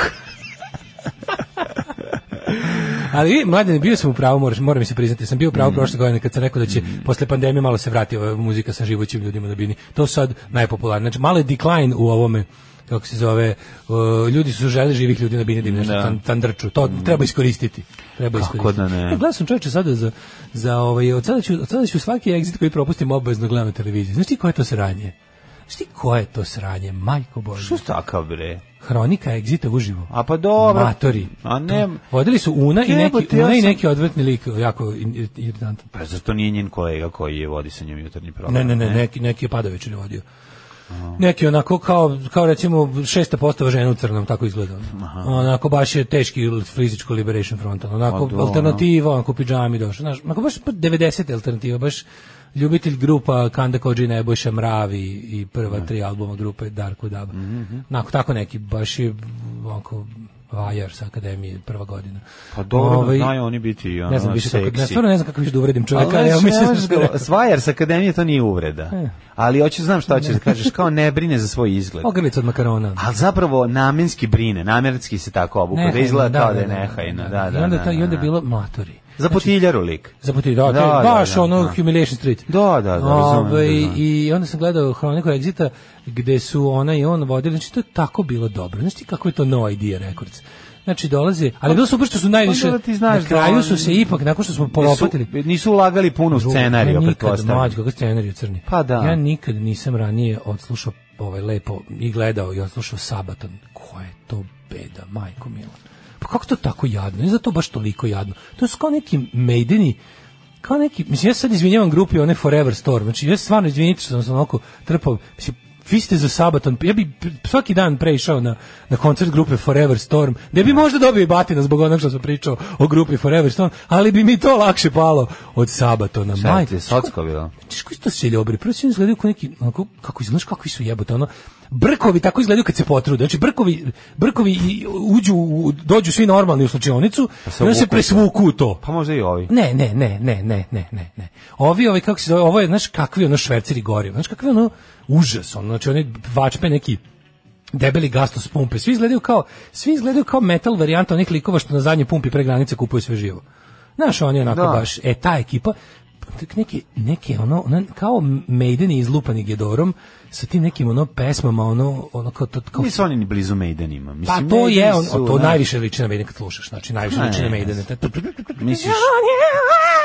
F: Ali vi, mladen, bio sam u pravu, moraš, moram mi se priznati, sam bio u
G: Mm.
F: pravu prošle godine kad sam rekao da će posle pandemije malo se vrati ova muzika sa živućim ljudima na bini. To sad najpopularnije. Znači, malo je decline u ovome kako se zove, uh, ljudi su želi živih ljudi na bini da im nešto
G: Da. Mm.
F: tan- tandrču. To treba iskoristiti. Treba
G: Kako
F: iskoristiti.
G: da ne?
F: E, gledao sam čoveče sada za, za ovaj, od sada ću, od sada ću svaki exit koji propustim obavezno gledam na televiziji. Znaš ti koje je to sranje? Znaš ti koje je to sranje, majko Bože?
G: Što si takav, bre?
F: Hronika egzita uživo.
G: A pa dobro.
F: Matori.
G: A ne...
F: Vodili su Una i neki,
G: Jebote, ja
F: Una i
G: sam-
F: neki odvrtni lik, jako in- ir- iritantan.
G: Pa zar to nije njen kolega koji je vodi sa njom jutarnji program? E,
F: Ne, ne, ne, neki, neki je Padović ili vodio. Neki onako kao, kao recimo šesta postava žena u crnom, tako izgleda. Onako baš je teški fizičko liberation front, ono, onako
G: A, da,
F: alternativa, onako u pidžami došao, znaš, onako baš 90. alternativa, baš ljubitelj grupa Kanda Kođi i Nebojša Mravi i prva tri albuma grupe Darko Daba.
G: Mhm.
F: Onako, tako neki, baš je onako vajar sa akademije prva godina.
G: Pa dobro,
F: Ovaj,
G: znaju oni biti ono,
F: ne znam više kako,
G: seksi.
F: ne, stvarno ne znam kako više da uvredim
G: Ali
F: čovjeka, ali ja
G: znaš,
F: mislim E.
G: ne
F: da
G: možeš
F: sam rekao.
G: ga- Svajar sa akademije to nije uvreda. Ali hoćeš, znam šta hoćeš da kažeš, kao ne brine za svoj izgled.
F: Ogrlica od makarona.
G: Ali zapravo namenski brine, namenski se tako obuka, da
F: Nehajno,
G: izgleda kao da je
F: da, da.
G: nehajno. Da, da,
F: I onda, to,
G: da,
F: i onda je
G: da.
F: bilo Znači, matori.
G: Za potiljaru lik.
F: Za poti, da, to
G: Da,
F: je
G: da,
F: baš
G: da,
F: ono
G: da.
F: Humiliation Street.
G: Da, da, da, razumem,
F: Ovaj,
G: da, da.
F: I onda sam gledao Hroniku Exita gde su ona i on vodili, znači to je tako bilo dobro. Znaš ti kako je to No Idea Records? Znači dolazi, ali bilo super što su najviše,
G: dobro, ti znaš
F: na
G: Pa, da
F: kraju
G: on-
F: su se ipak, nakon što smo polopatili,
G: Nisu, nisu ulagali puno u scenariju,
F: ja pa nikad
G: pretpostavljam.
F: mlađi, kako scenariju crni.
G: Pa da.
F: Ja nikad nisam ranije odslušao ovaj lepo i gledao i odslušao Sabaton. Koja je to beda, majko mila. Pa kako to tako jadno? Ne zato baš toliko jadno. To su kao neki maideni kao neki, mislim, ja se sad izvinjavam grupi one Forever Storm, znači ja se stvarno izvinite što sam se onako trpao, mislim, vi ste za sabaton, ja bi p- svaki dan preišao na, na koncert grupe Forever Storm, gde bi možda dobio i batina zbog onog što sam pričao o grupi Forever Storm, ali bi mi to lakše palo od sabatona.
G: Šta je
F: Majke,
G: ti, socko bilo?
F: Znaš koji su to seljobri? Prvo su izgledaju kao neki, onako, kako izgledaš, kakvi su jebote, ono, brkovi tako izgledaju kad se potrude. Znači, brkovi, brkovi i uđu, u- dođu svi normalni u slučionicu,
G: se
F: i onda se
G: obuku.
F: presvuku u to.
G: Pa možda i ovi.
F: Ne, ne, ne, ne, ne, ne, ne, ne. Ovi, ovi, kako se zove, ovo je, znaš, kakvi ono šverceri goriva, znaš, kakvi ono užas, ono, znači, oni vačpe neki debeli gastos pumpe, svi izgledaju kao, svi izgledaju kao metal varijanta onih likova što na zadnjoj pumpi pre granice kupuju sve živo. Znaš, oni onako
G: Da.
F: baš, e, ta ekipa, tak neke, neke ono, ono, kao Maideni izlupani Gedorom, sa tim nekim ono pesmama, ono, ono kao, to, kao
G: Nisu oni ni blizu Maidenima.
F: Pa
G: Mislim,
F: to je, on,
G: Maideni su,
F: to
G: znaš,
F: najviše liči na Maidene kad slušaš, znači najviše
G: Ne,
F: liči na
G: ne,
F: Maidene.
G: Misliš,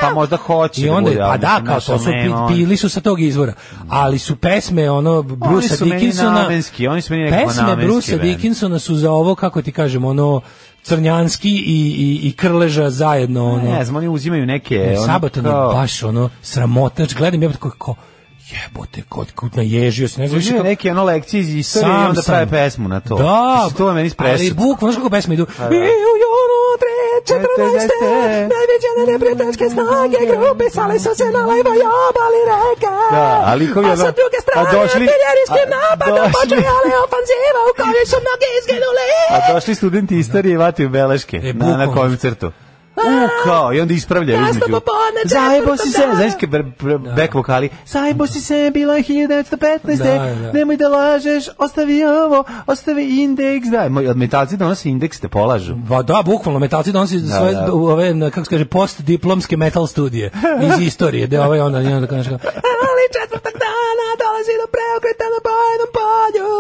G: pa možda hoće
F: I onda,
G: da bude,
F: pa
G: ali
F: da,
G: mislim,
F: kao
G: znaš,
F: to su,
G: nema
F: pi-
G: on-
F: pili su sa tog izvora, ali su pesme, ono, Brusa
G: su meni
F: Dickinsona,
G: namenski, oni su meni nekako
F: pesme
G: namenski
F: Brusa
G: band.
F: Dickinsona su za ovo, kako ti kažem, ono, crnjanski i, i, i krleža zajedno, ono,
G: Ne znam, oni uzimaju neke...
F: Ne,
G: ono,
F: Sabaton je
G: kao-
F: baš, ono, sramota, znači, gledam, jebote, kao, kao, jebote, kod, kod naježio se, ne znam, više
G: Uzimaju
F: kako,
G: neke ono lekcije iz istorije i
F: sam
G: onda
F: sam.
G: prave pesmu na to.
F: Da.
G: Mislim, to je meni
F: Ali
G: spresudno.
F: bukvalno, znaš kako pesme idu?
G: da.
F: Mi u junu tre, 14.
G: 14.,
F: Najveće neprijateljske snage grupe sale su se na levoj obali reka.
G: Da, a likovi
F: A sa
G: ono-
F: druge strane,
G: a došli-
F: artiljerijskim
G: a-
F: napadom
G: došli-
F: počela je ofanziva u kojoj su mnogi izginuli.
G: A došli studenti istorije i vatio beleške
F: E,
G: na, na
F: bukvalno.
G: koncertu. U kao, i onda ispravljaju
F: Ja sam
G: između.
F: popodne četvrtog
G: Zajebo si se,
F: dana.
G: znaš kad br- br- back vokali. Zajebo si se, bilo je 1915.
F: Da, da.
G: Nemoj da lažeš, ostavi ovo, ostavi indeks. Da, moj- od metalci donose indeks te polažu.
F: Ba, da, bukvalno, metalci donose da, svoje,
G: da.
F: u ove, na, kako se kaže, postdiplomske metal studije iz istorije, gde ovaj onda, onda kaže, kao, ali četvrtak dana dolazi do preokreta na bojnom polju,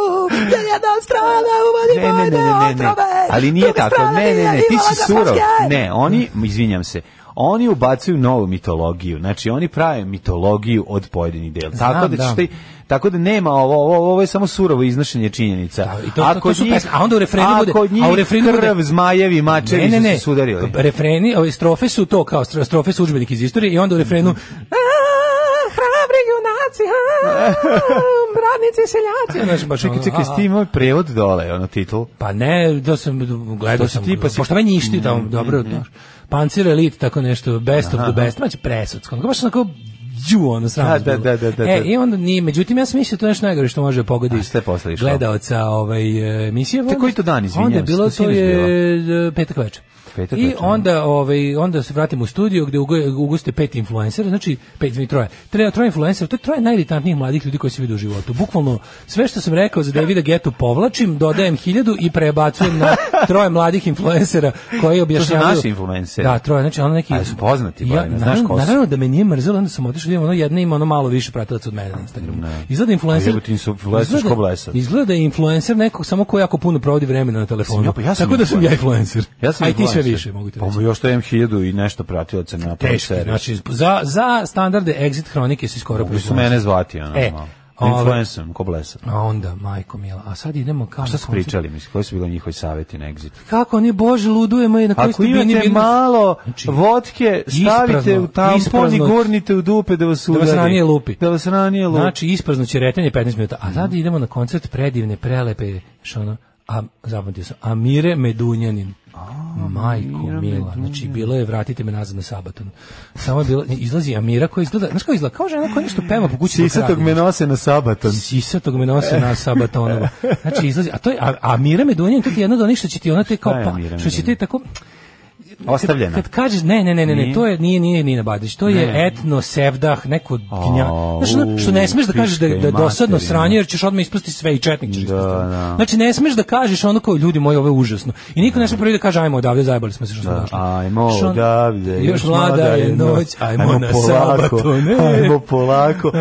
F: gdje jedna strana uvodi
G: Ne, ne, ne,
F: vojne
G: ne, ne, ne.
F: otrove,
G: Ali nije
F: druga
G: tako.
F: strana
G: Ne, ne,
F: nije
G: ne, ti
F: imala
G: si
F: za
G: surov.
F: svašta.
G: Ne, oni, izvinjam se, oni ubacuju novu mitologiju. Znači, oni prave mitologiju od pojedinih dela. Tako da,
F: da.
G: ćeš ti- tako da nema ovo, ovo, ovo je samo surovo iznošenje činjenica.
F: Da, i to- to- to su pesme. A onda u refrenu bude-
G: ako od njih
F: a u refrenu bude-
G: krv, zmajevi, mačevi
F: Ne, ne, ne.
G: su se sudarili.
F: Refreni, ove strofe su to kao stro- strofe su udžbenik iz istorije i onda u refrenu "A, hrabri junaci, a, radnici i seljaci. Znaš, baš
G: Čekaj,
F: ono,
G: čekaj,
F: a,
G: jesi ti imao preod dole, ono titul?
F: Pa ne, da sam gledao
G: To si
F: sam.
G: ti, pa si- mm,
F: Pošto meni išti tamo, dobro, znaš. Pancir Elite, tako nešto, best of the best, maće presudsko. Baš onako ju ono sramno.
G: Da, da,
F: bilo.
G: da, da, da,
F: E,
G: da.
F: i onda nije, međutim, ja sam mislio da to je nešto najgore što može da pogodi
G: A šta je posle išlo?
F: gledaoca ovaj, emisije.
G: Te koji to dan, izvinjam
F: Onda je
G: se,
F: bilo, to
G: to sinoć
F: je e, petak večer.
G: Petak
F: I
G: večer, da.
F: onda ovaj onda se vratim u studio gde ugo- ugoste pet influencera, znači pet mi troje. Tre troje influencera, to je troje najiritantnijih mladih ljudi koji se vide u životu. Bukvalno sve što sam rekao za Davida Getu povlačim, dodajem hiljadu i prebacujem na troje mladih influencera koji objašnjavaju.
G: naši influenceri.
F: Da, troje, znači ono neki
G: Ali su poznati,
F: ja,
G: Bojane, znaš
F: naravno,
G: ko su.
F: naravno da me nije mrzelo, onda sam otišao, da imam ono jedna ima ono malo više pratilaca od mene na Instagramu. Izgleda influencer.
G: A jebote, im su influencer
F: izgleda-
G: ko blesav.
F: Izgleda da je influencer nekog samo ko jako puno provodi vremena na telefonu.
G: Ja, pa ja sam
F: Ono, Tako da sam ja influencer.
G: Ja sam
F: A i ti sve
G: influencer.
F: više, mogu ti reći.
G: Pa još to imam hiljadu i nešto pratilaca na prvom
F: Teško,
G: servisu.
F: znači, za, za standarde exit hronike si skoro
G: Mogli su
F: prepoznao.
G: mene zvati, ono,
F: E,
G: malo.
F: ove-
G: Influencerom, ko blesa.
F: A onda, majko mila, a sad idemo kao...
G: A šta su
F: na koncert.
G: pričali, mislim, koji su bili njihovi savjeti na exit?
F: Kako oni, bože, ludujemo i na koji
G: Ako
F: ste bili
G: imate
F: mirni-
G: malo
F: Znači,
G: vodke,
F: isprazno,
G: stavite u tampon i
F: isprazno.
G: gurnite u dupe da vas
F: Da
G: udari.
F: vas ranije lupi.
G: Da vas ranije lupi.
F: Znači, isprazno će retanje 15 minuta. A sad idemo na koncert predivne, prelepe, što ono, a, zapamtio sam, Amire Medunjanin. Majko mila, znači bilo je vratite me nazad na sabaton. Samo je bilo, izlazi Amira koja izgleda, znaš kako izgleda, kao žena koja nešto peva po kući. dok
G: Sisatog
F: radi.
G: me nose na sabaton.
F: Sisatog me nose na sabatonova. Znači izlazi, a to je, a, a Mira Medunjan to ti je jedno da ništa će ti ona te kao,
G: Šta je Amira
F: pa, što će te
G: Medunjanin?
F: tako,
G: Ostavljena.
F: kad kažeš ne ne ne ne,
G: Nije?
F: ne to je nije nije Nina Badić, to je etno sevdah neko gnja.
G: A,
F: Znaš, ono što ne smeš da
G: u,
F: kažeš da je- da je
G: pička i
F: dosadno
G: materina.
F: sranje jer ćeš odmah ispustiti sve i četnik ćeš. ispustiti.
G: da.
F: Znači ne smeš da kažeš ono kao ljudi moji ovo je užasno. I niko ne sme prvi da kaže ajmo odavde zajebali smo se što smo došli.
G: Ajmo
F: Što-
G: odavde.
F: Još mlada je noć, ajmo na
G: polako,
F: sabaton. e.
G: Ajmo polako.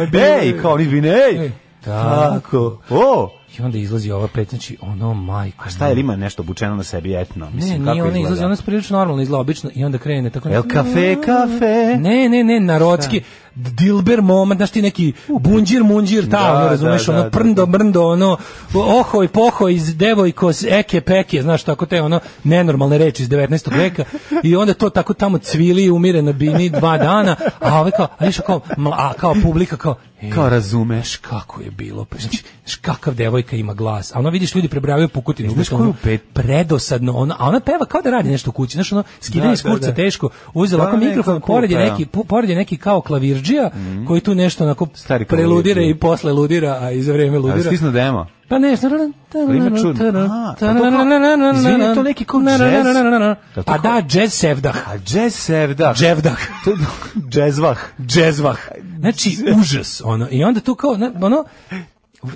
G: Ej, kao oni bi ne, ej.
F: E,
G: Tako. O,
F: I onda izlazi ova pet, znači ono majko.
G: a šta je li ima nešto obučeno na sebi etno?
F: Ne,
G: Mislim,
F: nije
G: kako
F: ona izlazi, ono
G: izgleda?
F: ona se prilično normalno izgleda obično i onda krene tako.
G: El kafe, kafe.
F: Ne, ne, ne, narodski Dilber moment, znaš ti neki bunđir, munđir, ta,
G: Da,
F: ono, razumeš,
G: da, da,
F: ono,
G: da.
F: prndo, brndo, ono, ohoj, pohoj, iz devojko, s eke, peke, znaš, tako te, ono, nenormalne reči iz 19. veka, i onda to tako tamo cvili, umire na bini dva dana, a ove kao, a viš, kao, mla- a, kao publika, kao, e,
G: Kao razumeš.
F: znaš kako je bilo, pa znači, znaš kakav devojka ima glas, a ono vidiš ljudi prebravaju pukotinu,
G: Znaš
F: znaš
G: koju
F: ono,
G: pet-
F: predosadno, ona, a ona peva kao da radi nešto u kući, znaš ono, skidanje
G: Da,
F: iz kurca
G: da, da.
F: teško, uzela
G: Da,
F: ovako
G: ne,
F: mikrofon,
G: kako
F: pored je
G: kuka,
F: neki, pu- pored je neki kao klavirđija, koji tu nešto onako
G: Stari
F: preludira
G: klavirđija.
F: i posle ludira, a i za vreme
G: Ali
F: ludira.
G: stisnu demo.
F: Pa ne, znaš,
G: Ali ima čudno. A, pa to kao- izvini, je to neki kao jazz? Jel to
F: Pa
G: kao-
F: da, jazz sevdah.
G: A jazz sevdah.
F: Dževdah.
G: To je Džezvah.
F: džezvah. Znači, užas, ono. I onda tu kao, na- ono,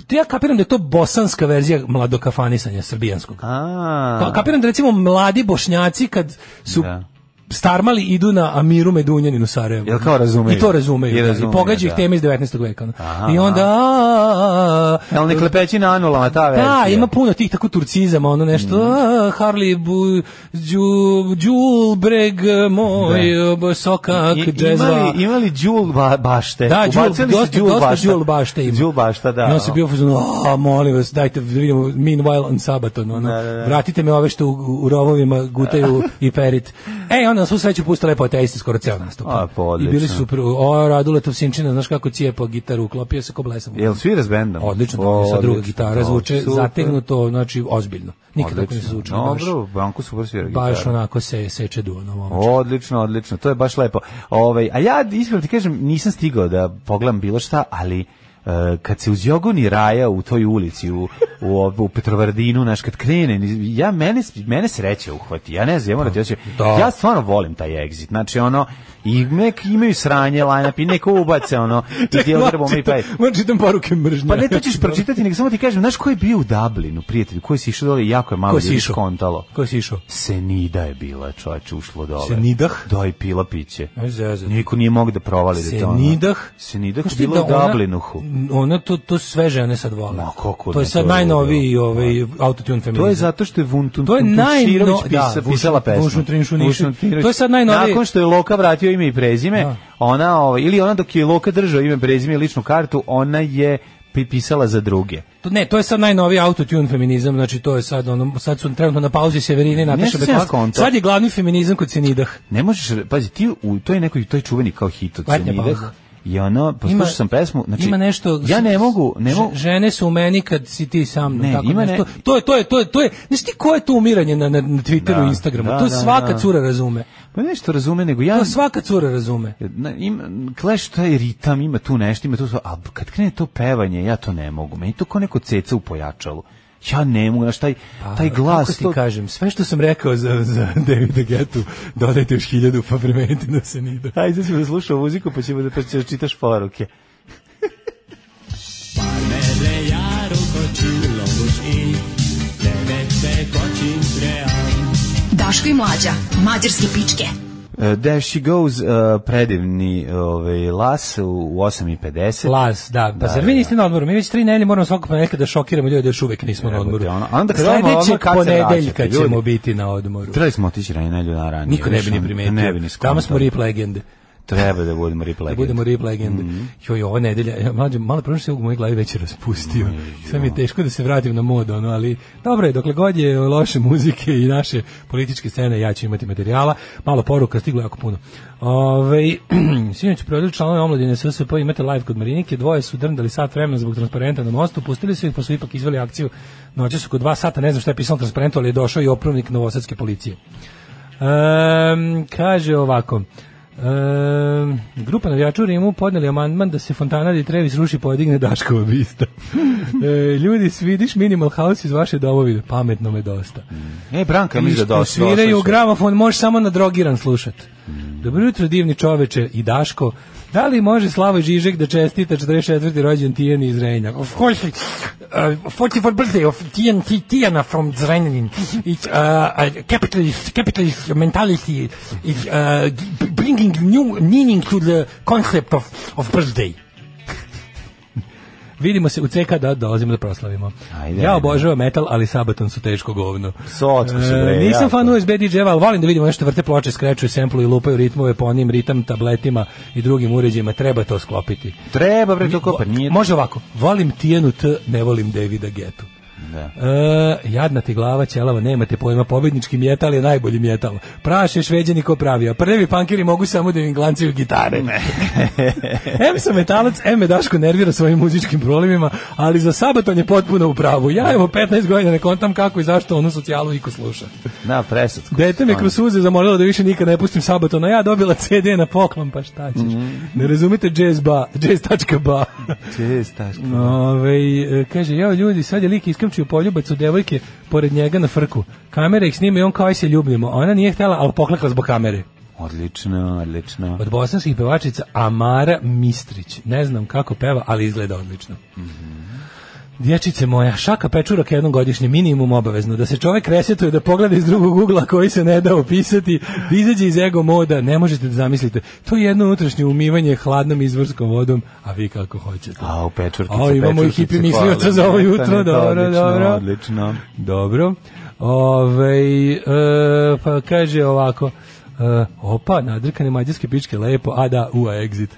F: to ja kapiram da je to bosanska verzija mladokafanisanja srbijanskog.
G: A.
F: Pa, kapiram da recimo mladi bošnjaci kad su
G: Da.
F: starmali idu na Amiru Medunjaninu Sarajevo.
G: Jel kao razumeju?
F: I to razumeju.
G: I
F: I,
G: razumeju,
F: i pogađa ih
G: da.
F: teme iz 19. veka. ono. I onda... a, a, a,
G: Jel ne klepeći na anulama ta verzija?
F: da, ima puno tih tako turcizama, ono nešto,
G: Mm.
F: a, Harley, bu, džu, džulbreg moj, b- sokak,
G: I-
F: džezva.
G: Imali, imali džul ba, bašte.
F: Da, Đul,
G: Ubacili su
F: dosta,
G: đul
F: dosta
G: bašta.
F: Đul bašte ima.
G: Đul bašta, da.
F: I on se bio fuzon, a molim vas, dajte, da vidimo, meanwhile on sabaton, ono,
G: Da, da, da.
F: vratite me ove što u, u rovovima gutaju i perit. E, onda na svu sreću puste lepo ateisti, skoro ceo nastup.
G: A, pa odlično.
F: I bili su, pr- o, Raduletov sinčina, znaš kako cijepa gitaru, uklopio se ko blesav.
G: Jel svira s bendom?
F: Odlično,
G: O,
F: to je sa druga
G: odlično.
F: gitara, zvuče
G: Super.
F: zategnuto, znači, ozbiljno. Nikad tako
G: Odlično.
F: nisu zvučalo. baš-
G: Dobro, Branko super svira gitaru.
F: Baš onako se seče duo ovom.
G: Odlično, odlično, to je baš lepo. Ovaj, a ja iskreno ti kažem, nisam stigao da pogledam bilo šta, ali e, kad se uz Jogoni Raja u toj ulici u u, u Petrovaradinu naš kad krene ja mene mene sreća uhvati ja ne znam ja moram ti reći, ja stvarno volim taj exit znači ono i nek imaju sranje line up i neko ubace ono i
F: Znači,
G: ti odrbom i pa
F: Moram čitam poruke mržnje.
G: pa ne to ćeš pročitati nego samo ti kažem znaš ko je bio u Dublinu prijatelju koji si išao dole jako je malo
F: Ko si
G: ljudi
F: išao?
G: skontalo
F: Ko si išao?
G: Senida je bila čovječe ušlo dole
F: Senidah?
G: da i pila piće
F: Aj, zezaj.
G: niko nije mogao da provali da je to ono.
F: Senidah?
G: Senidah
F: Znaš ti
G: bilo u
F: da ona- Mm,
G: Dublinuhu
F: Ona to, to sve žene sad vole.
G: Ma, kako
F: to je
G: ne,
F: sad
G: to je
F: najnoviji
G: ludilo.
F: ovaj, autotune feminizam.
G: To je zato što je Vuntun
F: To je najno-
G: Tuntuširović
F: da,
G: pisa, pisala
F: Vušnu-
G: pesmu.
F: Vušnutrinišuniši.
G: Vušnutinirović.
F: To je sad najnovije-
G: Nakon što je Loka vratio ime i prezime,
F: Da.
G: ona, ovaj, ili ona dok je Loka držao ime, prezime i ličnu kartu, ona je pi- pisala za druge.
F: To, ne, to je sad najnoviji autotune feminizam, znači to je sad, ono, sad su trenutno na pauzi Severine i Nataša
G: Nešto sam ja
F: Bekvak.
G: skontao.
F: Sad je glavni feminizam kod Senidah.
G: Ne možeš, pazi, ti u toj nekoj, to je čuveni kao hit od
F: Letnja
G: Senidah.
F: pauza.
G: I ono,
F: Ima-
G: poslušao sam pesmu, znači,
F: ima nešto
G: ja ne mogu, ne
F: Ž-
G: mogu,
F: žene su u meni kad si ti sa mnom
G: Ne,
F: tako
G: ima
F: nešto.
G: ne-
F: To je to je to je to je. Znaš ti ko je to umiranje na na, na Twitteru
G: Da,
F: i Instagramu?
G: da,
F: to
G: da,
F: svaka
G: da.
F: cura razume.
G: pa nešto razume, nego ja...
F: To svaka cura razume.
G: Na, ima, Clash taj ritam, ima tu nešto, ima tu sve, a kad krene to pevanje, ja to ne mogu, meni to kao neko ceca u pojačalu. Ja ne mogu, znaš, taj, taj
F: Pa, Kako
G: glas,
F: ti
G: to,
F: kažem, sve što sam rekao za, za Davida Getu, dodajte još hiljadu pa premenite da se nida.
G: Ajde, sad ćemo da slušamo muziku, pa ćemo da pa ćeš čitaš poruke.
I: Daško i Mlađa. Mađarske pičke.
G: Uh, there she goes, uh, predivni ovaj, las u, u 8.50.
F: Las, da. Pa
G: Da,
F: zar vi
G: da.
F: niste na odmoru? Mi već tri nedelje moramo svakog ponedjeljka da šokiramo ljude da još uvek nismo na
G: Jebote,
F: odmoru.
G: ono, a onda kad odemo na
F: Sledećeg
G: odmor, kad se
F: ponedeljka
G: vraćate,
F: ćemo
G: ljudi?
F: biti na odmoru.
G: Trebali smo otići ranije, nelju dana ranije.
F: Niko ono, ne bi ni
G: Više,
F: primetio.
G: Ne bi ni
F: Tamo smo
G: skontao.
F: rip legende.
G: Treba da budemo rip
F: Da
G: legend.
F: budemo rip legende. Joj, ova nedelja, ja, mlađe, malo prvo se u mojoj glavi već raspustio. Sve mi je teško da se vratim na mod, ono, ali dobro je, dokle god je loše muzike i naše političke scene, ja ću imati materijala. Malo poruka, stiglo je jako puno. Ove, sinoć prodali članove omladine SSP, imate live kod Marinike, dvoje su drndali sat vremena zbog transparenta na mostu, pustili su ih, pa su ipak izveli akciju. Noće su kod dva sata, ne znam šta je pisalo na transparentu, ali je došao i opravnik novosadske policije. Ehm, kaže ovako. Ehm, grupa navijača u Rimu podneli amandman da se Fontana di Trevi sruši podigne Daškova bista. e, ljudi, svidiš Minimal House iz vaše domovine. Pametno me dosta.
G: E, Branka mi
F: I
G: da
F: što
G: došli.
F: sviraju gramofon, može samo na drogiran slušat.
G: Hmm.
F: Dobro jutro, divni čoveče i Daško. Da li može Slavoj Žižek da čestita 44. rođen Tijeni iz Renja? Of course, uh, 44 birthday of Tijan, Ti- Tijana from Zrenjanin. It's uh, a capitalist, capitalist mentality is uh, g- bringing new meaning to the concept of, of birthday. Vidimo se u CK da dolazimo da proslavimo.
G: Ajde,
F: ja
G: ajde.
F: obožavam metal, ali Sabaton su teško govno.
G: Socko su, bre,
F: E, nisam
G: jako.
F: fan USB DJ-eva, ali volim da vidimo nešto vrte ploče, skrećuju semplu i lupaju ritmove po onim ritam tabletima i drugim uređajima, treba to sklopiti.
G: Treba, bre, to kopa, pa nije...
F: Može ovako, volim Tijenu T, ne volim Davida Getu.
G: Da.
F: E, jadna ti glava ćelava, nemate pojma, pobednički mjetal je najbolji mjetal. Praše šveđani ko pravi, a prvi pankiri mogu samo da im glancaju gitare. M sam metalac, M me Daško nervira svojim muzičkim problemima, ali za sabaton je potpuno u pravu. Ja evo 15 godina ne kontam kako i zašto onu socijalu iko sluša.
G: Da, presudsko.
F: Dete me kroz suze zamolilo da više nikad ne pustim sabatona, ja dobila CD na poklon, pa šta ćeš. Ne razumete jazz ba, jazz.ba.
G: Čestaško.
F: Ove, e, kaže, jao ljudi, sad je lik iskrčio poljubac u devojke pored njega na frku. Kamera ih snima i on kao aj se ljubljimo. A Ona nije htjela, ali poklekla zbog kamere.
G: Odlično, odlično.
F: Od bosanskih pevačica Amara Mistrić. Ne znam kako peva, ali izgleda odlično. Dječice moja, šaka pečurak jednom godišnje, minimum obavezno, da se čovek resetuje, da pogleda iz drugog ugla koji se ne da opisati, da izađe iz ego moda, ne možete da zamislite. To je jedno unutrašnje umivanje hladnom izvorskom vodom, a vi kako hoćete.
G: A, u pečurkice,
F: A, imamo i
G: pečurkice,
F: hipi mislioca za ovo
G: hvala.
F: jutro,
G: Eto,
F: dobro,
G: odlično,
F: dobro.
G: Odlično.
F: Dobro. Ovaj e, pa kaže ovako. E, opa, nadrkane mađarske pičke, lepo, a da, ua, exit.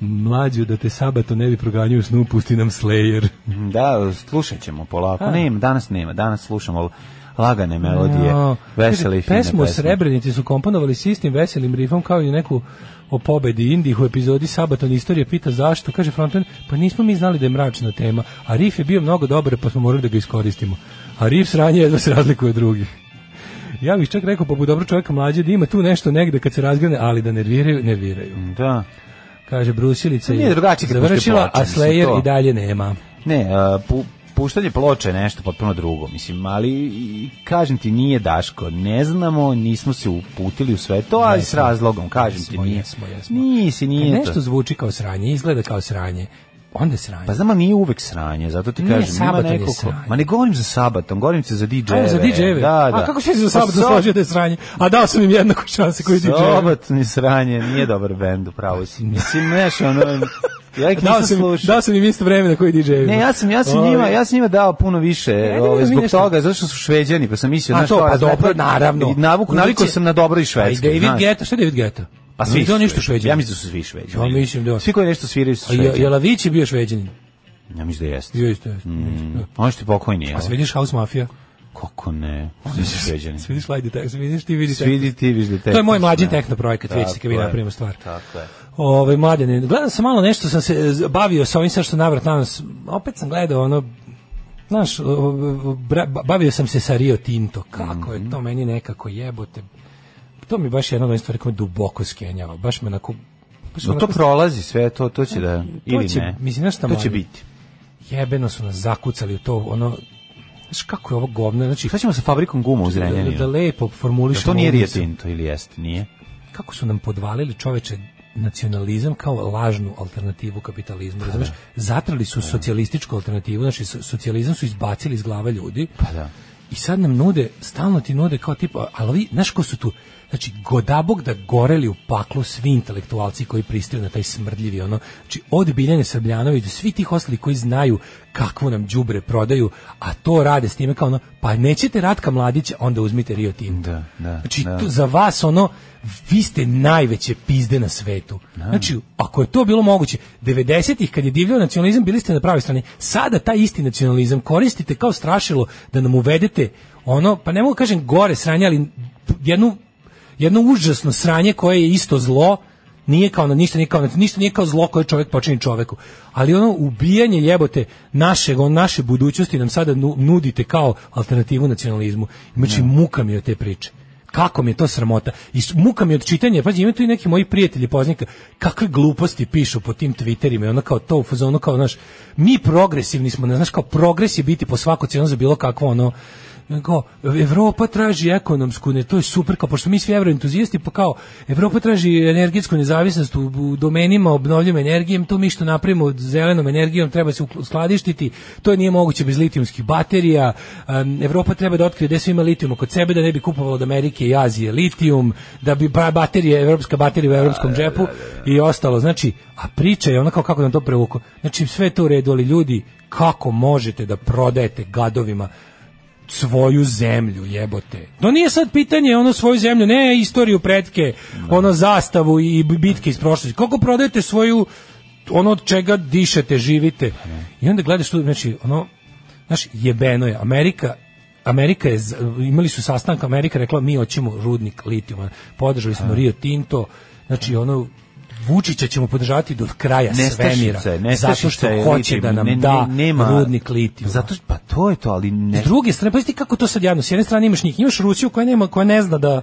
F: Mlađu, da te sabato ne bi proganjao u snu, pusti nam Slayer.
G: Da, slušat ćemo polako. Nema, danas nema, danas slušamo lagane melodije,
F: Jao.
G: vesele i
F: Kaže,
G: fine
F: Pesmu o
G: pesme.
F: Srebrenici su komponovali s istim veselim rifom kao i neku o pobedi Indih u epizodi Sabaton istorije pita zašto, kaže frontman, pa nismo mi znali da je mračna tema, a rif je bio mnogo dobar pa smo morali da ga iskoristimo. A rif sranje jedva se razlikuje od drugih. Ja bih čak rekao, poput dobro čovjeka mlađe, da ima tu nešto negde kad se razgrane, ali da nerviraju, nerviraju.
G: Da.
F: Kaže, brusilica
G: Pa Nije
F: je
G: drugačije kad
F: završila,
G: pušte ploče,
F: a
G: mislim,
F: Slayer
G: to.
F: i dalje nema.
G: Ne, a, pu, puštanje ploče je nešto potpuno drugo, mislim, ali i- kažem ti, nije Daško, ne znamo, nismo se uputili u sve to, ali s razlogom, kažem ti,
F: Jesmo,
G: nije.
F: jesmo, jesmo.
G: Nisi, nije
F: Kad nešto
G: to.
F: zvuči kao sranje, izgleda kao sranje, onda je sranje.
G: Pa znam, ali nije uvek sranje, zato ti
F: Nije,
G: kažem, ima
F: Sabaton je
G: neko ko...
F: sranje.
G: Ma ne govorim za sabatom, govorim se za DJ-eve.
F: A, za DJ-eve?
G: Da, da.
F: A kako si se za
G: Pa
F: sabat
G: Sab-
F: složio da je sranje? A dao sam im jednako šanse koji DJ-eve.
G: Sobatni sranje, nije dobar bend, upravo si. Mislim, neš, ono, ja ih
F: Dao
G: nisam
F: sam, im-
G: slušao.
F: dao sam im isto vreme na koji DJ-evi.
G: Ne, ja sam, ja sam
F: Ovaj,
G: njima, ja sam njima dao puno više,
F: ajde da
G: ovaj,
F: mi
G: zbog
F: nešto.
G: toga, zato što su šveđani, pa sam mislio,
F: A
G: znaš,
F: to,
G: kao,
F: pa
G: znaš,
F: dobro,
G: i
F: naravno.
G: Navuku, navikao
F: Ulici-
G: sam na dobro
F: Pa
G: i
F: i
G: švedski.
F: David
G: znaš.
F: Guetta, šta je David Guetta?
G: Pa svi
F: to
G: su
F: ništa
G: Šveđani.
F: šveđani.
G: Ja mislim da su svi šveđani.
F: Ja mislim da.
G: Svi koji nešto sviraju su
F: A Je-
G: šveđani.
F: Jelavić je bio šveđanin.
G: Ja mislim da jeste.
F: Bio isto. jeste. Da.
G: Ono što je pokojni, jel?
F: A se vidiš House Mafia?
G: Kako ne? Svi su šveđani.
F: Se vidiš Light Detector? Vidiš ti, vidiš
G: Svi di ti, viš
F: To je moj mlađi tehno projekat, vidite se kad mi
G: Tako je.
F: napravimo stvar.
G: Tako je.
F: Ovaj mladene, gledam sam malo nešto sam se eh, bavio sa ovim sad što navrat nas. Opet sam gledao ono znaš, o- o- o- bra- bavio sam se sa Rio Tinto. Kako
G: Mhm.
F: je to meni nekako jebote. To mi baš jedna od onih stvari koja me duboko skenjava. Baš me onako baš me
G: No to
F: onako
G: prolazi sve, to, to će da... Ili
F: će-
G: ne.
F: mislim, znaš šta,
G: To će
F: mlađe?
G: biti.
F: jebeno su nas zakucali u to ono znaš kako je ovo govno, znači
G: Šta ćemo sa fabrikom guma u
F: da,
G: Zrenjaninu?
F: da lepo
G: Jel
F: formulišemo.
G: to nije
F: ovu
G: Rio
F: misao.
G: Tinto ili jeste, nije?
F: kako su nam podvalili čoveče nacionalizam kao lažnu alternativu
G: Pa
F: kapitalizmu, razumeš? Zatrali su socijalističku alternativu, znači so- socijalizam su izbacili iz glava ljudi.
G: Pa da.
F: I sad nam nude, stalno ti nude kao tipa, ali vi, znaš ko su tu? Znači, godabog da goreli u paklu svi intelektualci koji pristaju na taj smrdljivi, ono, znači, od Biljane Srbljanović do svi tih ostali koji znaju kakvo nam đubre prodaju, a to rade s time kao ono, pa nećete Ratka Mladića, onda uzmite Rio Tinto.
G: Da, da,
F: znači,
G: da.
F: tu za vas ono vi ste najveće pizde na svetu. Znači, ako je to bilo moguće, 90-ih kad je divljao nacionalizam, bili ste na pravoj strani. Sada taj isti nacionalizam koristite kao strašilo da nam uvedete ono, pa ne mogu kažem gore sranje, ali jednu, jedno užasno sranje koje je isto zlo, nije kao na ništa nije kao ništa nije kao zlo koje čovjek počini čoveku ali ono ubijanje jebote našeg on naše budućnosti nam sada nu- nudite kao alternativu nacionalizmu znači muka mi je od te priče kako mi je to sramota i s- muka mi je od čitanja pazi ima tu i neki moji prijatelji poznika kakve gluposti pišu po tim twitterima i ono kao to u fazonu kao znaš mi progresivni smo ne znaš kao progres je biti po svaku cenu za bilo kakvo ono kao, Evropa traži ekonomsku, ne, to je super, kao, pošto mi svi evroentuzijasti, pa kao, Evropa traži energetsku nezavisnost u, u domenima obnovljivom energijem, to mi što napravimo od zelenom energijom treba se uskladištiti, to nije moguće bez litijumskih baterija, em, Evropa treba da otkrije gde sve ima litijum kod sebe, da ne bi kupovalo od Amerike i Azije litijum, da bi ba- baterije, evropska baterija u evropskom džepu i ostalo, znači, a priča je ona kao kako nam to prevuko, znači sve je to u redu, ali ljudi, kako možete da prodajete gadovima svoju zemlju, jebote. To nije sad pitanje, ono svoju zemlju, ne istoriju pretke, ono zastavu i b- bitke iz prošlosti. Koliko prodajete svoju, ono od čega dišete, živite.
G: Mhm.
F: I onda gledaš tu, znači, ono, znaš, jebeno je. Amerika, Amerika je, z- imali su sastanak, Amerika je rekla, mi hoćemo rudnik litijuma. Podržali smo Rio Tinto, znači, ono, Vučića ćemo podržavati do kraja
G: Nestašica
F: svemira.
G: je, nestašica
F: zato što
G: je
F: hoće
G: litijum.
F: da nam
G: Ne- ne-
F: da
G: nema-
F: rudnik litijuma.
G: Zato što- pa to je to, ali ne.
F: S druge strane, pazite kako to sad jadno. S jedne strane imaš njih, imaš Rusiju koja nema, koja ne zna da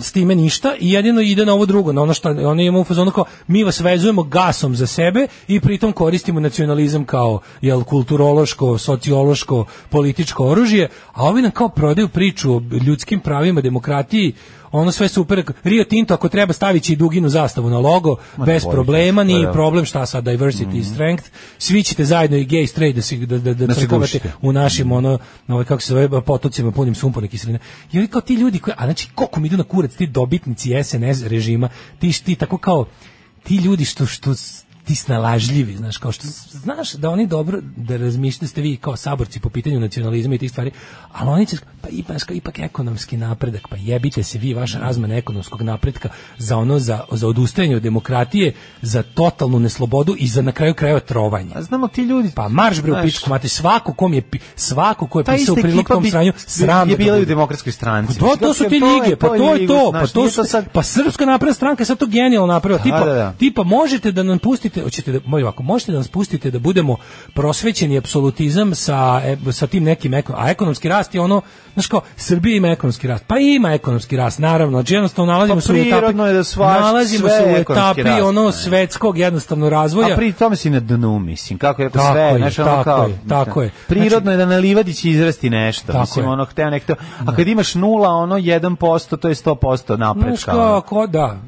F: s time ništa i jedino ide na ovo drugo, na ono što oni imaju u fazonu kao mi vas vezujemo gasom za sebe i pritom koristimo nacionalizam kao jel, kulturološko, sociološko, političko oružje, a ovi nam kao prodaju priču o ljudskim pravima, demokratiji, ono sve super, Rio Tinto ako treba stavići i duginu zastavu na logo, bez
G: bojim se.
F: problema,
G: Pa
F: nije
G: da.
F: problem šta sad, diversity i strength, svi ćete zajedno i gay, straight da, se, da, da, da
G: Da se
F: crkavate
G: gušite.
F: u našim ono na ovaj kako se zove potocima punim sumporne kiseline. I oni kao ti ljudi koji a znači koliko mi idu na kurac ti dobitnici SNS režima, ti ti tako kao ti ljudi što što s- ti snalažljivi, znaš, kao što s- znaš da oni dobro da razmišljate ste vi kao saborci po pitanju nacionalizma i tih stvari, ali oni će, pa ipak, ipak ekonomski napredak, pa jebite se vi, vaša razmana ekonomskog napretka za ono, za, za odustajanje od demokratije, za totalnu neslobodu i za na kraju krajeva trovanje.
G: A znam, ali ti ljudi...
F: Pa marš bre u
G: Znaš,
F: pičku, mate, svako kom je pi- svako ko je
G: ta
F: pisao u
G: ista
F: prilog
G: ekipa
F: tom
G: bi-
F: sranju,
G: bi-
F: sram
G: je
F: ga
G: bila i u
F: bude.
G: demokratskoj stranci.
F: Pa to, to su ti lige, pa to je to, pa
G: znaš,
F: to
G: nije
F: su,
G: sad-
F: pa srpska napredna stranka je sad to genijalno napravila,
G: Da,
F: tipa,
G: da, da.
F: tipa možete da nam pustite možete, hoćete da, molim ovako, možete da nas pustite da budemo prosvećeni apsolutizam sa, e, sa tim nekim, eko- a ekonomski rast je ono, znaš kao, Srbija ima ekonomski rast, pa ima ekonomski rast, naravno, znači jednostavno nalazimo
G: Pa
F: se u etapi,
G: prirodno je da svaš-
F: nalazimo
G: sve
F: se u
G: ekonomski
F: etapi
G: rast,
F: ono
G: ne.
F: svetskog jednostavno
G: A
F: razvoja,
G: pri tome si na dnu, mislim, kako je
F: Tako
G: sve,
F: je,
G: znaš, ono
F: tako
G: kao,
F: je, tako je.
G: prirodno
F: Znači-
G: je da na livadi će izrasti nešto,
F: Tako
G: mislim,
F: je.
G: ono, hteo nekto, a kad imaš nula, ono, 1%, to je 100% napred,
F: Znaš
G: kao,
F: kao,
G: ono.
F: ko, da,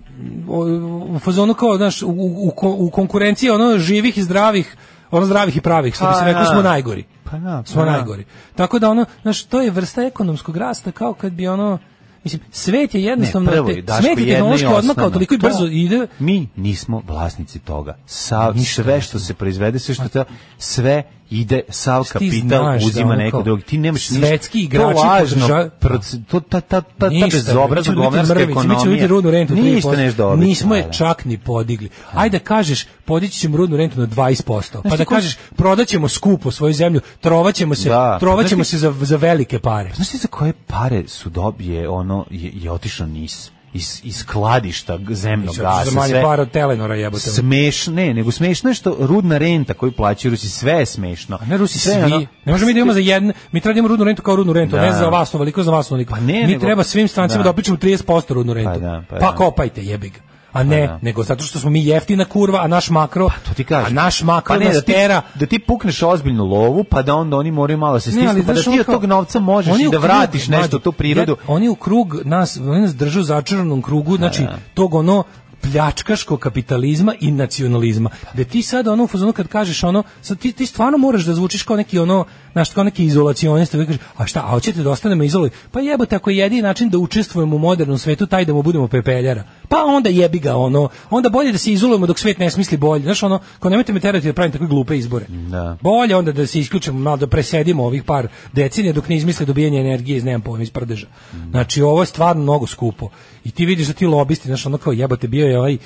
F: O, u fazonu kao, znaš, u, u, ko- u konkurenciji ono živih i zdravih, ono zdravih i pravih, što bi se
G: Pa,
F: reklo,
G: da.
F: smo najgori.
G: Pa da, pa
F: smo
G: da.
F: najgori. Tako da ono, znaš, to je vrsta ekonomskog rasta kao kad bi ono, mislim, svet je jednostavno,
G: Ne, prvo je,
F: te-
G: Daško,
F: svet je
G: jedno i
F: tehnološki odmakao
G: osnovno.
F: toliko i
G: To-
F: brzo ide,
G: mi nismo vlasnici toga. Sa,
F: Ništa
G: sve
F: nismo.
G: što se proizvede, sve što to, sve ide, sav
F: Šta ti
G: kapital
F: znaš da
G: uzima
F: ono
G: neko
F: kao
G: drugi. Ti nemaš ništa.
F: svetski
G: To
F: igrači
G: lažno,
F: podrža-
G: proce- to, ta, ta, ta, ta
F: Ništa,
G: bezobrazna
F: mi Pa, ćemo biti
G: govnarska
F: mrvice, mi ćemo
G: ekonomija.
F: biti rudnu rentu od
G: Ništa
F: 3%.
G: neš dobiti.
F: Nismo je
G: da, da.
F: čak ni podigli. Ajde da kažeš, podići ćemo rudnu rentu na 20%. Pa
G: ti
F: da
G: ko-
F: kažeš, prodaćemo skupo svoju zemlju, trovaćemo se,
G: Da. Pa
F: trovaćemo
G: Znaš ti-
F: se za, za velike pare.
G: Znaš ti za koje pare su dobije ono je, je otišao nis iz, iz skladišta g- zemnog gasa
F: Za manje
G: sve
F: para od Telenora jebote.
G: smešno ne nego smešno je što rudna renta koju plaćaju Rusi sve je smešno
F: A Ne Rusi
G: Sve
F: svi.
G: je ono-
F: ne možemo mi da imamo za jednu, mi treba da imamo rudnu rentu kao rudnu rentu,
G: Da.
F: ne za vas ovoliko, za vas ovoliko.
G: Pa ne,
F: mi
G: nego-
F: treba svim strancima
G: da.
F: da, opičemo 30% rudnu rentu.
G: Pa da, pa
F: pa
G: da. Pa
F: kopajte, jebi ga. A ne,
G: da. Pa
F: nego zato što smo mi jeftina kurva, a naš makro,
G: to ti kažem.
F: a naš makro
G: Pa ne,
F: nas
G: da ti,
F: tera
G: da ti pukneš ozbiljnu lovu, pa da onda oni moraju malo da se stisnu, pa da
F: znaš,
G: ti
F: ono
G: od
F: kao-
G: tog novca možeš
F: oni
G: i
F: u
G: da
F: krug,
G: vratiš nešto
F: mlađe,
G: u tu prirodu.
F: ja- oni u krug nas, oni nas drže u začaranom krugu, znači tog ono pljačkaškog kapitalizma i nacionalizma. Da ti sad ono u fazonu kad kažeš ono, sad ti, ti stvarno moraš da zvučiš kao neki ono, znaš, kao neki izolacionista, vi kažeš, a šta, a hoćete da ostanemo izolirani? Pa jebote, ako je jedini način da učestvujemo u modernom svetu, taj da mu budemo pepeljara. Pa onda jebi ga ono, onda bolje da se izolujemo dok svet ne smisli bolje. Znaš ono, kao nemojte me terati da pravim takve glupe izbore.
G: Da.
F: Bolje onda da se isključimo, malo da presedimo ovih par decenija dok ne izmisle dobijanje energije iz nemam pojma iz prdeža. Znači ovo je stvarno mnogo skupo. I ti vidiš da ti lobisti, znaš, ono kao jebote bio je ovaj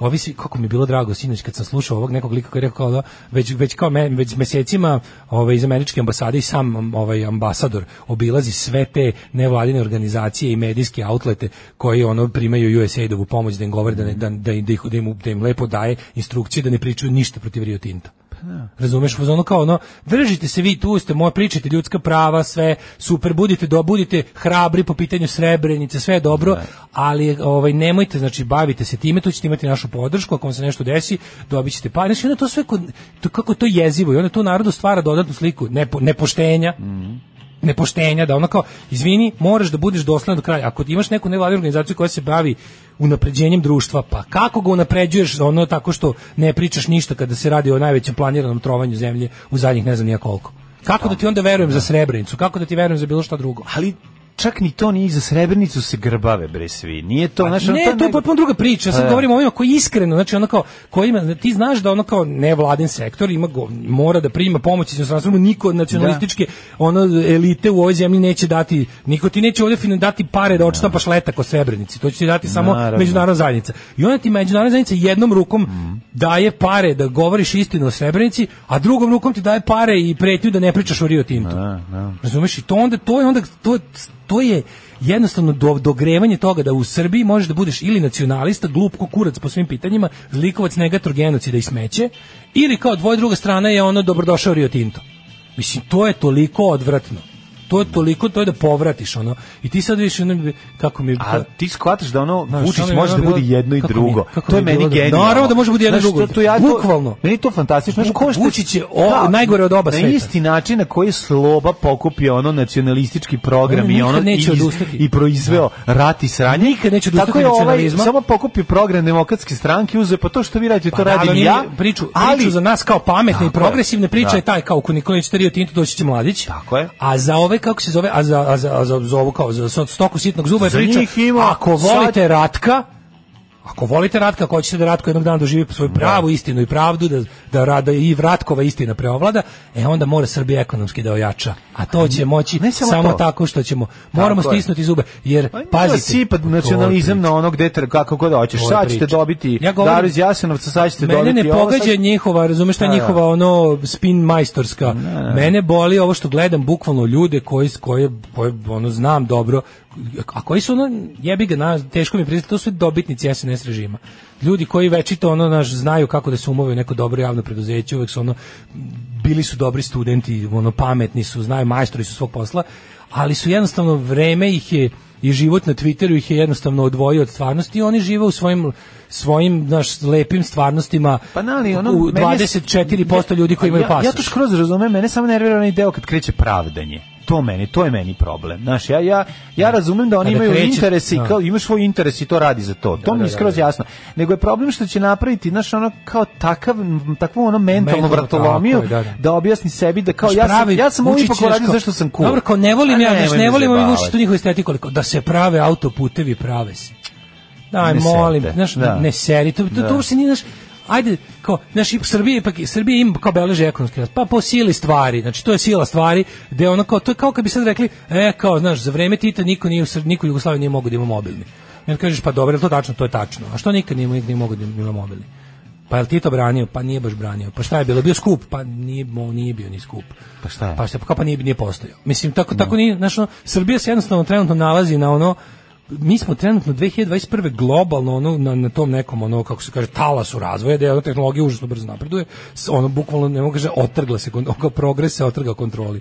F: Ovi svi, kako mi je bilo drago sinoć kad sam slušao ovog nekog lika koji je rekao kao da, već, već kao me, već mesecima ovaj, iz američke ambasade i sam um, ovaj, ambasador obilazi sve te nevladine organizacije i medijske outlete koji ono primaju USAID-ovu pomoć da im govore da, ne, da, da, im- da, ih- da, im, da im lepo daje instrukcije da ne pričaju ništa protiv Rio Tinta. Razumeš, ono kao ono, držite se vi tu, ste moje, pričajte ljudska prava, sve, super, budite, do, budite hrabri po pitanju srebrenice, sve je dobro, ali ovaj, nemojte, znači, bavite se time, tu ćete imati našu podršku, ako vam se nešto desi, dobit ćete pa, znači, onda to sve, kod, to, kako je to jezivo, i onda to u narodu stvara dodatnu sliku nepo, nepoštenja, nepoštenja, da ono kao, izvini, moraš da budeš dosledan do kraja. Ako imaš neku nevladinu organizaciju koja se bavi unapređenjem društva, pa kako ga unapređuješ ono tako što ne pričaš ništa kada se radi o najvećem planiranom trovanju zemlje u zadnjih ne znam nija koliko. Kako da ti onda verujem za Srebrenicu? Kako da ti verujem za bilo šta drugo?
G: Ali čak ni to ni za srebrnicu se grbave bre svi. Nije to, znaš, ono,
F: Pa ne, to je E.
G: neg-
F: potpuno druga priča. Ja
G: Pa
F: sad
G: da.
F: govorim o ovima koji iskreno, znači ono kao koji ima, ti znaš da ono kao nevladin sektor ima go- mora da prima pomoć iz inostranstva, mu niko od nacionalističke ono elite u ovoj zemlji neće dati, niko ti neće ovde fin- dati pare da odštampaš letak o Srebrenici. To će ti dati samo
G: Naravno.
F: međunarodna zajednica. I onda ti međunarodna zajednica jednom rukom daje pare da govoriš istinu o Srebrenici, a drugom rukom ti daje pare i pretnju da ne pričaš o Rio Tintu. Razumeš? I to onda, to je onda, to, to je jednostavno do, dogrevanje toga da u Srbiji možeš da budeš ili nacionalista, glup ko kurac po svim pitanjima, zlikovac, negator, genocida i smeće, ili kao dvoje druga strana je ono dobrodošao Rio Tinto. Mislim, to je toliko odvratno. To je toliko, to je da povratiš ono. I ti sad vidiš ono, kako mi je...
G: A ti shvataš da ono
F: Znaš,
G: Vučić
F: ono je
G: može da
F: bilo-
G: bude jedno i
F: kako mi-
G: drugo.
F: kako
G: to je
F: mi je
G: meni
F: bilo dobro.
G: genijalno.
F: Naravno da može bude jedno i
G: Znaš,
F: drugo.
G: to- to ja to-
F: Bukvalno.
G: Meni je to fantastično. Znaš, ko što-
F: Vučić je o- najgore od oba
G: na
F: sveta.
G: isti način na koji je Sloba pokupio ono nacionalistički program
F: Ono
G: i ono
F: nikad neće
G: i, iz-
F: odustati.
G: i proizveo rat i sranje.
F: Nikad neće odustati
G: Tako je ovaj
F: nacionalizma.
G: samo pokupio program demokratske stranke, uzeo pa to što vi radite, to
F: da,
G: radim
F: ali
G: ja.
F: Priču,
G: ali
F: priču za nas kao pametne i
G: Tako je.
F: progresivne priče
G: Da.
F: je taj kao kod Nikolić Rio Tinto doći će mladić.
G: Tako je.
F: A za ove kako se zove, a za a za a za, za ovo kao za stoku sitnog zuba je
G: Za
F: priča.
G: njih ima
F: ako
G: sad-
F: volite Ratka, Ako volite Ratka, ako hoćete da Ratko jednog dana doživi svoju pravu istinu i pravdu, da, da, rada i Vratkova istina preovlada, e onda mora Srbija ekonomski da ojača. A to će moći
G: ne samo
F: samo,
G: to.
F: tako što ćemo. Moramo
G: Tako je.
F: stisnuti zube, jer
G: Pa Pazite,
F: pazite.
G: sipa
F: To je
G: nacionalizam
F: priča.
G: na onog detra kako god hoćeš.
F: To je
G: Sad ćete
F: priča.
G: dobiti
F: Ja govorim-
G: Daru iz Jasenovca, sad ćete dobiti
F: Mene ne
G: ovo, sad
F: pogađa njihova, razumeš šta
G: Da,
F: je
G: da.
F: njihova ono spin majstorska. Mene boli ovo što gledam bukvalno ljude koji koje koje ono znam dobro a koji su ono, jebi ga, na, teško mi je priznati, to su dobitnici SNS režima. Ljudi koji večito ono, naš, znaju kako da se umove u neko dobro javno preduzeće, uvek su ono, bili su dobri studenti, ono, pametni su, znaju, majstori su svog posla, ali su jednostavno, vreme ih je, i život na Twitteru ih je jednostavno odvojio od stvarnosti i oni žive u svojim svojim naš lepim stvarnostima
G: Pa na, ali ono,
F: u
G: meni je-
F: 24% ljudi koji imaju
G: ja,
F: pasoš.
G: Ja to skroz razumem, mene samo nervira onaj deo kad kreće pravdanje. To meni, to je meni problem. Znaš, ja, ja, ja razumem da oni
F: Kada
G: imaju
F: kreće-
G: interese i
F: da.
G: kao, imaš svoj interes i to radi za to. To mi je skroz jasno. Nego je problem što će napraviti, znaš, ono kao takav, takvu ono mentalnu
F: Mentalno,
G: vratolomiju,
F: tako je, da, da.
G: objasni sebi da kao,
F: Znaš,
G: ja sam,
F: pravi
G: ja sam ovo
F: Vučić
G: ipak
F: je
G: uradio
F: kao-
G: zašto sam cool.
F: Dobro, kao ne volim
G: A
F: ja, znaš,
G: nemoj
F: ne
G: me
F: volim ovi Vučić
G: zajebavati.
F: tu njihovu estetiku, ali kao da se prave autoputevi, prave se. Daj,
G: Ne
F: molim,
G: serite,
F: znaš,
G: da.
F: ne seri, to, to, to uopšte nije, znaš, ajde, kao, znaš, i Srbija, ipak, Srbija ima kao beleže ekonomski rast, pa po sili stvari, znači, to je sila stvari, gde ono kao, to je kao kad bi sad rekli, e, kao, znaš, za vreme Tita niko, nije, u Sr- niko u Jugoslaviji nije mogao da ima mobilni. I onda kažeš, pa dobro, je li to tačno, to je tačno. A što nikad nije, nije mogao da ima mobilni? Pa je li Tito branio? Pa nije baš branio. Pa šta je bilo? Bio skup? Pa nije, mo, nije bio ni skup.
G: Pa šta je?
F: Pa šta, pa kao pa nije, nije postojao. Mislim, tako, tako nije, znaš, ono, Srbija se jednostavno trenutno nalazi na ono, mi smo trenutno 2021. globalno ono, na, na tom nekom, ono, kako se kaže, talasu razvoja, da je ono, tehnologija užasno brzo napreduje, s- ono, bukvalno, ne mogu kaže, otrgla se, kon- ono, kao progres se otrga kontroli.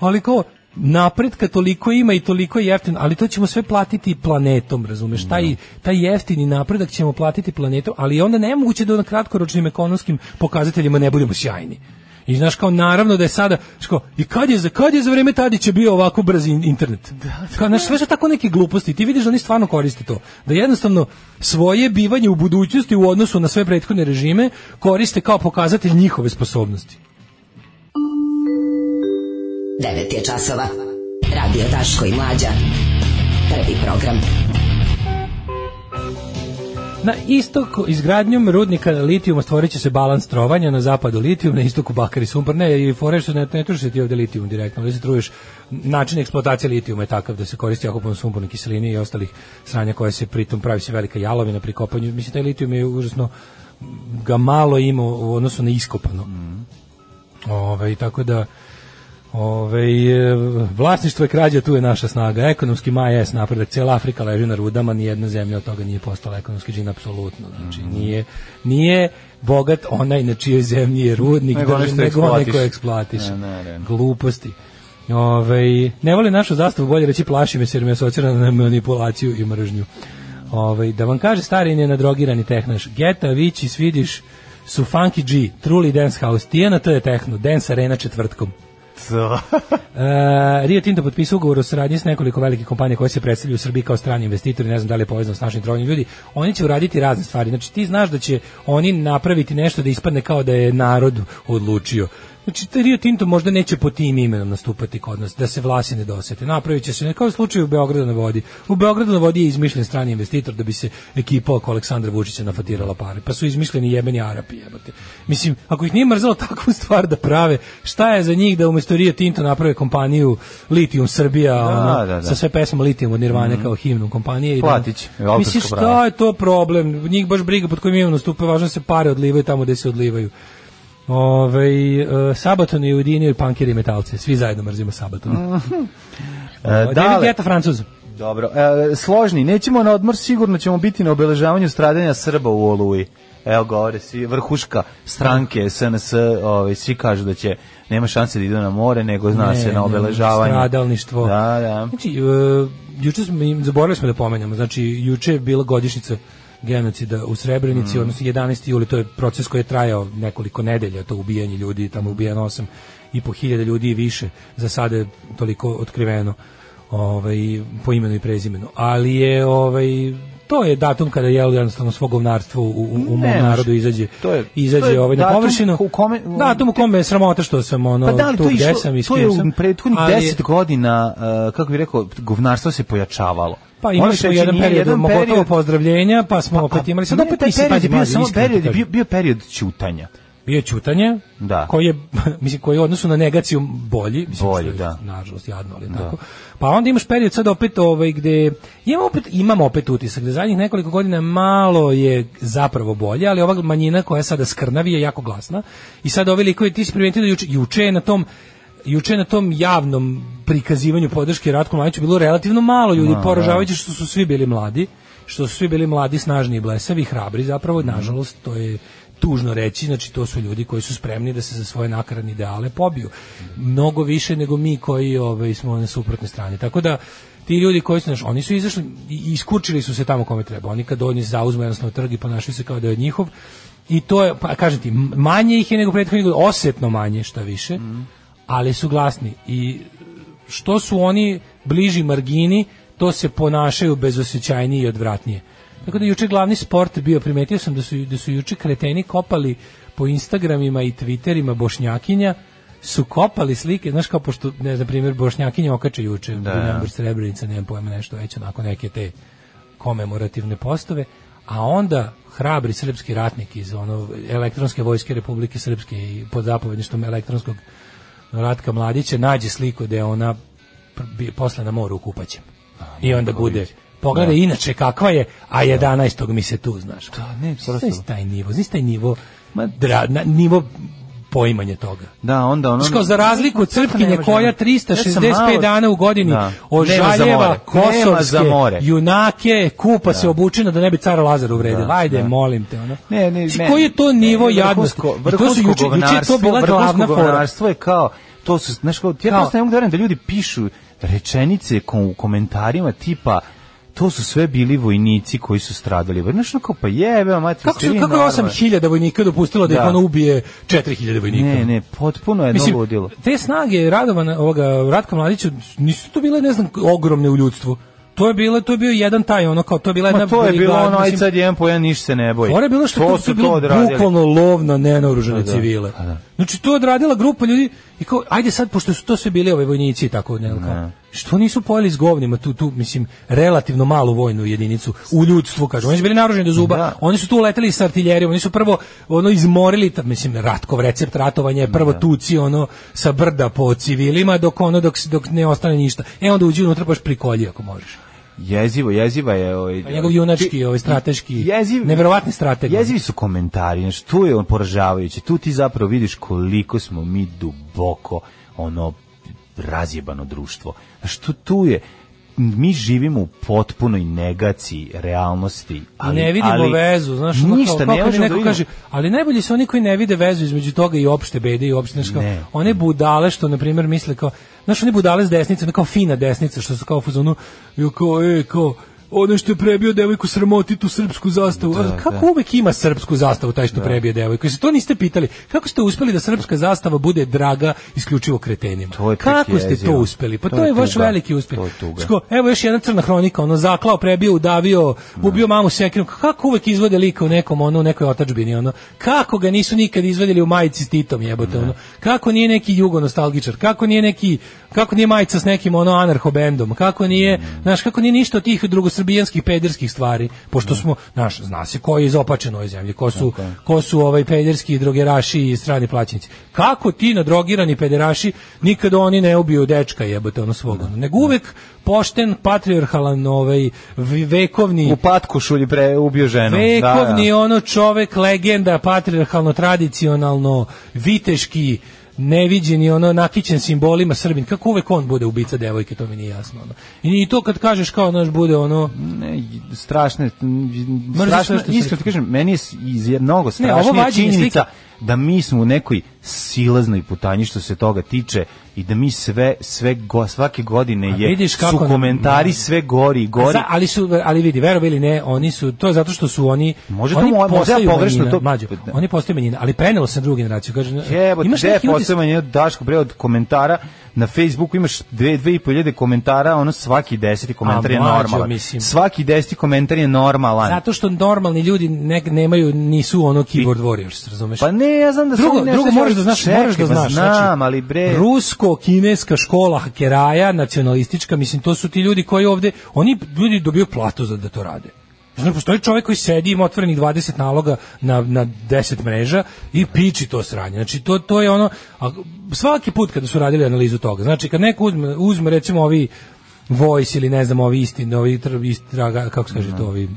F: Ali kao, napretka toliko ima i toliko je jeftin, ali to ćemo sve platiti planetom, razumeš? Taj, taj jeftini napredak ćemo platiti planetom, ali onda nemoguće da na kratkoročnim ekonomskim pokazateljima ne budemo sjajni. I znaš kao naravno da je sada znaš kao, i kad je za kad je za vreme Tadića bio ovako brz in- internet. Kao znaš sve su tako neke gluposti. Ti vidiš da oni stvarno koriste to. Da jednostavno svoje bivanje u budućnosti u odnosu na sve prethodne režime koriste kao pokazatelj njihove sposobnosti.
I: 9 je časova. Radio Daško i Mlađa. Prvi program.
F: Na istoku izgradnjom rudnika litijuma stvorit će se balans trovanja na zapadu litijum, na istoku bakar i sumpor. Ne, i fore što ne, ne truši se ti ovde litijum direktno, ovde se truješ. Način eksploatacije litijuma je takav da se koristi jako puno sumporne kiseline i ostalih sranja koje se pritom pravi se velika jalovina pri kopanju. Mislim, taj litijum je užasno ga malo ima u odnosu na iskopano. Ove, tako da Ove, vlasništvo je krađa, tu je naša snaga. Ekonomski maj je napredak. Cijela Afrika leži na rudama, nijedna zemlja od toga nije postala ekonomski džin, apsolutno. Znači,
G: Mhm.
F: nije, nije bogat onaj na čijoj zemlji je rudnik,
G: Nego onaj
F: drži-
G: što
F: onaj
G: eksploatiše.
F: koji eksploatiš.
G: Ne, naravno.
F: Gluposti. Ove, ne volim našu zastavu, bolje reći plaši me, jer me asocira na manipulaciju i mržnju. Ove, da vam kaže stari nenadrogirani tehnaš, Geta, Vići, Svidiš, su Funky G, Truly Dance House, Tijena, to je tehno, Dance Arena četvrtkom. E, Rio Tinto potpisao ugovor o saradnji s nekoliko velikih kompanija koje se predstavljaju u Srbiji kao strani investitori, ne znam da li je povezano s našim trovanjem ljudi. Oni će uraditi razne stvari. Znači ti znaš da će oni napraviti nešto da ispadne kao da je narod odlučio. Znači, taj Rio Tinto možda neće po tim imenom nastupati kod nas, da se vlasi ne dosete. Napravit će se, ne, kao u slučaju u Beogradu na vodi. U Beogradu na vodi je izmišljen strani investitor da bi se ekipa oko Aleksandra Vučića nafatirala pare. Pa su izmišljeni jebeni Arapi, jebate. Mislim, ako ih nije mrzalo takvu stvar da prave, šta je za njih da umesto Rio Tinto naprave kompaniju Litijum Srbija, ono,
G: da, da.
F: sa sve pesmama Litijum od Nirvane kao himnom kompanije. i da-
G: Platit će, autorsko
F: Mislim, šta
G: pravo.
F: je to problem? Njih baš briga pod kojim imam nastupe, važno je da se pare odlivaju tamo gde se odlivaju. Ove, e, Sabaton je ujedinio i punkiri i metalce. Svi zajedno mrzimo Sabaton.
G: E,
F: David
G: dale.
F: Guetta, Francuz.
G: Dobro, e, složni, nećemo na odmor, sigurno ćemo biti na obeležavanju stradanja Srba u Oluji. Evo govore svi, vrhuška stranke SNS, ovaj, svi kažu da će, nema šanse da idu na more, nego zna
F: Ne,
G: se
F: ne,
G: na obeležavanje.
F: Stradalništvo.
G: Da, da.
F: Znači, e, juče smo, im- zaboravili smo da pomenemo, znači, juče je bila godišnica genocida u
G: Mm.
F: Srebrenici, odnosno 11. juli, to je proces koji je trajao nekoliko nedelja, to ubijanje ljudi, tamo je ubijeno 8 i po hiljada ljudi i više, za sada je toliko otkriveno ovaj, po imenu i prezimenu. Ali je, ovaj, to je datum kada je jednostavno svo govnarstvo u, u, u mom
G: Ne može.
F: narodu izađe,
G: To je-
F: izađe
G: to je
F: ovaj, na
G: datum
F: površinu.
G: u kome-
F: datum u kome je sramota što sam ono,
G: Pa da, ali
F: tu
G: to je,
F: gde
G: išlo,
F: sam i s
G: to je
F: kim
G: u
F: sam,
G: prethodnih
F: ali je-
G: 10 godina, e, kako bih rekao, govnarstvo se pojačavalo.
F: Pa imali
G: Moraš
F: smo
G: reći,
F: jedan
G: nije
F: period,
G: jedan
F: pogotovo
G: period-
F: pozdravljenja, pa smo
G: Pa,
F: opet imali... Sad
G: ne,
F: opet
G: taj
F: nisi,
G: period
F: pazi,
G: je bio
F: mlađe,
G: samo
F: iskreno ti
G: period, je
F: kažem.
G: bio, bio period ćutanja.
F: bio je čutanje,
G: Da.
F: koji je, mislim, koji je u odnosu na negaciju bolji, mislim,
G: Bolji,
F: što je,
G: da.
F: nažalost, jadno, ali je tako. Pa onda imaš period sad opet ovaj, gde, imamo opet, imamo opet utisak, da zadnjih nekoliko godina malo je zapravo bolje, ali ova manjina koja je sada skrnavi je jako glasna i sad ovi likovi, ti si primetio da juče, juče je na tom juče na tom javnom prikazivanju podrške Ratku Mladiću bilo relativno malo ljudi, poražavajući što su svi bili mladi, što su svi bili mladi, snažni i blesavi, i hrabri zapravo, nažalost, to je tužno reći, znači to su ljudi koji su spremni da se za svoje nakaradne ideale pobiju. Mnogo više nego mi koji ovaj, smo na suprotne strane. Tako da, ti ljudi koji su, znaš, oni su izašli i iskučili su se tamo kome treba. Oni kad oni zauzmu jednostavno trg i ponašaju se kao da je od njihov, i to je, pa kažem ti, manje ih je nego prethodnih godina, osetno manje šta više, ali su glasni i što su oni bliži margini, to se ponašaju bezosećajnije i odvratnije. Tako da juče glavni sport bio, primetio sam da su, da su juče kreteni kopali po Instagramima i Twitterima bošnjakinja, su kopali slike, znaš kao pošto, ne znam, primjer, bošnjakinja okače juče, da, Remember Srebrenica, nemam pojma nešto već, onako neke te komemorativne postove, a onda hrabri srpski ratnik iz ono elektronske vojske Republike Srpske i pod zapovedništvom elektronskog Ratka Mladića nađe sliku da je ona pr- bi- posle na moru u kupaćem. I onda bude Pogledaj inače kakva je, a 11. mi se tu, znaš. Da,
G: ne, prosto.
F: taj nivo, znaš taj nivo,
G: Ma-
F: dra- na- nivo poimanja toga.
G: Da, onda ono...
F: Znaš kao za razliku od Crpkinje
G: Ne može,
F: koja
G: ne. Ja
F: 365
G: sam malo-
F: dana u godini
G: Da. Nema za
F: ožaljeva
G: more. Nema za
F: kosovske
G: more.
F: junake, kupa se obučena da ne bi car Lazar uvredio.
G: Da,
F: Ajde,
G: da.
F: molim te. Ono.
G: Ne, ne,
F: Mislim,
G: ne.
F: Koji je to nivo
G: Ne,
F: jadnosti?
G: vrhunsko-
F: I to su
G: vrhunsko
F: juče, juče je to
G: govnarstvo,
F: bila
G: vrhunsko
F: glavna fora.
G: govnarstvo je kao, to su, znaš kao, ja
F: Kao-
G: prosto ne mogu da verujem da ljudi pišu rečenice ko- u komentarima tipa to su sve bili vojnici koji su stradali. Znaš, ono kao, pa jebe, mate,
F: Kako,
G: ste
F: su,
G: vi
F: kako je
G: normalni?
F: 8000 vojnika dopustilo da, ih
G: Da.
F: ono ubije 4000 vojnika?
G: Ne, ne, potpuno je
F: Mislim,
G: jedno ludilo.
F: te snage Radovana, ovoga, Ratka Mladića nisu to bile, ne znam, ogromne u ljudstvu. To je bilo, to je bio jedan taj, ono kao, to je bila jedna
G: Ma to je bilo
F: brigada,
G: ono, aj
F: mislim,
G: sad jedan po jedan, niš se ne boji.
F: Fora je bilo što to, su bilo
G: odradili.
F: bukvalno lov na nenaoružane
G: da,
F: civile.
G: pa da.
F: Znači to je odradila grupa ljudi i kao ajde sad pošto su to sve bili ovi vojnici i tako ne, kao, Što nisu pojeli s govnima tu tu mislim relativno malu vojnu jedinicu u ljudstvu kažu. Oni su bili naoružani do zuba.
G: Da.
F: Oni su tu leteli sa artiljerijom, oni su prvo ono izmorili ta- mislim Ratkov recept ratovanja je prvo tuci ono sa brda po civilima dok ono dok se- dok ne ostane ništa. E onda uđi unutra baš prikolji ako možeš.
G: Jezivo, jeziva je... Ovaj,
F: A njegov junački, ovaj strateški,
G: Jeziv-
F: neverovatni strateg. ono.
G: Jezivi su komentari, znaš, tu je on poražavajući, tu ti zapravo vidiš koliko smo mi duboko ono razjebano društvo. Znaš, tu, tu je, mi živimo u potpunoj negaciji realnosti. Ali,
F: ne vidimo
G: ali
F: vezu, znaš, ono
G: ništa,
F: kao,
G: ne
F: kako
G: možemo da
F: neko
G: vidimo.
F: kaže, ali najbolji su oni koji ne vide vezu između toga i opšte bede i opšte, znaš, kao,
G: Ne.
F: one budale što, na primjer, misle kao, znaš, one budale s desnice, ono kao fina desnica, što su kao u fazonu, jo, kao, e, kao, ono što je prebio devojku sramoti tu srpsku zastavu. A kako uvek ima srpsku zastavu taj što prebije devojku? Se to niste pitali. Kako ste uspeli da srpska zastava bude draga isključivo kretenima?
G: To je tek
F: kako ste to
G: jezivo.
F: uspeli? Pa to,
G: To
F: je,
G: je
F: vaš
G: tuga.
F: veliki uspeh.
G: To je tuga.
F: Sko- evo još jedna crna hronika, ono zaklao, prebio, udavio, ubio mamu sekirom. Kako uvek izvode lika u nekom ono, u nekoj otačbini, ono. Kako ga nisu nikad izvadili u majici s Titom, jebote, ono. Kako nije neki jugo nostalgičar, kako nije neki kako nije majica s nekim ono anarhobendom, kako nije, znaš, kako nije ništa od tih drugosrbijanskih pederskih stvari, pošto smo, znaš, zna se ko je izopačen u ovoj zemlji, ko su, ko su ovaj pederski drogeraši i strani plaćnici. Kako ti nadrogirani pederaši nikada oni ne ubiju dečka jebote ono svog, ono, nego uvek pošten, patriarhalan, ovaj, v- vekovni,
G: U patku šulji pre ubio ženu.
F: vekovni ono čovek, legenda, patriarhalno, tradicionalno, viteški, neviđeni, ono, nakićen simbolima Srbin. Kako uvek on bude ubica devojke, to mi nije jasno. Ono. I, I to kad kažeš kao, znaš, bude ono...
G: ne, strašne,
F: sve
G: strašno,
F: što se
G: iskreno
F: rekao.
G: ti kažem, meni je s- iz je mnogo
F: ovo
G: strašnija
F: vađenje
G: činjenica
F: slika-
G: da mi smo u nekoj silaznoj putanji što se toga tiče i da mi sve, sve go, svake godine
F: A
G: je,
F: vidiš kako
G: su
F: nam-
G: komentari sve gori i gori.
F: Za- ali su ali vidi verovali ili ne oni su to je zato što su oni
G: Može to
F: oni
G: mo- možda ja
F: postaju
G: pogrešno
F: manjina,
G: to-
F: mlađo, oni postaju manjina ali prenelo se na drugu generaciju kaže
G: Jebo,
F: imaš
G: gde je
F: neki utisak
G: posebno Daško, bre, od komentara na Facebooku imaš dve, dve i pol hiljade komentara, ono svaki deseti komentar
F: A,
G: je
F: mlađo,
G: normalan.
F: mislim.
G: Svaki deseti komentar je normalan.
F: zato što normalni ljudi ne, nemaju nisu ono keyboard warriors razumeš
G: Pa ne, ja znam da se
F: drugo,
G: oni ne
F: drugo
G: sećaju.
F: moraš da znaš,
G: Čekaj,
F: moraš da
G: pa
F: znaš.
G: znam,
F: znači,
G: ali bre...
F: Rusko-kineska škola hakeraja, nacionalistička, mislim, to su ti ljudi koji ovde, oni ljudi dobiju platu za da to rade. Znači, postoji čovjek koji sedi, ima otvorenih 20 naloga na, na 10 mreža i piči to sranje. Znači, to, to je ono, a svaki put kada su radili analizu toga, znači, kad neko uzme, uzme recimo, ovi Voice ili ne znam, ovi istine, ovi tr- istraga, kako se kaže to, ovi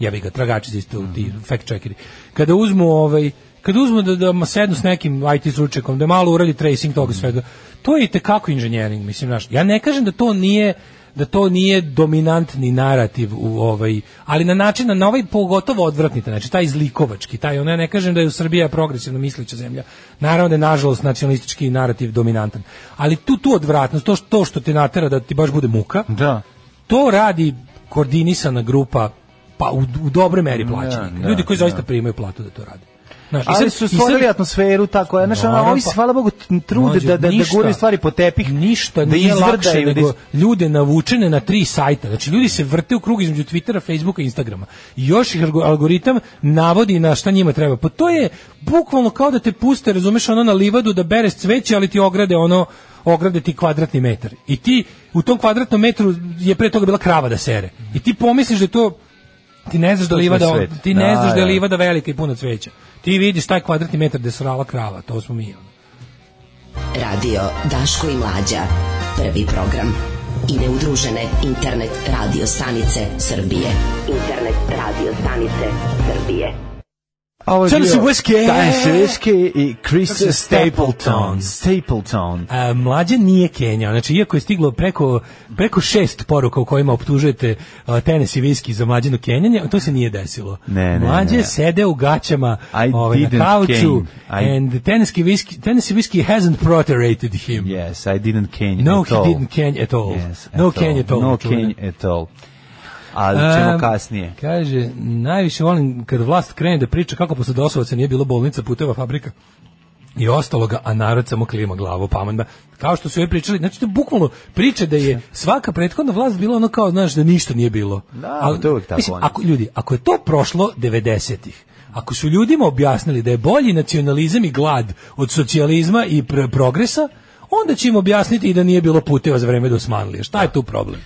F: jebi ga, tragači za isto, ti fact checkeri. Kada uzmu ovaj, kada uzmu da, da ma sednu s nekim IT stručnjakom, da malo uradi tracing toga svega, to je i tekako inženjering, mislim, znaš. Ja ne kažem da to nije da to nije dominantni narativ u ovaj, ali na način na ovaj pogotovo odvratnite, znači taj izlikovački, taj ona ne kažem da je u Srbija progresivno misleća zemlja. Naravno da je nažalost nacionalistički narativ dominantan, ali tu tu odvratnost, to što, to što te natera da ti baš bude muka.
G: Da.
F: To radi koordinisana grupa pa u, u dobroj meri plaćenika.
G: da,
F: Ljudi koji
G: da.
F: zaista primaju platu da to rade. Znaš, i
G: Ali
F: sad-
G: su
F: i sad-
G: stvorili atmosferu tako, ja znači
F: Naravno,
G: oni se
F: pa-
G: hvala Bogu t- trude
F: Mlađo,
G: da da da
F: ništa-
G: guraju stvari po tepih,
F: ništa
G: da
F: nije lakše
G: izvrdaju, da
F: nego
G: iz-
F: ljude navučene na tri sajta. Znači ljudi se vrte u krug između Twittera, Facebooka i Instagrama. I Još ih algo- algoritam navodi na šta njima treba. Pa to je bukvalno kao da te puste, razumeš, ono na livadu da bereš cveće, ali ti ograde ono ograde ti kvadratni metar. I ti u tom kvadratnom metru je pre toga bila krava da sere. I ti pomisliš da je to ti ne znaš da
G: To
F: je
G: je
F: livada
G: svet.
F: ti ne
G: Da,
F: znaš da je
G: da.
F: livada velika i puna cveća. Ti vidiš taj kvadratni metar gde je srala krava, to smo mi. ono.
I: Radio Daško i Mlađa. Prvi program. I neudružene internet radio stanice Srbije. Internet radio stanice Srbije.
G: Ovo je
F: Charles
G: bio-
F: Whiskey.
G: Da, Whiskey i Chris
F: Kako se-
G: Stapleton. Stapleton.
F: A, mlađe nije Kenja, znači iako je stiglo preko, preko šest poruka u kojima optužujete a, tenis i viski za mlađeno Kenjanje, to se nije desilo.
G: Ne, ne,
F: Mlađe
G: ne.
F: sede u gaćama
G: I
F: ovaj, na
G: didn't
F: kauču
G: Kenj. I-
F: and teniski viski, tenisi viski hasn't proterated him.
G: Yes, I didn't cane
F: No,
G: at
F: he
G: all.
F: didn't Kenj at all.
G: Yes,
F: no Kenj at all. Um,
G: No
F: čuvena.
G: cane at all. Ali ćemo
F: Em,
G: kasnije.
F: Kaže, najviše volim kad vlast krene da priča kako posle Dosovaca nije bilo bolnica, puteva, fabrika i ostaloga, a narod samo klima glavu pametna. Kao što su joj pričali, znači to je bukvalno priča da je svaka prethodna vlast bila ono kao, znaš, da ništa nije bilo.
G: Da, to je uvek tako, ono.
F: ako, ljudi, ako je to prošlo 90-ih, ako su ljudima objasnili da je bolji nacionalizam i glad od socijalizma i pr- progresa, onda će im objasniti i da nije bilo puteva za vreme Dosmanlije. Šta je tu problem?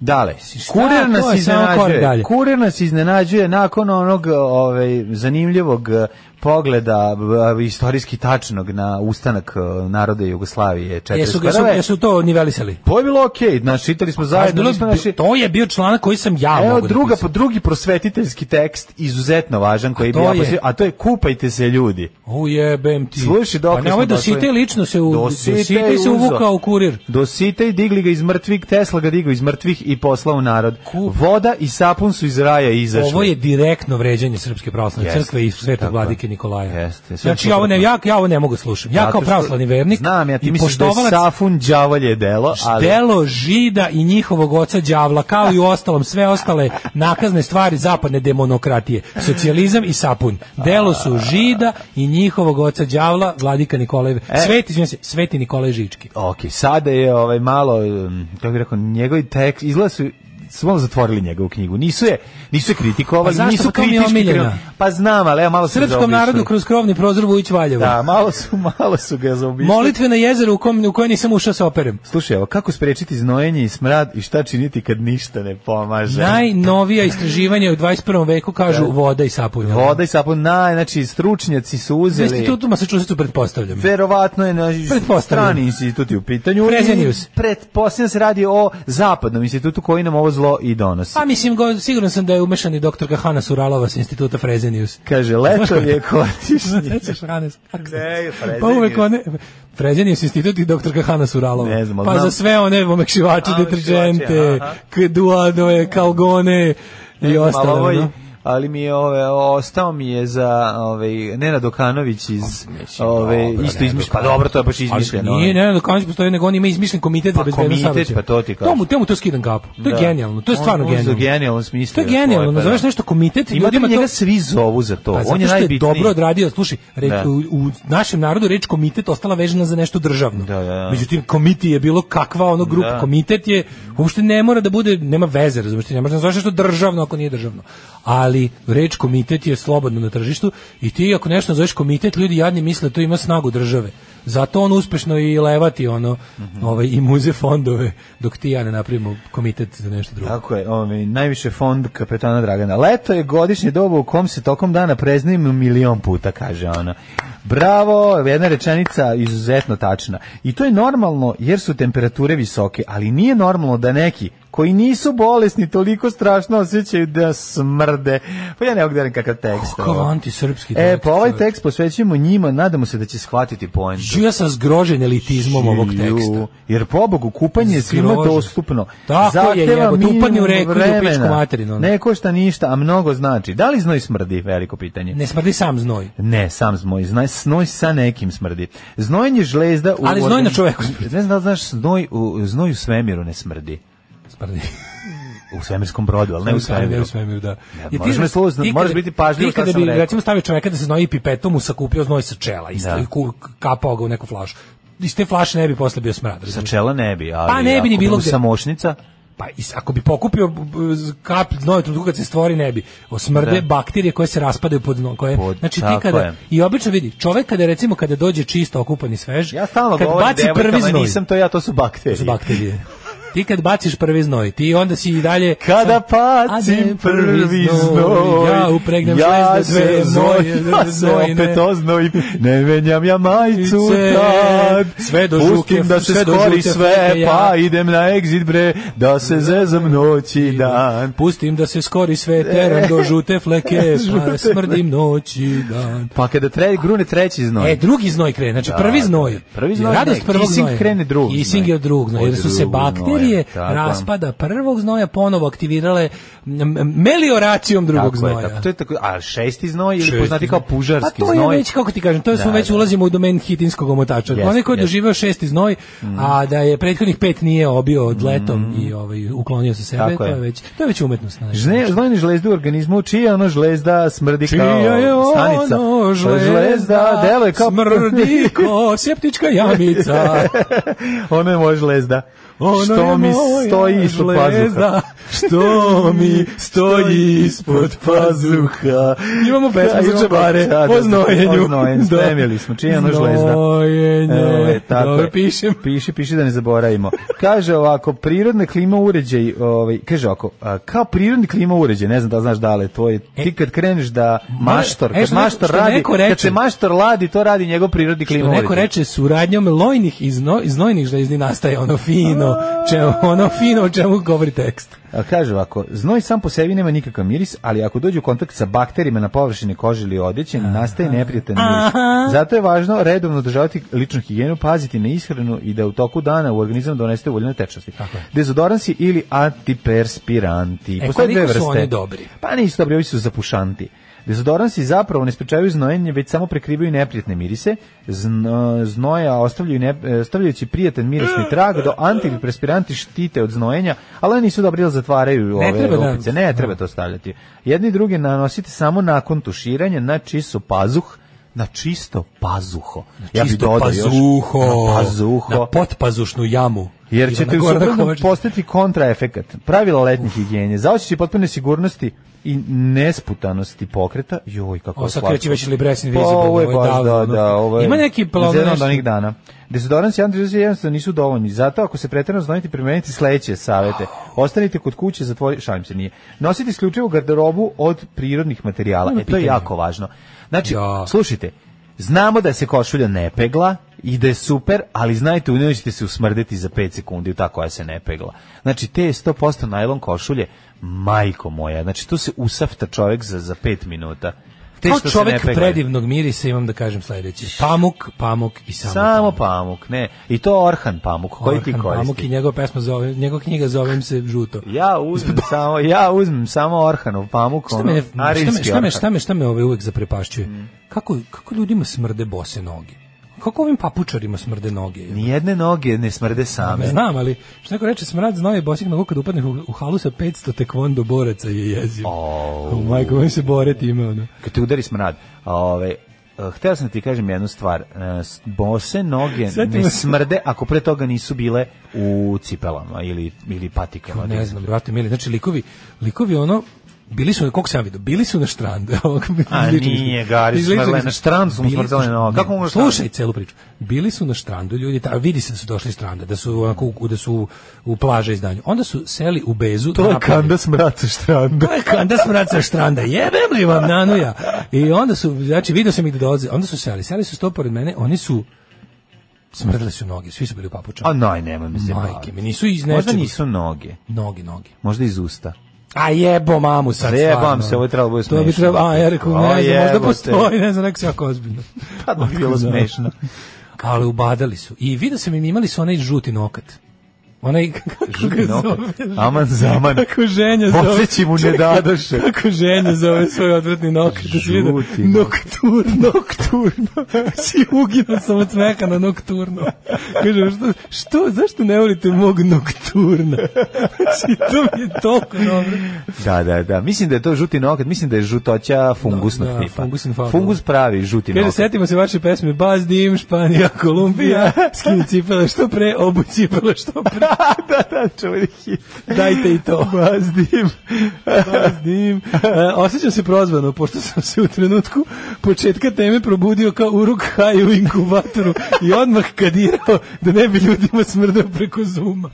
G: Dale,
F: to
G: kurir nas
F: je samo korak dalje.
G: iznenađuje. Kurir nas iznenađuje nakon onog ovaj zanimljivog eh, pogleda eh, istorijski tačnog na ustanak eh, naroda Jugoslavije 41.
F: Jesu, ga- jesu, jesu to nivelisali?
G: To je bilo okej, znači čitali smo
F: To je,
G: zašto
F: bilo-
G: nismo naši...
F: to je bio članak koji sam ja
G: Evo
F: mogu
G: druga,
F: napisati.
G: po drugi prosvetiteljski tekst, izuzetno važan, koji bi
F: to
G: ja
F: je-
G: posvetio, a to je kupajte se ljudi.
F: U jebem ti.
G: Slušaj, dokle
F: Pa nemoj
G: smo
F: da
G: došli?
F: Site lično se u,
G: Dositej
F: Dositej se
G: uzo.
F: uvukao u kurir.
G: Dosite i digli ga iz mrtvih, Tesla ga digao iz mrtvih i poslao u narod.
F: Ku-
G: Voda i sapun su iz raja izašli.
F: Ovo je direktno vređanje Srpske pravoslavne
G: Jeste,
F: crkve i svetog
G: tako
F: vladike
G: je.
F: Nikolaja.
G: Jeste, sve
F: znači, ja
G: suprotno.
F: ovo, ne, ja, ja ovo ne mogu slušati. Ja
G: Zato
F: kao
G: što-
F: pravoslavni vernik
G: Znam, ja ti
F: i
G: misliš da je
F: poštovalac
G: safun đavolje delo, ali...
F: delo žida i njihovog oca đavla, kao i u ostalom sve ostale nakazne stvari zapadne demonokratije, socijalizam i sapun. Delo su žida i njihovog oca đavla, vladika Nikolaj,
G: E.
F: sveti, izvinjam se, sveti Nikolaj Žički.
G: Ok, sada je ovaj malo, um, kako bih rekao, njegovi tekst, izgleda su su malo zatvorili njegovu knjigu. Nisu je, nisu je
F: Pa
G: kritikovali,
F: zašto?
G: nisu
F: Pa kao mi je
G: kritički.
F: omiljena.
G: krenuli. Pa znam, ali ja malo su ga
F: Srpskom
G: zaobišli.
F: narodu kroz krovni prozor Vujić Valjevo.
G: Da, malo su, malo su ga zaobišli.
F: Molitve na jezeru u, kom, u koje nisam ušao sa operem.
G: Slušaj, evo, kako sprečiti znojenje i smrad i šta činiti kad ništa ne pomaže?
F: Najnovija istraživanja u 21. veku kažu
G: Da.
F: voda i sapun.
G: Voda i sapun, naj, znači, stručnjaci su
F: Na
G: uzeli...
F: institutu Massachusettsu pretpostavljam.
G: Verovatno je na
F: Pretpostavljam.
G: strani instituti u pitanju.
F: Fresenius.
G: I Pretpostavljam se radi o zapadnom institutu koji nam ovo zlo i donosi.
F: Pa mislim, go, siguran sam da je umešani doktorka Hana Suralova sa instituta Frezenius.
G: Kaže, leto je kotišnje.
F: Sećaš Hane? kako se-
G: Ne, Frezenius.
F: Pa uvek one... Frezenius institut i doktorka Hana Suralova.
G: Ne znam, ali
F: pa za
G: znam-
F: sve one omekšivače,
G: A,
F: deterđente,
G: omekšivače, aha.
F: k- duadove, kalgone i ostale. ono.
G: Ali ovo je- ono.
F: no?
G: ovaj, ali mi je ove, ostao mi je za ovaj Nenad Okanović iz ove
F: dobro,
G: isto
F: Nenad
G: izmišljeno. Pa
F: Okanović.
G: dobro, to je baš
F: Ali
G: izmišljeno.
F: Nije,
G: ono.
F: ne, ne, Kanić postoji, nego on ima izmišljen komitet za
G: Pa
F: bezbednost
G: komitet,
F: saobraćaja.
G: pa to ti kažem.
F: Tomu, temu to skidam kapu. To je
G: Da.
F: genijalno, to je
G: On-
F: stvarno
G: on za
F: genijalno.
G: genijalan smisli
F: To je
G: da je
F: genijalno,
G: svoje, pa
F: nazoveš
G: da.
F: nešto komitet,
G: Ima da
F: ljudima
G: njega
F: to...
G: svi zovu za to.
F: Pa, zato
G: on je
F: što
G: najbitniji.
F: dobro odradio, slušaj, re,
G: Da.
F: u, u našem narodu reč komitet ostala vezana za nešto državno.
G: Da, da, da.
F: Međutim, komiti je bilo kakva ono grupa,
G: Da.
F: komitet je, uopšte ne mora da bude, nema veze, razumiješ, ti ne možeš da nazoveš nešto državno ako nije državno. Ali reč komitet je slobodno na tržištu i ti ako nešto nazoveš komitet, ljudi jadni misle to ima snagu države. Zato on uspešno i levati ono,
G: Mhm.
F: ovaj, i muze fondove, dok ti i ja ne napravimo komitet za nešto drugo.
G: Tako je, ovaj, najviše fond kapetana Dragana. Leto je godišnje doba u kom se tokom dana preznim milion puta, kaže ona. Bravo, jedna rečenica izuzetno tačna. I to je normalno jer su temperature visoke, ali nije normalno da neki koji nisu bolesni toliko strašno osjećaju da smrde. Pa ja ne mogu da reći kakav tekst.
F: Kako antisrpski
G: E,
F: tekst,
G: pa ovaj
F: čovječe.
G: tekst posvećujemo njima, nadamo se da će shvatiti poentu.
F: Ču ja sam zgrožen elitizmom ovog
G: Ju,
F: teksta.
G: Jer pobogu kupanje je svima
F: Zgrožen.
G: dostupno.
F: Tako je,
G: Zahteva
F: jebote,
G: minimum
F: upadni u reku i u pičku
G: vremena.
F: materinu, ono.
G: Ne košta ništa, a mnogo znači. Da li znoj smrdi? Veliko pitanje.
F: Ne smrdi sam znoj.
G: Ne, sam znoj, znoj, znoj sa nekim smrdi. Znojenje žlezda u
F: Ali znoj na
G: organi-
F: čoveku smrdi.
G: Ne znam da li znaš, znoj u, znoj u svemiru ne smrdi.
F: Smrdi.
G: U svemirskom brodu, ali ne u
F: Ali ne
G: svemiru.
F: u svemiru, da. ti
G: moraš
F: znaš-
G: me sluzno-
F: ti
G: moraš
F: kada-
G: biti pažljiv
F: ti
G: šta
F: kada
G: sam
F: bi,
G: rekao.
F: recimo, stavio čoveka da se znoji pipetom, mu sakupio znoj sa čela isto,
G: Da.
F: i ku- kapao ga u neku flašu. Iz te flaše ne bi posle bio smrad.
G: Sa
F: razumeš?
G: čela ne bi, ali
F: Pa ne bi ni
G: ako
F: bilo
G: u
F: gde.
G: samošnica,
F: Pa i s- ako bi pokupio b- b- z- kap znoja u trenutku kad se stvori ne bi osmrde
G: Da.
F: bakterije koje se raspadaju pod dno koje
G: Pod-
F: znači ti
G: tako
F: kada
G: je.
F: i obično vidi čovek kada recimo kada dođe čisto okupan i svež
G: ja stalno
F: kad
G: govorim
F: baci
G: devojkama,
F: prvi znoj
G: nisam to ja, to su bakterije.
F: to su bakterije ti kad baciš prvi znoj ti onda si i dalje
G: Kada
F: sad-
G: pacim
F: Ade,
G: prvi znoj,
F: ja upregnem
G: ja
F: žlezde
G: se
F: dve
G: znoj,
F: moje
G: ja se
F: znojne.
G: opet oznojim, ne menjam ja majicu
F: Ice,
G: tad,
F: sve do
G: pustim
F: žuke,
G: da se
F: sve do
G: skori
F: žute
G: sve,
F: frke ja.
G: pa idem na exit bre, da se zezam noć i dan.
F: pustim da se skori sve teram do žute fleke pa smrdim noć i dan
G: Pa kada tre, grune treći znoj.
F: E, drugi znoj krene, znači
G: Da,
F: prvi znoj.
G: prvi znoj
F: Radost
G: ne,
F: prvog
G: kissing
F: znoja.
G: krene drugog
F: Kissing
G: znoja.
F: je od drugog znoja,
G: Od
F: jer su se
G: drugog znoja,
F: bakterije
G: tako.
F: raspada prvog znoja ponovo aktivirale m, m, melioracijom drugog
G: Tako je,
F: znoja.
G: tako, to je tako, a šesti znoj ili
F: Šesti
G: poznati kao pužarski
F: pa to
G: znoj.
F: je već, kako ti kažem, to
G: Da,
F: smo već
G: da.
F: ulazimo u domen hitinskog omotača.
G: Jeste,
F: Onaj ko je
G: jeste. Mhm.
F: doživeo šesti znoj, a da je prethodnih pet nije obio od letom i ovaj, uklonio sa sebe,
G: Tako
F: to
G: je.
F: je. već, to je već umetnost. na neki
G: Žne, znojne žlezde u organizmu, čija ono žlezda smrdi
F: Čija
G: kao
F: je ono
G: stanica?
F: žlezda,
G: deluje kao...
F: smrdi ko septička jamica.
G: ono je moja žlezda.
F: Ono
G: što
F: je
G: mi
F: moja
G: stoji ispod pazuha.
F: žlezda,
G: Što mi stoji ispod pazuha.
F: Imamo pesmu za čabare, o znojenju. Da.
G: Spremili smo, čija je ono žlezda.
F: Znojenje.
G: E, tako
F: Dobro,
G: je.
F: pišem.
G: Piši, piši da ne zaboravimo. Kaže ovako, prirodne klima uređaj, ovaj, kaže ovako, a, kao prirodni klima uređaj, ne znam da li znaš da li je tvoj, ti kad kreneš da maštor,
F: e,
G: kad
F: što
G: maštor
F: neko- što
G: radi,
F: neko
G: kad
F: reče.
G: se maštor ladi, to radi njegov prirodni klima
F: Što
G: uređaj.
F: neko reče, suradnjom lojnih i, zno, i znojnih žlezdi nastaje ono fino, čemu, ono fino o čemu govori tekst.
G: A, Kaže ovako, znoj sam po sebi nema nikakav miris, ali ako dođe u kontakt sa bakterijama na površini kože ili odeće, nastaje neprijatan miris. Zato je važno redovno održavati ličnu higijenu, paziti na ishranu i da u toku dana u organizam doneste voljene tečnosti. Dezodoransi ili antiperspiranti.
F: E,
G: Postoje
F: koliko su
G: dve vrste.
F: oni dobri?
G: Pa nisu dobri, ovi su zapušanti. Dezodoransi zapravo ne sprečavaju znojenje, već samo prekrivaju neprijatne mirise. Zno- znoja ostavljaju ne, e, stavljajući prijatan mirisni trag, do antiperspiranti štite od znojenja, ali oni nisu dobri jer zatvaraju
F: Ne
G: ove
F: treba da-
G: rupice. Ne treba to stavljati. Jedni i drugi nanosite samo nakon tuširanja na čisto pazuh, na čisto pazuho. ja bih
F: Čisto
G: dodao još
F: pazuho,
G: na pazuho.
F: na potpazušnu jamu.
G: Jer
F: Ivana
G: ćete u
F: Gorana
G: suprotnom
F: Kovačić.
G: postati kontraefekat. Pravila letnje higijene, zaočići potpune sigurnosti i nesputanosti pokreta. Joj, kako
F: Ovo
G: je
F: sad
G: slatko.
F: kreće već Libresin
G: Pa,
F: Visible,
G: ovo je
F: ovo je
G: baš,
F: davno,
G: da,
F: ono.
G: da, ovo je
F: Ima neki plan,
G: za jedan od
F: nešto?
G: onih dana. Dezodoransi i antidezodoransi jednostavno nisu dovoljni. Zato ako se preterano znojite, primenite sledeće savete. Ostanite kod kuće, zatvori, šalim se nije. Nosite isključivo garderobu od prirodnih materijala.
F: Ima
G: E, to je
F: pitanje.
G: jako važno. Znači,
F: Ja.
G: slušajte, znamo da se košulja ne pegla i da je super, ali znajte, u njoj ćete se usmrditi za 5 sekundi u ta koja se ne pegla. Znači, te 100% najlon košulje, majko moja, znači tu se usafta čovjek za, za 5 minuta. Te
F: Kao
G: što se ne
F: čovek
G: peglaju.
F: predivnog mirisa imam da kažem sledeće. Pamuk, pamuk i samo,
G: Samo pamuk, ne. I to Orhan pamuk, koji ti
F: Orhan Pamuk i
G: koristi.
F: njegova pesma zove, njegova knjiga zovem se žuto.
G: Ja uzmem samo, ja uzmem samo Orhanov pamuk,
F: Šta
G: ono,
F: me, šta me,
G: arilski
F: šta me,
G: Orhan. Mm.
F: šta me, šta me ove uvek zaprepašćuje? Kako, kako ljudima smrde bose noge? Kako ovim papučarima smrde noge?
G: Nijedne noge ne smrde same.
F: Ne znam, ali što neko reče, smrad znoje bosih nogu kad upadne u, u halu sa 500 tekvondo boraca je jeziv. Oh. Majko, on se bore time, ono.
G: Kad te udari smrad, a, ove, e, Hteo sam ti kažem jednu stvar. e, s- Bose noge
F: Sjetimo se.
G: ne smrde ako pre toga nisu bile u cipelama ili, ili patikama.
F: Pa Ne znam, brate mili, znači likovi, likovi ono, Bili su, koliko sam ja vidio, bili su na štrandu.
G: A nije, Gari, smrle, na štrandu su mu smrdele noge. Kako mogu
F: Slušaj celu priču. Bili su na štrandu ljudi, ta, vidi se da su došli iz stranda, da su onako u- da su u, u plaže izdanju. Onda su seli u bezu.
G: To je
F: napravili-
G: kanda smrata štranda.
F: To je kanda smraca štranda, jebem li vam nanuja. I onda su, znači, vidio sam ih da dolaze, onda su seli, seli su sto pored mene, oni su, smrdili su noge, svi su bili u papučama.
G: A pa, noj, nemoj me se
F: Majke mi,
G: baviti.
F: nisu iz
G: Možda
F: nečeg-
G: nisu noge,
F: Noge, noge.
G: možda iz usta.
F: A jebo mamu sad
G: Zajebam
F: stvarno.
G: se, ovo je trebalo bude
F: To bi
G: smešno.
F: trebalo, a ja rekao,
G: A,
F: ne znam, možda
G: jebote.
F: postoji, ne znam, rekao se jako ozbiljno.
G: Pa da bi bilo
F: Da.
G: smešno.
F: Ali ubadali su. I vidio sam im, imali su onaj žuti nokat. Onaj, kako
G: Žuti
F: ga
G: nokat.
F: zoveš?
G: Aman zaman.
F: Kako ženja zove.
G: Poseći mu ne dadoše.
F: Kako ženja zove svoj odvratni nokat. Da si vidio,
G: Žuti
F: nokturno. Nokturno. si uginuo sam od smeha na nokturno. Kaže, što, što, zašto ne volite mog nokturna? Znači, to mi je toliko dobro.
G: Da, da, da. Mislim da je to žuti nokat, mislim da je žutoća fungusnog
F: Da, da,
G: tipa.
F: fungus infalum.
G: Fungus pravi žuti
F: Kaže,
G: nokat.
F: setimo se vaše pesme Baz, Dim, Španija, Kolumbija, skini cipele što pre, obu cipele što pre.
G: da, da, čuveni hit.
F: Dajte i to.
G: Bazdim.
F: Baz, Dim. E, osjećam se prozvano, pošto sam se u trenutku početka teme probudio kao uruk haj u inkubatoru i odmah kadirao da ne bi ljudima smrdeo preko zuma.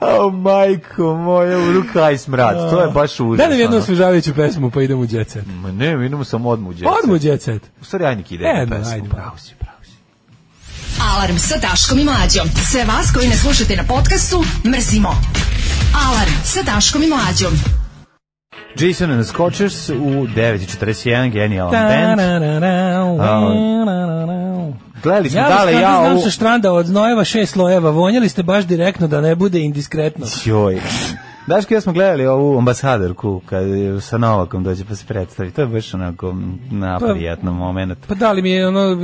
G: O, majko moja, u rukaj smrad. To je baš užas.
F: Da nam jednu
G: ono.
F: osvežavajuću pesmu, pa idemo u jet set.
G: Ma ne, mi idemo samo odmu u džet.
F: Odmo u jet set.
G: U stvari, ajnik ide.
F: E,
G: E,
F: da,
G: da,
F: ajde.
G: Pravo si, pravo si.
I: Alarm sa Daškom i Mlađom. Sve vas koji ne slušate na podcastu, mrzimo. Alarm sa Daškom i Mlađom.
G: Jason and the Scotchers u 9.41, genijalan band.
F: Ta-ra-ra-ra,
G: Gledali smo
F: Ja vas
G: dale
F: kako
G: ja
F: znam
G: ovu...
F: sa štranda od znojeva šest slojeva, vonjeli ste baš direktno da ne bude indiskretno.
G: Joj. Daš kada smo gledali ovu ambasadorku kad je sa Novakom dođe pa se predstavi, to je baš onako m, naprijatno moment.
F: Pa da li mi je ono,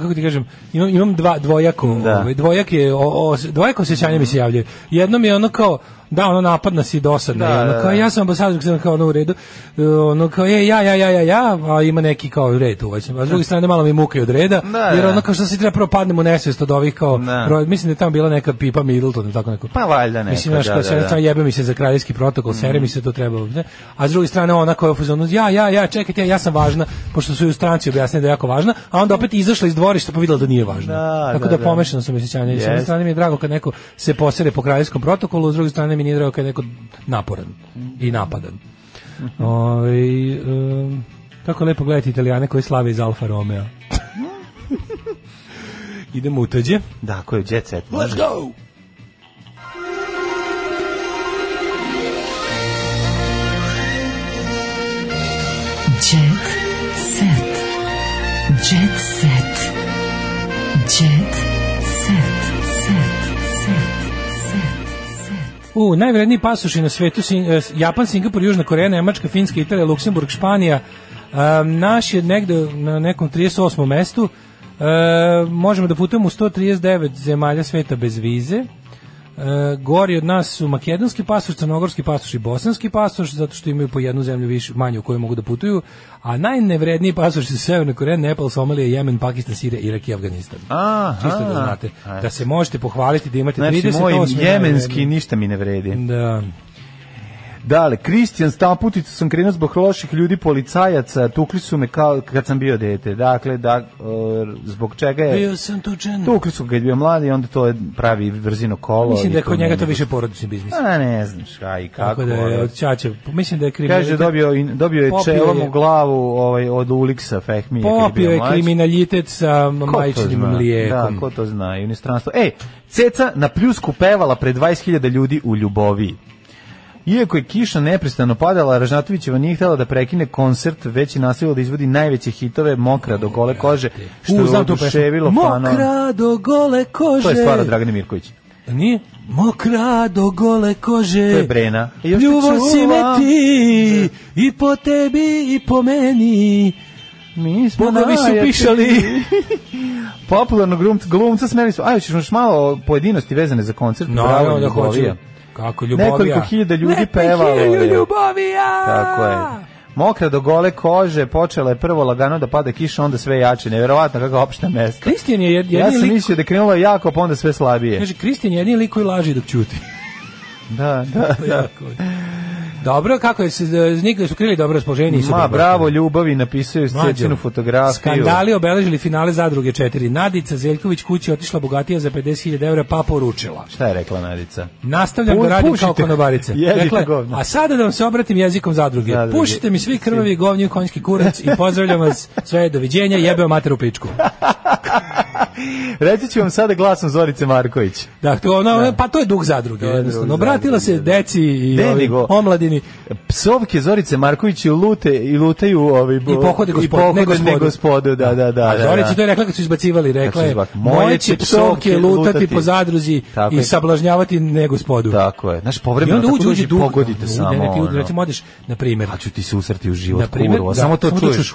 F: kako ti kažem, imam, imam dva, dvojako,
G: Da.
F: ovaj, dvojak je, o, o, dvojako osjećanje mi se javljaju. Jednom je ono kao, da, ono napad nas i dosadno.
G: Da,
F: je, ono
G: da,
F: kao,
G: da.
F: ja sam ambasador, sam kao ono u redu. E, Ono kao, je, ja, ja, ja, ja, ja, a ima neki kao red uvaćen. A s druge strane malo mi muke od reda,
G: Da,
F: jer
G: da.
F: ono kao što se treba prvo padnem u nesvest od ovih kao,
G: Da.
F: ro- mislim da je tamo bila neka pipa Middleton, ili tako neko.
G: Pa valjda neka,
F: Mislim, znaš,
G: da,
F: kao
G: da,
F: se
G: da. Mm.
F: jednostavno jebe mi se za kraljevski protokol, sere mi se to treba. Ne? A s druge strane, ona koja je u fazonu, ja, ja, ja, čekajte, ja, ja sam važna, pošto su ju stranci objasnili da je jako važna, a onda opet izašla iz dvorišta pa videla da nije važna.
G: Da,
F: Tako
G: da,
F: da,
G: da.
F: pomešano su mi osjećanja. I S jedne
G: Jest.
F: strane mi je drago kad neko se posere po kraljevskom protokolu, s druge strane mi nije drago kad je neko naporan i napadan.
G: Mhm.
F: Ovaj, em, kako lepo gledati italijane koji slave iz Alfa Romeo.
G: Mhm.
F: Idemo u tuđe.
G: Da, koji je jet set.
F: Let's go!
I: Jet set. Jet set. Jet set. Set. Set.
F: U, najvredniji pasuši na svetu, Sin- eh, Japan, Singapur, Južna Koreja, Nemačka, Finska, Italija, Luksemburg, Španija. Em, naš je negde na nekom 38. mestu. E, možemo da putujemo u 139 zemalja sveta bez vize. E, gori od nas su makedonski pasoš, crnogorski pasoš i bosanski pasoš, zato što imaju po jednu zemlju više, manje u kojoj mogu da putuju, a najnevredniji pasoši su Severna Koreja, Nepal, Somalija, Jemen, Pakistan, Sirija, Irak i Afganistan.
G: Aha.
F: Čisto da znate, da se možete pohvaliti da imate
G: Znači,
F: 38.
G: moj jemenski
F: najvredniji.
G: ništa mi ne vredi.
F: Da.
G: Dale, Kristijan, stamputicu sam krenuo zbog loših ljudi policajaca, tukli su me kao kad sam bio dete. Dakle, da, e, zbog čega je...
F: Bio sam tučen.
G: Tukli su ga kad je bio mladi, onda to je pravi vrzino kolo.
F: Mislim da je
G: i
F: kod njega
G: meni-
F: to više porodični biznis.
G: A, ne znaš, aj,
F: Tako
G: kako.
F: da je
G: ono.
F: od ćaća, mislim da je kriminalitet.
G: Kaže, dobio, in- dobio je
F: Popio
G: čelom
F: je-
G: u glavu ovaj, od Uliksa, Fehmija. kad
F: Popio je
G: mlađi.
F: kriminalitet sa
G: Ko to
F: majčinim
G: zna?
F: mlijekom.
G: Da, ko to zna, i u inostranstvu. Ej, Ceca na pljusku pevala pred 20.000 ljudi u Ljubovi. Iako je kiša neprestano padala, Ražnatovićeva nije htjela da prekine koncert, već je nastavila da izvodi najveće hitove Mokra do gole kože, što
F: U,
G: je
F: znam tu pesmu.
G: oduševilo fanova.
F: Mokra do gole kože.
G: To je stvar od Dragane Mirković.
F: Nije? Mokra do gole kože.
G: To je Brena. I još te
F: Pljuvo si
G: čuvam.
F: me ti, i po tebi, i po meni.
G: Mi smo
F: Bogovi su
G: najjači.
F: pišali.
G: Popularnog glumca, glumca smeli smo. Aj, ćeš još malo o pojedinosti vezane za koncert.
F: Naravno
G: Bravo,
F: da hoću.
G: Ljubovija.
F: Kako ljubovija.
G: Nekoliko hiljada ljudi
F: Lepih
G: pevalo je.
F: hiljadu ljubovija.
G: Tako je. Mokra do gole kože, počela je prvo lagano da pada kiša, onda sve jače. Neverovatno kako opšta mesta.
F: Kristijan je jed- jedini
G: Ja sam
F: lik
G: mislio da je krenulo jako, pa onda sve slabije.
F: Kaže, Kristijan je jedini lik koji laži dok ćuti.
G: Da, da,
F: To je
G: da.
F: jako. Dobro, kako je se e, nikada su krili dobro raspoloženje. nisu
G: Ma,
F: dobro.
G: bravo, ljubavi, napisao je
F: Mlađo,
G: scenu fotografiju.
F: Skandali obeležili finale zadruge 4. Nadica Zeljković kući otišla bogatija za 50.000 evra, pa poručila.
G: Šta je rekla Nadica?
F: Nastavljam
G: Pu-
F: da radim kao
G: pušite.
F: konobarica.
G: Jedite
F: Rekla je,
G: govna.
F: a sada da vam se obratim jezikom zadruge.
G: Zadruge.
F: Pušite mi svi krvavi govnji konjski kurac i pozdravljam vas sve doviđenja, jebeo mater u pičku.
G: Reći ću vam sada glasom Zorice Marković.
F: Da, to ono, pa to je duh zadruge,
G: je
F: jednostavno.
G: duh
F: Obratila se
G: zadruge, da.
F: deci i
G: Ne,
F: ovim
G: nego-
F: omladini.
G: Psovke Zorice Marković i lute i lutaju ovaj
F: I pohode gospod- ne
G: ne
F: gospodu.
G: gospodu. da da da.
F: A
G: da,
F: Zorica
G: da.
F: to je rekla kad su izbacivali, rekla
G: su
F: je,
G: izbak-
F: moje će psovke lutati po zadruzi
G: Tako
F: i
G: je.
F: sablažnjavati ne gospodu.
G: Tako je. Znaš,
F: I
G: povremeno
F: onda
G: tako
F: uđe,
G: dođe
F: uđe
G: i
F: dug.
G: pogodite
F: Uđe,
G: samo.
F: ne, ti
G: ono.
F: recimo odeš, na primjer,
G: Pa ću ti se usrti u život,
F: na primjer,
G: kurvo.
F: da,
G: samo to čuješ.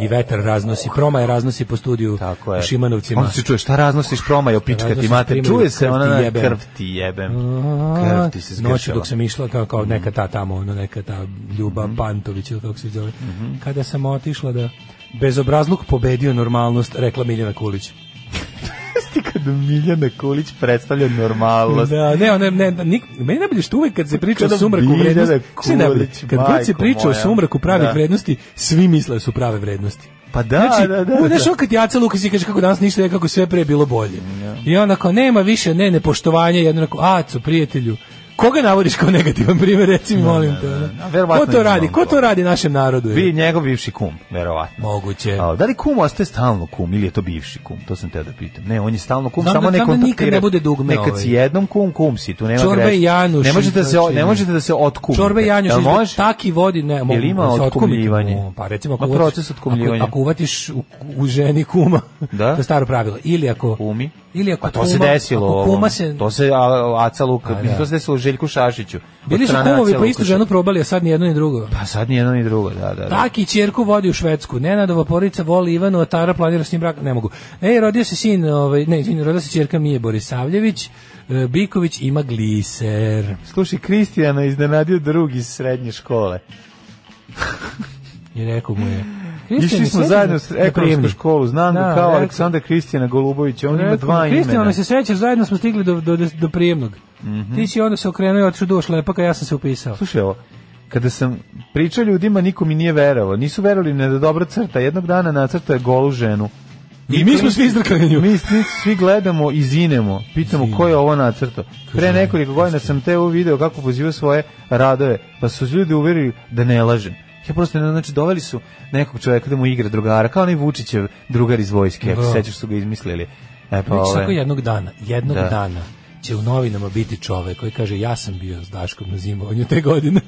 F: I vetar raznosi, proma je raznosi po studiju
G: Tako
F: u
G: je.
F: Šimanovcima.
G: Onda se čuje šta raznosiš promaj, opička ti
F: Raznosiš
G: mate.
F: primaju,
G: Čuje se
F: krv ti
G: ona na
F: jebem.
G: krv ti jebem.
F: A,
G: Krv ti se Mhm. zgršava.
F: Noću dok sam išla kao, kao neka ta tamo, ono, neka ta Ljuba
G: Mhm.
F: Pantović ili kako se zove. Kada sam otišla da bezobrazluk pobedio normalnost, rekla Miljana Kulić.
G: Ti kad Miljana Kulić predstavlja normalnost.
F: Da, ne, ne, ne, nik, meni je najbolje što uvek kad se priča o
G: Kada
F: sumraku
G: Biljana
F: vrednosti, sve najbolje,
G: Kulić,
F: kad god se
G: majko
F: priča o
G: moja.
F: sumraku pravih
G: Da.
F: vrednosti, svi misle da su prave vrednosti.
G: Pa da,
F: Znači,
G: da, da.
F: u,
G: da.
F: znaš, ono kad Jaca Lukas i kaže kako danas ništa, je kako sve pre bilo bolje. I onda kao, nema više, ne, nepoštovanja, jedno onako, aco, prijatelju, koga navodiš kao negativan primjer, reci mi, molim te. ono.
G: da, verovatno
F: Ko to
G: ima
F: radi?
G: on
F: Ko to
G: to.
F: radi našem narodu? je?
G: Vi njegov bivši kum, verovatno.
F: Moguće.
G: A, E, da li kum ostaje stalno kum ili je to bivši kum? To sam teo da pitam. Ne, on je stalno kum,
F: Znam da-
G: samo ne
F: znam da nikad
G: kontaktira.
F: ne bude dugme
G: Nekad si
F: ovaj.
G: jednom kum, kum si, tu nema
F: Čorba i
G: greške.
F: Januš,
G: Ne možete da se,
F: znači-
G: ne možete da se otkumite.
F: Čorbe Janjuš
G: Jel
F: izgleda
G: može?
F: taki vodi ne mogu. Znači,
G: Jel ima
F: da se otkumiti.
G: otkumljivanje?
F: O, Pa recimo
G: Ma,
F: uvatiš-
G: proces otkumljivanja.
F: Ako, ako uvatiš u, u ženi kuma,
G: Da?
F: to je staro pravilo. Ili ako
G: Kumi.
F: Ili ako
G: A to
F: kuma,
G: se desilo.
F: Ako
G: ovom.
F: kuma se Pa
G: To se a, Aca Luka, mislim, to se desilo Željku Šašiću. Od
F: Bili su
G: strane
F: kumovi
G: Aca
F: pa istu
G: Lukaša.
F: ženu probali, a sad ni jedno ni drugo.
G: Pa sad ni jedno ni drugo, da, da. da.
F: Taki ćerku vodi u Švedsku. Nenadova porodica voli Ivanu, a Tara planira s njim brak. Ne mogu. Ej, rodio se sin, ovaj, ne, izvini, rodio se ćerka Mije Borisavljević. E, Biković ima gliser.
G: Slušaj, Kristijana je iznenadio drugi iz srednje škole.
F: I rekao mu je.
G: Išli
F: "Kristijane,
G: smo
F: sjeti
G: zajedno
F: me
G: u
F: na
G: ekonomsku
F: prijemni."
G: školu, znam
F: Da,
G: ga kao
F: rekao-
G: Aleksandar Kristijana Golubovića, on ima
F: Rekao,
G: dva imena.
F: Kristijane, ono se sećaš, zajedno smo stigli do, do, do prijemnog. Ti si onda se okrenuo i otišao duš lepaka, ja sam se upisao.
G: Slušaj ovo, kada sam pričao ljudima, niko mi nije verovao. Nisu verovali ne da dobro crta. Jednog dana nacrta je golu ženu.
F: I mi smo svi izdrkali na nju.
G: Mi svi, svi gledamo i zinemo. Pitamo ko je ovo nacrtao. Pre nekoliko godina sam te ovo video kako poziva svoje radove. Pa su ljudi uverili da ne lažem. Ja prosto ne, znači doveli su nekog čovjeka da mu igra drugara, kao onaj Vučićev drugar iz vojske, ako
F: Da.
G: se sećaš su ga izmislili. E pa
F: Već
G: ove,
F: tako jednog dana, jednog
G: Da.
F: dana će u novinama biti čovek koji kaže ja sam bio s Daškom na zimovanju te godine.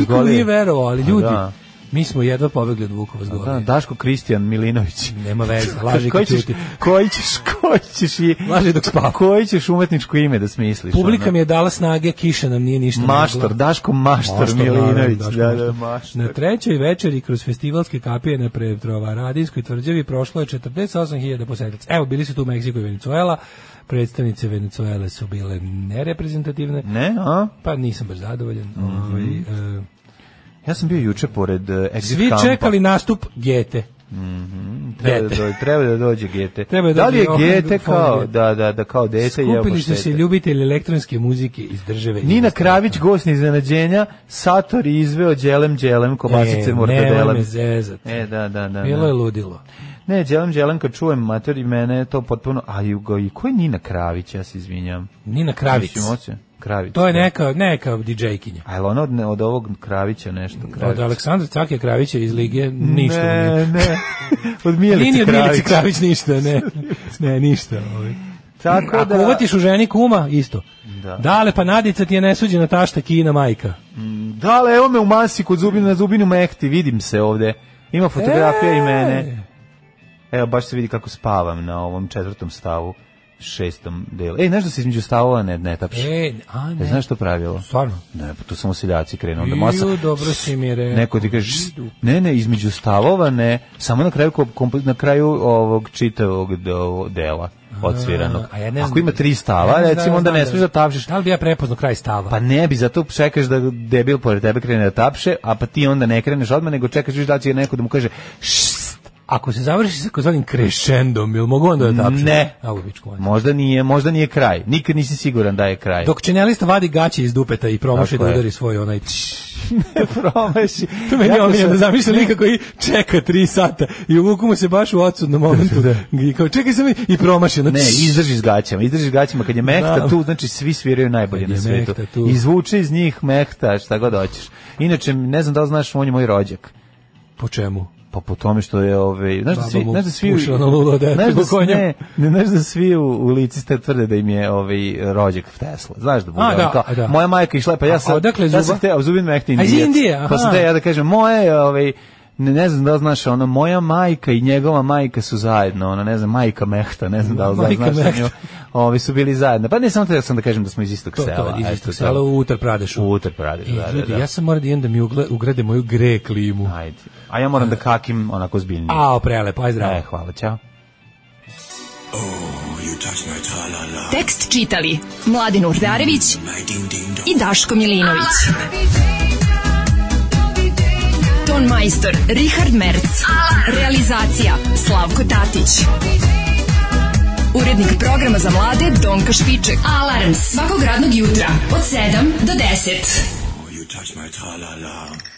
F: Niko
G: Golije.
F: nije Pa verovao, ali ljudi,
G: da.
F: mi smo jedva pobegli od Vukova
G: Da,
F: zgore.
G: Daško Kristijan Milinović.
F: Nema veze, laži
G: koji
F: kad
G: ćeš,
F: ćuti.
G: koji ćeš, koji ćeš i...
F: Laži dok spava.
G: Koji ćeš umetničko ime da smisliš?
F: Publika
G: ono?
F: mi je dala snage, kiša nam nije ništa.
G: Maštor,
F: mogla.
G: Daško Maštor,
F: naravno,
G: Milinović.
F: Daško
G: da,
F: Maštor.
G: da, Maštor.
F: Na trećoj večeri kroz festivalske kapije na Pretrovaradinskoj tvrđavi prošlo je 48.000 posetilaca. Evo, bili su tu Meksiko i Venezuela. Predstavnice Venezuele su bile nereprezentativne.
G: Ne, a?
F: Pa nisam baš zadovoljan. Ovaj, e,
G: Ja sam bio juče pored uh, Exit
F: svi
G: kampa.
F: čekali nastup Gete.
G: Treba da,
F: Gete.
G: dođe, treba da dođe Gete.
F: Treba da
G: da li je
F: dođe
G: Gete
F: Johan
G: kao,
F: Gete.
G: da, da, da, kao dete i
F: Skupili su se ljubitelji elektronske muzike iz države. i
G: Nina
F: inostranstva.
G: Kravić, gost iznenađenja, Sator je izveo Đelem Đelem,
F: E,
G: kobasice
F: nemoj me
G: mortadelem.
F: zezati.
G: E, da, da, da.
F: Bilo
G: da.
F: je ludilo.
G: Ne, Đelem Đelem kad čujem mater i mene je to potpuno... A jugo, i ko je Nina Kravić, ja se izvinjam.
F: Nina Kravić.
G: Mislim, oce, Kravić.
F: To je neka, neka DJ-kinja.
G: A je li ona od, ne- od ovog Kravića nešto?
F: Od
G: Kravić?
F: Aleksandra Cakija Kravića iz Lige ništa. mu nije.
G: Ne, ne. Od
F: Nije ni
G: Milice
F: od Milice
G: Kravića.
F: Kravić ništa, ne. Ne, ništa. ovaj. Ako
G: Tako Pa da,
F: uvatiš u ženi kuma, isto.
G: Da.
F: Dale, pa Nadica ti je nesuđena tašta kina majka.
G: dale, evo me u masi kod zubinu, na zubinu mehti, vidim se ovde. Ima fotografija
F: E!
G: i mene. Evo, baš se vidi kako spavam na ovom četvrtom stavu, šestom delu. Ej, nešto se između stavova ne, ne tapši.
F: E, a
G: E,
F: ne.
G: znaš što pravilo?
F: Stvarno.
G: Ne, pa tu samo seljaci krenu. Onda
F: Ju,
G: masa,
F: dobro si mi rekao.
G: Neko ti kaže, "Šst, ne, ne, između stavova ne, samo na kraju, kom- kompo- na kraju ovog čitavog do, dela odsviranog.
F: A ja ne znam-
G: Ako ima tri stava,
F: Ja ne znam,
G: recimo,
F: ja
G: onda
F: znam
G: ne
F: da-
G: smiješ da tapšiš.
F: Da li bi ja prepoznao kraj stava?
G: Pa ne bi, zato čekaš da debil pored tebe krene da tapše, a pa ti onda ne kreneš odmah, nego čekaš viš da će neko da mu kaže šst,
F: Ako se završi sa kozvanim krešendom, ili mogu onda da tapšu?
G: Ne.
F: A, u pičku mater.
G: Možda nije, možda nije kraj. Nikad nisi siguran da je kraj.
F: Dok čenelista vadi gaće iz dupeta i promaši
G: Tako
F: da
G: je.
F: udari svoj onaj...
G: promaši.
F: To meni je
G: Jako
F: omiljeno,
G: sam-
F: zamisli lika koji čeka tri sata i uvuku mu se baš u odsudnom momentu. I kao, čekaj sam i promaši. ono,
G: Ne, izdrži s gaćama, izdrži s gaćama. Kad je mehta
F: Da.
G: tu, znači svi sviraju najbolje
F: Kad je
G: na svetu.
F: mehta tu.
G: Izvuče iz njih mehta, šta god hoćeš. Inače, ne znam da li znaš, on je moj rođak.
F: Po čemu?
G: Pa po tome što je ove, znaš da
F: Baba
G: svi,
F: mu
G: znaš da svi,
F: pušila na lulo dete
G: znaš da,
F: po konju.
G: ne, ne, znaš da svi u, u lici ste tvrde da im je ovaj rođak Tesla. Znaš da bude.
F: A,
G: ono
F: da,
G: kao,
F: a, da.
G: Moja majka išla, pa
F: A
G: ja sam,
F: odakle
G: ja sam
F: zuba?
G: hteo, Zubin Mehta
F: iz
G: Indijac.
F: Indije,
G: Pa sam
F: aha.
G: te ja da kažem, moje, ovaj, ne, ne znam da li znaš, ono, moja majka i njegova majka su zajedno, ono, ne znam, majka Mehta, ne znam da li znaš,
F: Majka
G: znaš,
F: Mehta.
G: nju, ovi su bili zajedno. Pa ne samo te da sam da kažem da smo iz istog
F: To, to,
G: sela.
F: iz
G: eto,
F: istog
G: to.
F: sela u Uttar Pradešu.
G: U Uttar Pradešu,
F: E,
G: da, da,
F: ljudi,
G: da.
F: ja sam moram da idem da mi ugle- ugrade moju gre klimu.
G: Ajde. A ja moram da kakim onako zbiljnije.
F: A, prelepo, aj zdravo.
G: E, hvala, čao.
I: Tekst čitali Mladin Urdarević i Daško Milinović. Ton majstor Richard Merc. Realizacija Slavko Tatić. Urednik programa za mlade Donka Špiček. Alarms svakog radnog jutra od 7 do 10.
A: Oh, you touch my tra-la-la.